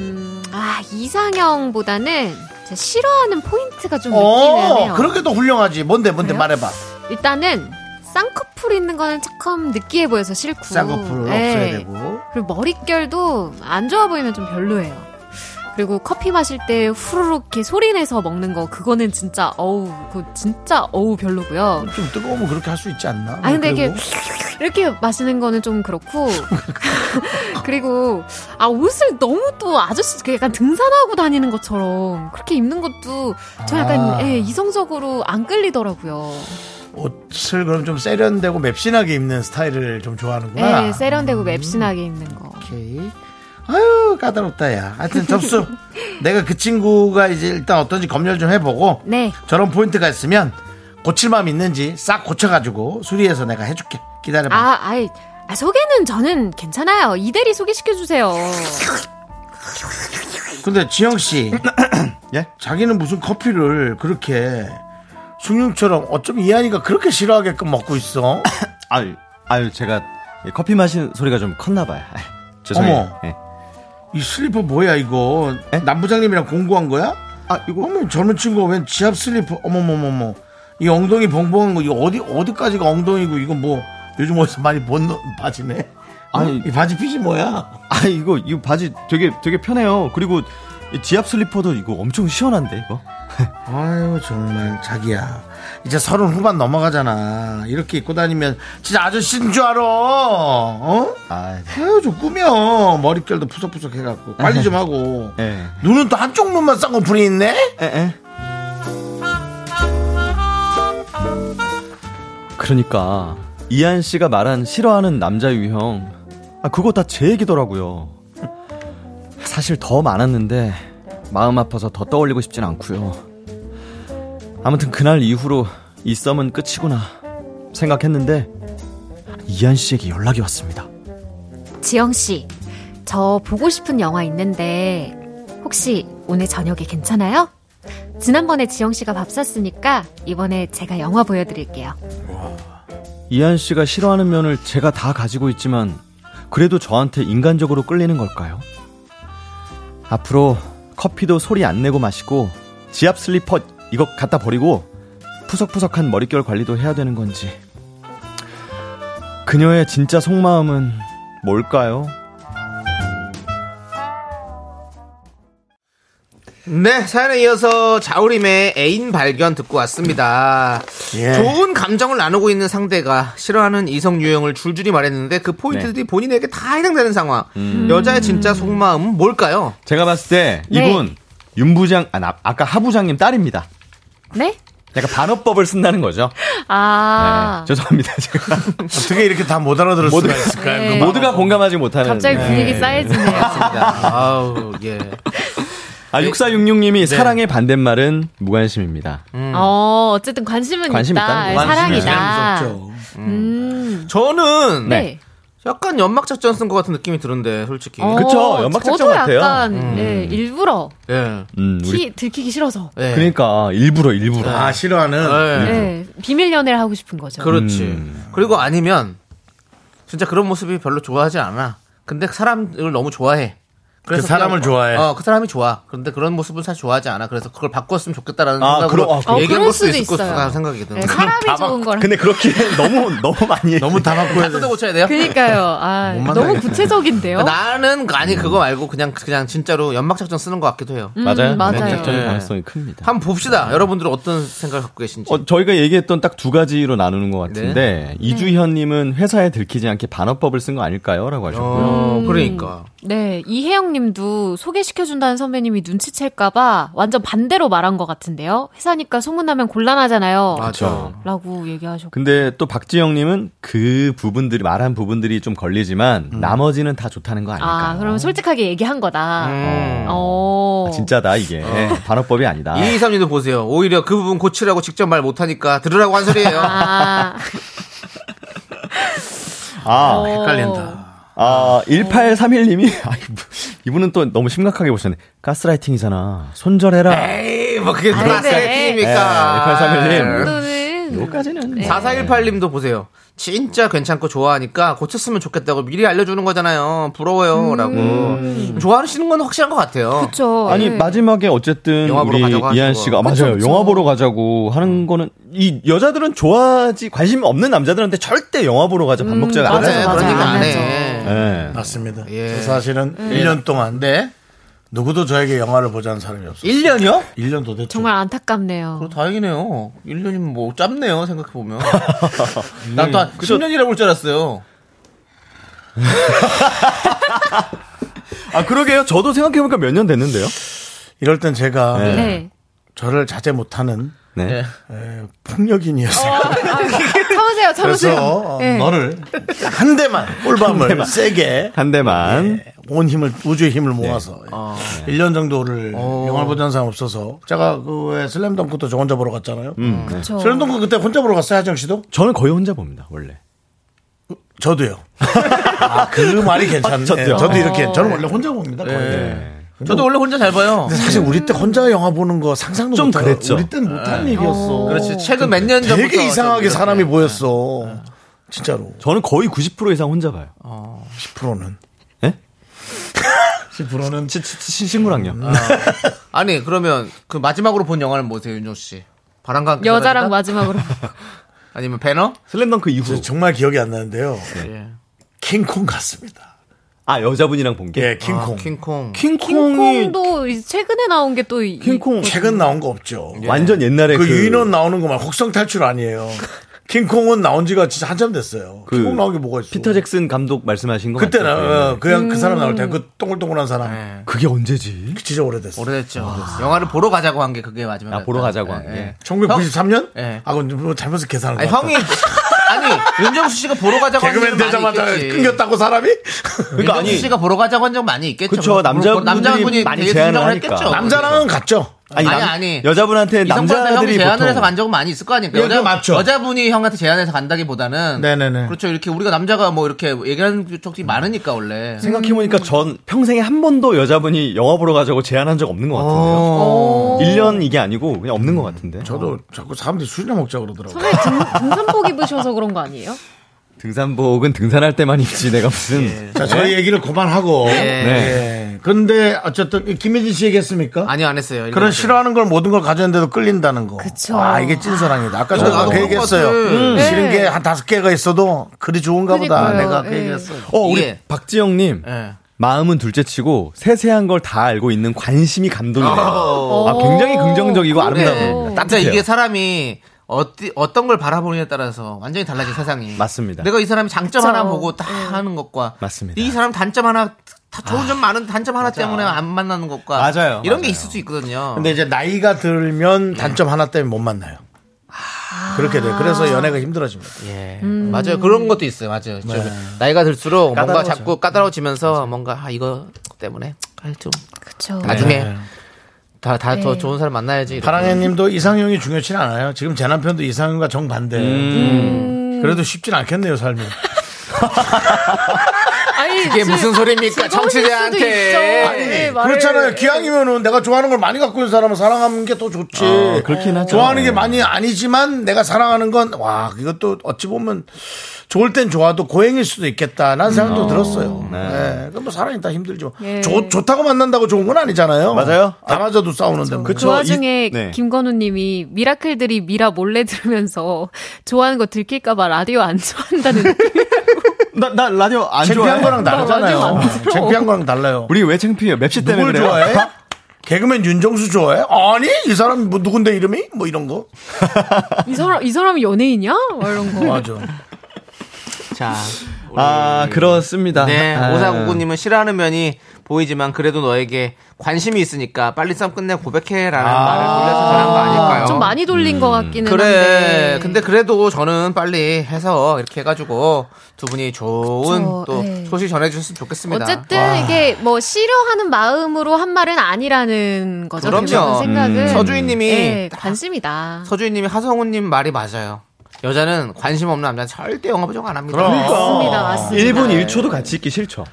[SPEAKER 7] 아, 이상형보다는 제 싫어하는 포인트가 좀
[SPEAKER 1] 어,
[SPEAKER 7] 느끼네요.
[SPEAKER 1] 그런 게 또 훌륭하지. 뭔데, 뭔데,
[SPEAKER 7] 그래요?
[SPEAKER 1] 말해봐.
[SPEAKER 7] 일단은 쌍꺼풀 있는 거는 조금 느끼해 보여서 싫고
[SPEAKER 1] 쌍꺼풀 없어야
[SPEAKER 7] 네.
[SPEAKER 1] 되고.
[SPEAKER 7] 그리고 머릿결도 안 좋아 보이면 좀 별로예요. 그리고 커피 마실 때 후루룩 이렇게 소리 내서 먹는 거 그거는 진짜 어우 그 진짜 어우 별로고요.
[SPEAKER 1] 좀 뜨거우면 그렇게 할 수 있지 않나?
[SPEAKER 7] 아 근데 이렇게
[SPEAKER 1] 그리고
[SPEAKER 7] 이렇게 마시는 거는 좀 그렇고 [laughs] 그리고 아 옷을 너무 또 아저씨 그 약간 등산하고 다니는 것처럼 그렇게 입는 것도 저 약간
[SPEAKER 1] 아.
[SPEAKER 7] 예, 이성적으로 안 끌리더라고요.
[SPEAKER 1] 옷을 그럼 좀 세련되고 맵신하게 입는 스타일을 좀 좋아하는구나.
[SPEAKER 7] 예, 세련되고 맵신하게 입는 거.
[SPEAKER 1] 오케이. 아유, 까다롭다, 야. 하여튼 [laughs] 접수. 내가 그 친구가 이제 일단 어떤지 검열 좀 해보고.
[SPEAKER 7] 네.
[SPEAKER 1] 저런 포인트가 있으면 고칠 마음 있는지 싹 고쳐가지고 수리해서 내가 해줄게. 기다려봐.
[SPEAKER 7] 아, 아이, 아, 소개는 저는 괜찮아요. 이대리 소개시켜주세요.
[SPEAKER 1] 근데 지영 씨,
[SPEAKER 6] 예?
[SPEAKER 1] 자기는 무슨 커피를 그렇게 숭늉처럼 어쩜 이한이가 그렇게 싫어하게끔 먹고 있어?
[SPEAKER 6] 아유, 아유, 제가 커피 마시는 소리가 좀 컸나 봐요. 아유, 죄송해요.
[SPEAKER 1] 어머.
[SPEAKER 6] 예.
[SPEAKER 1] 이 슬리퍼 뭐야 이거?
[SPEAKER 6] 에?
[SPEAKER 1] 남부장님이랑 공구한 거야? 아 이거 어머 젊은 친구가 웬 지압 슬리퍼? 어머머머머 이 엉덩이 벙벙한 거 이거 어디 어디까지가 엉덩이고 이거 뭐 요즘 어디서 많이 본 너- 바지네? 아니
[SPEAKER 6] 아니.
[SPEAKER 1] 이 바지 핏이 뭐야?
[SPEAKER 6] 아, 이거, 이거 바지 되게, 되게 편해요. 그리고 이 지압 슬리퍼도 이거 엄청 시원한데, 이거?
[SPEAKER 1] 아유 정말 자기야 이제 서른 후반 넘어가잖아 이렇게 입고 다니면 진짜 아저씨인 줄 알아 어?
[SPEAKER 6] 아,
[SPEAKER 1] 아유 좀 꾸며 머릿결도 푸석푸석 해갖고 관리 좀 하고
[SPEAKER 6] 예.
[SPEAKER 1] 눈은 또 한쪽 눈만 쌍꺼풀이 있네?
[SPEAKER 6] 에, 에. 그러니까, 이한 씨가 말한 싫어하는 남자 유형, 아, 그거 다 제 얘기더라고요. 사실 더 많았는데, 마음 아파서 더 떠올리고 싶진 않고요 아무튼 그날 이후로 이 썸은 끝이구나 생각했는데, 이한 씨에게 연락이 왔습니다.
[SPEAKER 7] 지영씨, 저 보고 싶은 영화 있는데, 혹시 오늘 저녁에 괜찮아요? 지난번에 지영씨가 밥 샀으니까, 이번에 제가 영화 보여드릴게요.
[SPEAKER 6] 이한 씨가 싫어하는 면을 제가 다 가지고 있지만 그래도 저한테 인간적으로 끌리는 걸까요? 앞으로 커피도 소리 안 내고 마시고 지압 슬리퍼 이거 갖다 버리고 푸석푸석한 머릿결 관리도 해야 되는 건지 그녀의 진짜 속마음은 뭘까요?
[SPEAKER 2] 네, 사연에 이어서 자우림의 애인 발견 듣고 왔습니다.
[SPEAKER 1] 예.
[SPEAKER 2] 좋은 감정을 나누고 있는 상대가 싫어하는 이성 유형을 줄줄이 말했는데 그
[SPEAKER 6] 네.
[SPEAKER 2] 포인트들이 본인에게 다 해당되는 상황.
[SPEAKER 6] 음.
[SPEAKER 2] 여자의 진짜 속마음은 뭘까요?
[SPEAKER 6] 제가 봤을 때
[SPEAKER 7] 네.
[SPEAKER 6] 이분 윤 부장 아, 나- 아까 하 부장님 딸입니다.
[SPEAKER 7] 네?
[SPEAKER 6] 약간 반어법을 쓴다는 거죠.
[SPEAKER 7] 아,
[SPEAKER 6] 네, 죄송합니다. 제가
[SPEAKER 1] 어떻게 이렇게 다 못 알아들을 수가
[SPEAKER 6] 모두가-
[SPEAKER 1] 있을까요?
[SPEAKER 7] 네.
[SPEAKER 6] 모두가 공감하지 못하는
[SPEAKER 7] 갑자기
[SPEAKER 6] 네.
[SPEAKER 7] 분위기 쌓여지네요.
[SPEAKER 2] 아우, 예.
[SPEAKER 6] 아, 6466님이 사랑의 반대말은 무관심입니다.
[SPEAKER 7] 어, 어쨌든 관심은
[SPEAKER 6] 음. 관심
[SPEAKER 7] 있다.
[SPEAKER 6] 있다는 거.
[SPEAKER 7] 사랑이다. 음.
[SPEAKER 2] 저는
[SPEAKER 7] 네.
[SPEAKER 2] 약간 연막작전 쓴 것 같은 느낌이 드는데, 솔직히.
[SPEAKER 7] 어,
[SPEAKER 6] 네. 그쵸, 연막작전
[SPEAKER 7] 저도
[SPEAKER 6] 같아요.
[SPEAKER 7] 약간 예, 일부러
[SPEAKER 2] 예.
[SPEAKER 6] 음, 우리
[SPEAKER 7] 티 들키기 싫어서
[SPEAKER 2] 예.
[SPEAKER 6] 그러니까 네. 일부러 일부러.
[SPEAKER 1] 아 싫어하는
[SPEAKER 2] 예.
[SPEAKER 7] 예, 비밀 연애를 하고 싶은 거죠.
[SPEAKER 2] 그렇지.
[SPEAKER 6] 음.
[SPEAKER 2] 그리고 아니면 진짜 그런 모습이 별로 좋아하지 않아. 근데 사람을 너무 좋아해.
[SPEAKER 1] 그 사람을
[SPEAKER 2] 그냥-
[SPEAKER 1] 좋아해.
[SPEAKER 2] 어, 그 사람이 좋아. 그런데 그런 모습은 사실 좋아하지 않아. 그래서 그걸 바꿨으면 좋겠다라는
[SPEAKER 6] 아,
[SPEAKER 2] 생각으로
[SPEAKER 6] 그러- 아, 그래요?
[SPEAKER 2] 얘기한
[SPEAKER 7] 그럴
[SPEAKER 2] 걸 수도
[SPEAKER 7] 수도
[SPEAKER 2] 있을
[SPEAKER 7] 있어요.
[SPEAKER 2] 거라는 생각이 드는
[SPEAKER 7] 예, 사람이 좋은 거라.
[SPEAKER 6] 근데 그렇게 [laughs] 너무 너무 많이
[SPEAKER 2] 음,
[SPEAKER 6] [laughs]
[SPEAKER 1] 너무 다 맞고 해야 돼.
[SPEAKER 2] 뜯어 고쳐야 돼요? 그러니까
[SPEAKER 7] 그러니까요. 아, 너무 구체적인데요.
[SPEAKER 2] 나는 아니
[SPEAKER 1] 음.
[SPEAKER 2] 그거 말고 그냥 그냥 진짜로 연막 작전 쓰는 것 같기도 해요.
[SPEAKER 7] 음,
[SPEAKER 6] 맞아요.
[SPEAKER 7] 맞아요.
[SPEAKER 6] 작전의
[SPEAKER 2] 예.
[SPEAKER 6] 가능성이 큽니다.
[SPEAKER 2] 한번 봅시다. 여러분들은 어떤 생각을 갖고 계신지.
[SPEAKER 6] 어, 저희가 얘기했던 딱 두 가지로 나누는 것 같은데 이주현님은 회사에 들키지 않게 반어법을 쓴 거 아닐까요?라고 하셨고요.
[SPEAKER 2] 어,
[SPEAKER 7] 음.
[SPEAKER 2] 그러니까.
[SPEAKER 7] 네, 이혜영 님도 소개시켜준다는 선배님이 눈치챌까봐 완전 반대로 말한 것 같은데요. 회사니까 소문나면 곤란하잖아요.
[SPEAKER 2] 맞아.
[SPEAKER 7] 라고 얘기하셨고.
[SPEAKER 6] 근데 또 박지영님은 그 부분들이 말한 부분들이 좀 걸리지만 나머지는 다 좋다는 거 아닐까?
[SPEAKER 7] 아, 그러면 솔직하게 얘기한 거다.
[SPEAKER 2] 음.
[SPEAKER 7] 어.
[SPEAKER 6] 아, 진짜다 이게 반어법이 아니다.
[SPEAKER 2] 이이삼님도 보세요. 오히려 그 부분 고치라고 직접 말 못하니까 들으라고 한
[SPEAKER 7] [laughs]
[SPEAKER 2] 소리예요.
[SPEAKER 7] 아, 어.
[SPEAKER 6] 아,
[SPEAKER 7] 헷갈린다.
[SPEAKER 6] 아, 1831님이 [laughs] 뭐, 이분은 또 너무 심각하게 보셨네. 가스라이팅이잖아. 손절해라.
[SPEAKER 7] 네.
[SPEAKER 2] 에이, 뭐 그게
[SPEAKER 7] 아니,
[SPEAKER 2] 누가
[SPEAKER 7] 근데-
[SPEAKER 2] 셀입니까
[SPEAKER 6] 예, 1831 님. 요까지는.
[SPEAKER 7] 네.
[SPEAKER 2] 4418님도 보세요. 진짜 괜찮고 좋아하니까 고쳤으면 좋겠다고 미리 알려주는 거잖아요. 부러워요. 라고. 좋아하시는 건 확실한 것 같아요.
[SPEAKER 7] 그쵸.
[SPEAKER 6] 아니
[SPEAKER 7] 예.
[SPEAKER 6] 마지막에 어쨌든
[SPEAKER 2] 영화 보러
[SPEAKER 6] 우리
[SPEAKER 2] 가자고 하시고. 음.
[SPEAKER 6] 이한 씨가 아,
[SPEAKER 7] 그쵸,
[SPEAKER 6] 맞아요
[SPEAKER 7] 그쵸.
[SPEAKER 6] 영화 보러 가자고 하는 거는 이 여자들은 좋아하지 관심 없는 남자들한테 절대 영화 보러 가자 밥 먹자 안
[SPEAKER 7] 음, 맞아요, 아.
[SPEAKER 6] 하잖아요.
[SPEAKER 2] 네, 그런 얘기
[SPEAKER 7] 맞아요.
[SPEAKER 2] 안
[SPEAKER 7] 안
[SPEAKER 2] 해.
[SPEAKER 6] 예.
[SPEAKER 1] 맞습니다.
[SPEAKER 2] 예.
[SPEAKER 1] 저 사실은
[SPEAKER 7] 음.
[SPEAKER 1] 1년 동안 네. 누구도 저에게 영화를 보자는 사람이 없어요.
[SPEAKER 2] 1년이요?
[SPEAKER 1] 1년 도대체.
[SPEAKER 7] 정말 안타깝네요.
[SPEAKER 2] 그렇죠. 다행이네요. 1년이면 뭐 짧네요. 생각해보면. 난 또 한 10년이라고 볼 줄 알았어요.
[SPEAKER 6] 아 그러게요. 저도 생각해보니까 몇 년 됐는데요.
[SPEAKER 1] 이럴 땐 제가
[SPEAKER 6] 네.
[SPEAKER 7] 네.
[SPEAKER 1] 저를 자제 못하는
[SPEAKER 6] 네.
[SPEAKER 1] 에, 폭력인이었어요.
[SPEAKER 7] 참으세요, 참으세요.
[SPEAKER 1] 그래서 어,
[SPEAKER 7] 예.
[SPEAKER 1] 너를 한 대만 꿀밤을 세게
[SPEAKER 6] 한 대만
[SPEAKER 7] 네.
[SPEAKER 1] 예. 온 힘을 우주의 힘을 모아서 예. 일 1년 정도를 영화를 보자는 사람 없어서 제가 그왜 슬램덩크도 저 혼자 보러 갔잖아요. 음.
[SPEAKER 7] 그쵸.
[SPEAKER 1] 슬램덩크 그때 혼자 보러 갔어요 하정 씨도?
[SPEAKER 6] 저는 거의 혼자 봅니다 원래.
[SPEAKER 1] 저도요. 아, 그 말이 괜찮네.
[SPEAKER 6] 아, 저도요.
[SPEAKER 1] 예, 저도 이렇게 저는 원래 혼자 봅니다. 거의.
[SPEAKER 2] 저도 원래 혼자 잘 봐요.
[SPEAKER 1] 근데 사실 우리 때 혼자 영화 보는 거 상상도
[SPEAKER 6] 좀
[SPEAKER 1] 못해요.
[SPEAKER 6] 그랬죠.
[SPEAKER 1] 우리 땐 못한 일이었어.
[SPEAKER 2] 그렇지. 최근 몇 년 전부터.
[SPEAKER 1] 되게 이상하게
[SPEAKER 2] 좀
[SPEAKER 1] 사람이 보였어. 진짜로.
[SPEAKER 6] 저는 거의 90% 이상 혼자 봐요.
[SPEAKER 1] 10%는.
[SPEAKER 6] 예?
[SPEAKER 1] 10%는
[SPEAKER 6] 시- 시- 시- 친구랑요.
[SPEAKER 7] 아.
[SPEAKER 2] 아니, 그러면 그 마지막으로 본 영화는 뭐세요, 윤종 씨? 바람과 함께
[SPEAKER 7] 여자랑
[SPEAKER 2] 사라지다?
[SPEAKER 7] 마지막으로.
[SPEAKER 2] 아니면 배너?
[SPEAKER 6] 슬램덩크 이후.
[SPEAKER 1] 정말 기억이 안 나는데요.
[SPEAKER 6] 네.
[SPEAKER 2] 예.
[SPEAKER 1] 킹콩 같습니다.
[SPEAKER 6] 아 여자분이랑 본 게.
[SPEAKER 1] 예, 킹콩.
[SPEAKER 2] 아, 킹콩.
[SPEAKER 6] 킹콩이
[SPEAKER 7] 킹콩도 이제 최근에 나온 게 또. 이-
[SPEAKER 1] 그러니까.
[SPEAKER 6] 킹콩
[SPEAKER 1] 최근 나온 거 없죠.
[SPEAKER 2] 예.
[SPEAKER 6] 완전
[SPEAKER 2] 네,
[SPEAKER 6] 옛날에
[SPEAKER 1] 그 유인원 나오는 거만 혹성 탈출
[SPEAKER 2] [laughs]
[SPEAKER 1] 아니에요. 킹콩은 나온 지가 진짜 한참 됐어요.
[SPEAKER 6] 그
[SPEAKER 1] 킹콩 나온 게 뭐가 있어?
[SPEAKER 6] 피터 잭슨 감독 말씀하신 예. 거
[SPEAKER 1] 그때는
[SPEAKER 6] 맞죠?
[SPEAKER 1] 어, 그냥 그 사람 나올 때 그 동글동글한 사람
[SPEAKER 2] 예.
[SPEAKER 6] 그게 언제지?
[SPEAKER 1] 진짜 오래됐어.
[SPEAKER 2] 오래됐죠. 영화를 보러 가자고 한 게 그게 마지막.
[SPEAKER 6] 아, 보러 가자고 한 게.
[SPEAKER 1] 1993년?
[SPEAKER 2] 예.
[SPEAKER 1] 아, 그건 뭐 잘못해서 계산한 거
[SPEAKER 2] 아니,
[SPEAKER 1] 같다.
[SPEAKER 2] 형이. 아니, 윤정수 씨가 보러 가자고 한 적은
[SPEAKER 1] 개그맨
[SPEAKER 2] 많이
[SPEAKER 1] 되자마자
[SPEAKER 2] 있겠지. 어,
[SPEAKER 1] 끊겼다고 사람이?
[SPEAKER 2] 윤정수
[SPEAKER 6] 그러니까 아니-
[SPEAKER 2] 씨가 보러 가자고 한 적은 많이 있겠죠.
[SPEAKER 6] 그쵸, 남자분들이 많이
[SPEAKER 2] 되게
[SPEAKER 6] 제안을
[SPEAKER 2] 수정을
[SPEAKER 6] 하니까.
[SPEAKER 1] 남자랑은
[SPEAKER 2] 그러니까.
[SPEAKER 1] 갔죠.
[SPEAKER 2] 아니,
[SPEAKER 6] 남-
[SPEAKER 2] 아니.
[SPEAKER 6] 여자분한테
[SPEAKER 2] 이성보다 형이
[SPEAKER 6] 남자들이
[SPEAKER 2] 제안을
[SPEAKER 6] 보통
[SPEAKER 2] 해서 간 적은 많이 있을 거 아닙니까?
[SPEAKER 1] 예, 그거 맞죠.
[SPEAKER 2] 여자분이 형한테 제안해서 간다기보다는
[SPEAKER 1] 네네네.
[SPEAKER 2] 그렇죠. 이렇게 우리가 남자가 뭐 이렇게 얘기하는 쪽이 많으니까 원래.
[SPEAKER 6] 생각해보니까
[SPEAKER 2] 음.
[SPEAKER 6] 전 평생에 한 번도 여자분이 영화 보러 가자고 제안한 적 없는 것
[SPEAKER 1] 아.
[SPEAKER 6] 같은데요.
[SPEAKER 7] 오.
[SPEAKER 6] 1년 이게 아니고 그냥 없는 것 같은데. 어.
[SPEAKER 1] 저도 자꾸 사람들이 술이나 먹자 그러더라고요.
[SPEAKER 7] 선배님 등, 등산복 입으셔서 그런 거 아니에요?
[SPEAKER 6] 등산복은 등산할 때만 입지 내가 무슨.
[SPEAKER 1] 자, 저희 얘기를 그만하고.
[SPEAKER 2] 예.
[SPEAKER 6] 네.
[SPEAKER 1] 예. 근데 어쨌든 이 김혜진 씨 얘기했습니까?
[SPEAKER 2] 아니요, 안 했어요. 일년
[SPEAKER 1] 그런
[SPEAKER 2] 전에.
[SPEAKER 1] 싫어하는 걸 모든 걸 가졌는데도 끌린다는 거.
[SPEAKER 7] 그쵸.
[SPEAKER 1] 아, 이게 찐사랑이다. 아까 저가
[SPEAKER 2] 나도
[SPEAKER 1] 그
[SPEAKER 2] 그런
[SPEAKER 1] 얘기했어요.
[SPEAKER 2] 것 같아.
[SPEAKER 1] 음,
[SPEAKER 7] 네.
[SPEAKER 1] 싫은 게 한 다섯 개가 있어도 그리 좋은가 보다.
[SPEAKER 7] 그러니까요.
[SPEAKER 1] 내가 그
[SPEAKER 7] 예.
[SPEAKER 1] 얘기했어요.
[SPEAKER 6] 어, 우리
[SPEAKER 2] 이게-
[SPEAKER 6] 박지영님.
[SPEAKER 2] 예.
[SPEAKER 6] 마음은 둘째치고 세세한 걸 다 알고 있는 관심이 감동이에요.
[SPEAKER 2] 어.
[SPEAKER 6] 아, 굉장히 긍정적이고
[SPEAKER 7] 그러네.
[SPEAKER 6] 아름다워요.
[SPEAKER 2] 진짜
[SPEAKER 6] 따뜻해요.
[SPEAKER 2] 이게 사람이 어디, 어떤 걸 바라보느냐에 따라서 완전히 달라진 세상이.
[SPEAKER 6] 맞습니다.
[SPEAKER 2] 내가 이 사람이 장점
[SPEAKER 7] 그쵸.
[SPEAKER 2] 하나 보고 다
[SPEAKER 7] 네.
[SPEAKER 2] 하는 것과
[SPEAKER 6] 맞습니다. 아,
[SPEAKER 2] 이 사람 단점 하나 다 좋은 점 많은 단점 하나 때문에 안 만나는 것과
[SPEAKER 6] 맞아요,
[SPEAKER 2] 이런 게
[SPEAKER 6] 맞아요.
[SPEAKER 2] 있을 수 있거든요.
[SPEAKER 1] 근데 이제 나이가 들면 단점 하나 때문에 못 만나요. 그렇게 돼. 그래서 연애가 힘들어집니다.
[SPEAKER 2] 예.
[SPEAKER 7] 음.
[SPEAKER 2] 맞아요. 그런 것도 있어요. 맞아요. 좀
[SPEAKER 6] 네.
[SPEAKER 2] 나이가 들수록 뭔가 자꾸 까다로워지면서 뭔가 아 이거 때문에 아, 좀
[SPEAKER 6] 네.
[SPEAKER 7] 그쵸.
[SPEAKER 2] 나중에 다 다 더
[SPEAKER 7] 네.
[SPEAKER 2] 좋은 사람 만나야지. 이렇게.
[SPEAKER 1] 파랑해 님도 이상형이 중요치 않아요. 지금 제 남편도 이상형과 정반대.
[SPEAKER 2] 음.
[SPEAKER 1] 그래도 쉽진 않겠네요, 삶이.
[SPEAKER 7] 아니,
[SPEAKER 2] 이게 무슨 소리입니까?
[SPEAKER 7] 네,
[SPEAKER 2] 청취자한테.
[SPEAKER 1] 네, 그렇잖아요. 기왕이면은 내가 좋아하는 걸 많이 갖고 있는 사람을 사랑하는 게 더 좋지.
[SPEAKER 6] 아, 그렇긴 하죠. 네.
[SPEAKER 1] 좋아하는 게 많이 아니지만 내가 사랑하는 건, 와, 이것도 어찌 보면 좋을 땐 좋아도 고행일 수도
[SPEAKER 6] 음.
[SPEAKER 1] 있겠다라는 생각도 들었어요. 네. 그럼 뭐 사랑이 다 힘들죠.
[SPEAKER 7] 예.
[SPEAKER 1] 좋, 좋다고 만난다고 좋은 건 아니잖아요.
[SPEAKER 6] 맞아요.
[SPEAKER 1] 다 맞아도 싸우는데. 뭐.
[SPEAKER 7] 그 와중에
[SPEAKER 6] 이- 네.
[SPEAKER 7] 김건우님이 미라클들이 미라 몰래 들으면서 좋아하는 거 들킬까봐 라디오 안
[SPEAKER 2] [laughs]
[SPEAKER 7] 좋아한다는 느낌.
[SPEAKER 6] 나, 나 라디오 안
[SPEAKER 1] 창피한
[SPEAKER 6] 좋아해.
[SPEAKER 1] 거랑 다르잖아요.
[SPEAKER 7] 완전 안 들어.
[SPEAKER 1] 창피한 거랑 달라요.
[SPEAKER 6] 우리 [laughs] 왜 창피해요? 맵시 때문에
[SPEAKER 1] 누굴
[SPEAKER 6] 그래요?
[SPEAKER 1] 좋아해? 개그맨 윤정수 좋아해? 아니 이 사람 뭐 누군데 이름이? 뭐 이런 거?
[SPEAKER 7] 이 사람 이 사람 연예인이야? 뭐 이런 거.
[SPEAKER 1] 맞아.
[SPEAKER 6] 그러니까.
[SPEAKER 2] 자.
[SPEAKER 1] 음.
[SPEAKER 6] 아, 그렇습니다.
[SPEAKER 2] 네.
[SPEAKER 6] 아.
[SPEAKER 2] 오사구구님은 싫어하는 면이 보이지만 그래도 너에게 관심이 있으니까 빨리 썸 끝내 고백해라는
[SPEAKER 1] 아.
[SPEAKER 2] 말을 돌려서 전한 거 아닐까요?
[SPEAKER 7] 좀 많이 돌린 것 같기는
[SPEAKER 2] 그래.
[SPEAKER 7] 한데.
[SPEAKER 2] 근데 그래도 저는 빨리 해서 이렇게 해가지고 두 분이 좋은
[SPEAKER 7] 그쵸,
[SPEAKER 2] 또
[SPEAKER 7] 네.
[SPEAKER 2] 소식 전해주셨으면 좋겠습니다.
[SPEAKER 7] 어쨌든 이게 뭐 싫어하는 마음으로 한 말은 아니라는 거죠.
[SPEAKER 2] 그럼요. 음.
[SPEAKER 7] 대부분 생각은
[SPEAKER 2] 서주인님이
[SPEAKER 7] 예, 관심이다.
[SPEAKER 2] 서주인님이 하성우님 말이 맞아요. 여자는 관심 없는 남자 는 절대 영화 보정 안 합니다.
[SPEAKER 7] 맞습니다.
[SPEAKER 2] 아,
[SPEAKER 7] 맞습니다.
[SPEAKER 2] 예.
[SPEAKER 6] 1분 1초도 같이 있기 싫죠.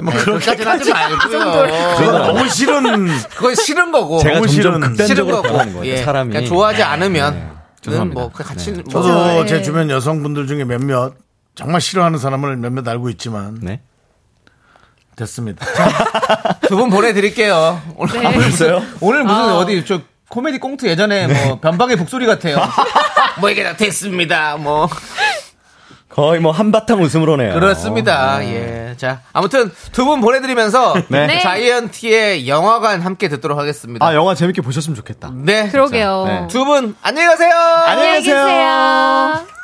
[SPEAKER 1] 뭐 그렇게
[SPEAKER 2] 네, 그렇게까지는 하지
[SPEAKER 1] 그건
[SPEAKER 2] 말고요.
[SPEAKER 1] 너무 싫은
[SPEAKER 2] 그건 싫은 거고.
[SPEAKER 6] 제가
[SPEAKER 1] 너무
[SPEAKER 6] 점점
[SPEAKER 1] 싫은-
[SPEAKER 6] 극단적으로 변하는 거예요.
[SPEAKER 2] 예.
[SPEAKER 6] 사람이. 네.
[SPEAKER 2] 그러니까 좋아하지 않으면
[SPEAKER 6] 죄송합니다.
[SPEAKER 2] 뭐 그냥 같이 뭐
[SPEAKER 1] 저도
[SPEAKER 4] 네.
[SPEAKER 1] 제 주변 여성분들 중에 몇몇 정말 싫어하는 사람을 몇몇 알고 있지만
[SPEAKER 6] 네.
[SPEAKER 1] 됐습니다.
[SPEAKER 2] 두 분 보내드릴게요. 오늘
[SPEAKER 6] 아,
[SPEAKER 2] 벌써요? 오늘 무슨 어디 저 코미디 꽁트 예전에
[SPEAKER 6] 네.
[SPEAKER 2] 뭐 변방의 북소리
[SPEAKER 6] [laughs]
[SPEAKER 2] 같아요. 뭐 이게 다 됐습니다. 뭐
[SPEAKER 6] 어, 거의 뭐 한바탕 웃음으로네요.
[SPEAKER 2] 그렇습니다. 예. 자 아무튼 두 분 보내드리면서
[SPEAKER 6] [laughs] 네.
[SPEAKER 7] 네.
[SPEAKER 2] 자이언티의 영화관 함께 듣도록 하겠습니다.
[SPEAKER 6] 아, 영화 재밌게 보셨으면 좋겠다.
[SPEAKER 2] 네.
[SPEAKER 7] 그러게요.
[SPEAKER 6] 네.
[SPEAKER 2] 두 분 안녕히 가세요.
[SPEAKER 7] 안녕히 계세요.
[SPEAKER 1] [laughs]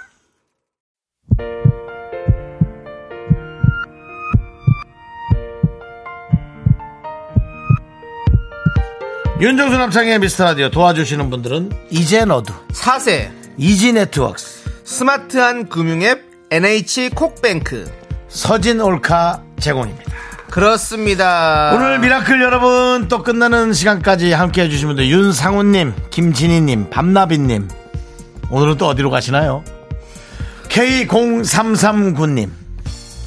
[SPEAKER 1] 윤정수 남창의 미스터 라디오 도와주시는 분들은 이제 너도
[SPEAKER 2] 4세
[SPEAKER 1] 이지 네트워크스
[SPEAKER 2] 스마트한 금융앱 NH 콕뱅크
[SPEAKER 1] 서진 올카 제공입니다.
[SPEAKER 2] 그렇습니다.
[SPEAKER 1] 오늘 미라클 여러분 또 끝나는 시간까지 함께 해주신 분들 윤상훈님, 김진희님, 밤나비님 오늘은 또 어디로 가시나요? K0339님,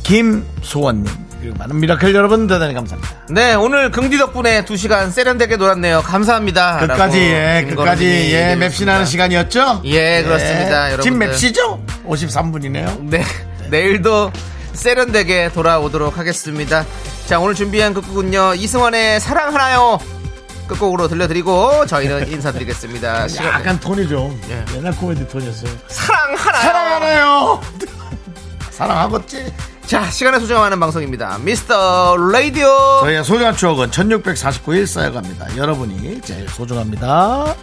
[SPEAKER 1] 김소원님 그리고 많은 미라클 여러분 대단히 감사합니다.
[SPEAKER 2] 네, 오늘 긍디 덕분에 두 시간 세련되게 놀았네요. 감사합니다.
[SPEAKER 1] 끝까지 예,
[SPEAKER 2] 라고 김건희
[SPEAKER 1] 끝까지
[SPEAKER 2] 님이
[SPEAKER 1] 예,
[SPEAKER 2] 얘기해
[SPEAKER 1] 맵신하는
[SPEAKER 2] 주셨습니다.
[SPEAKER 1] 시간이었죠?
[SPEAKER 2] 예, 그렇습니다, 여러분들.
[SPEAKER 1] 지금 맵시죠? 53분이네요.
[SPEAKER 2] 네, [laughs] 내일도 세련되게 돌아오도록 하겠습니다. 자, 오늘 준비한 끝곡은요. 이승환의 사랑하나요? 끝곡으로 들려드리고
[SPEAKER 1] [laughs]
[SPEAKER 2] 저희는 인사드리겠습니다. 시간
[SPEAKER 1] 약간 톤이 좀
[SPEAKER 2] 예.
[SPEAKER 1] 옛날 코미디 톤이었어요.
[SPEAKER 2] 사랑하나요?
[SPEAKER 1] 사랑하나요? [laughs] 사랑하겠지?
[SPEAKER 2] 자, 시간을 소중하는 방송입니다. 미스터 라디오.
[SPEAKER 1] 저희의 소중한 추억은 1649일 쌓여갑니다. 여러분이 제일 소중합니다.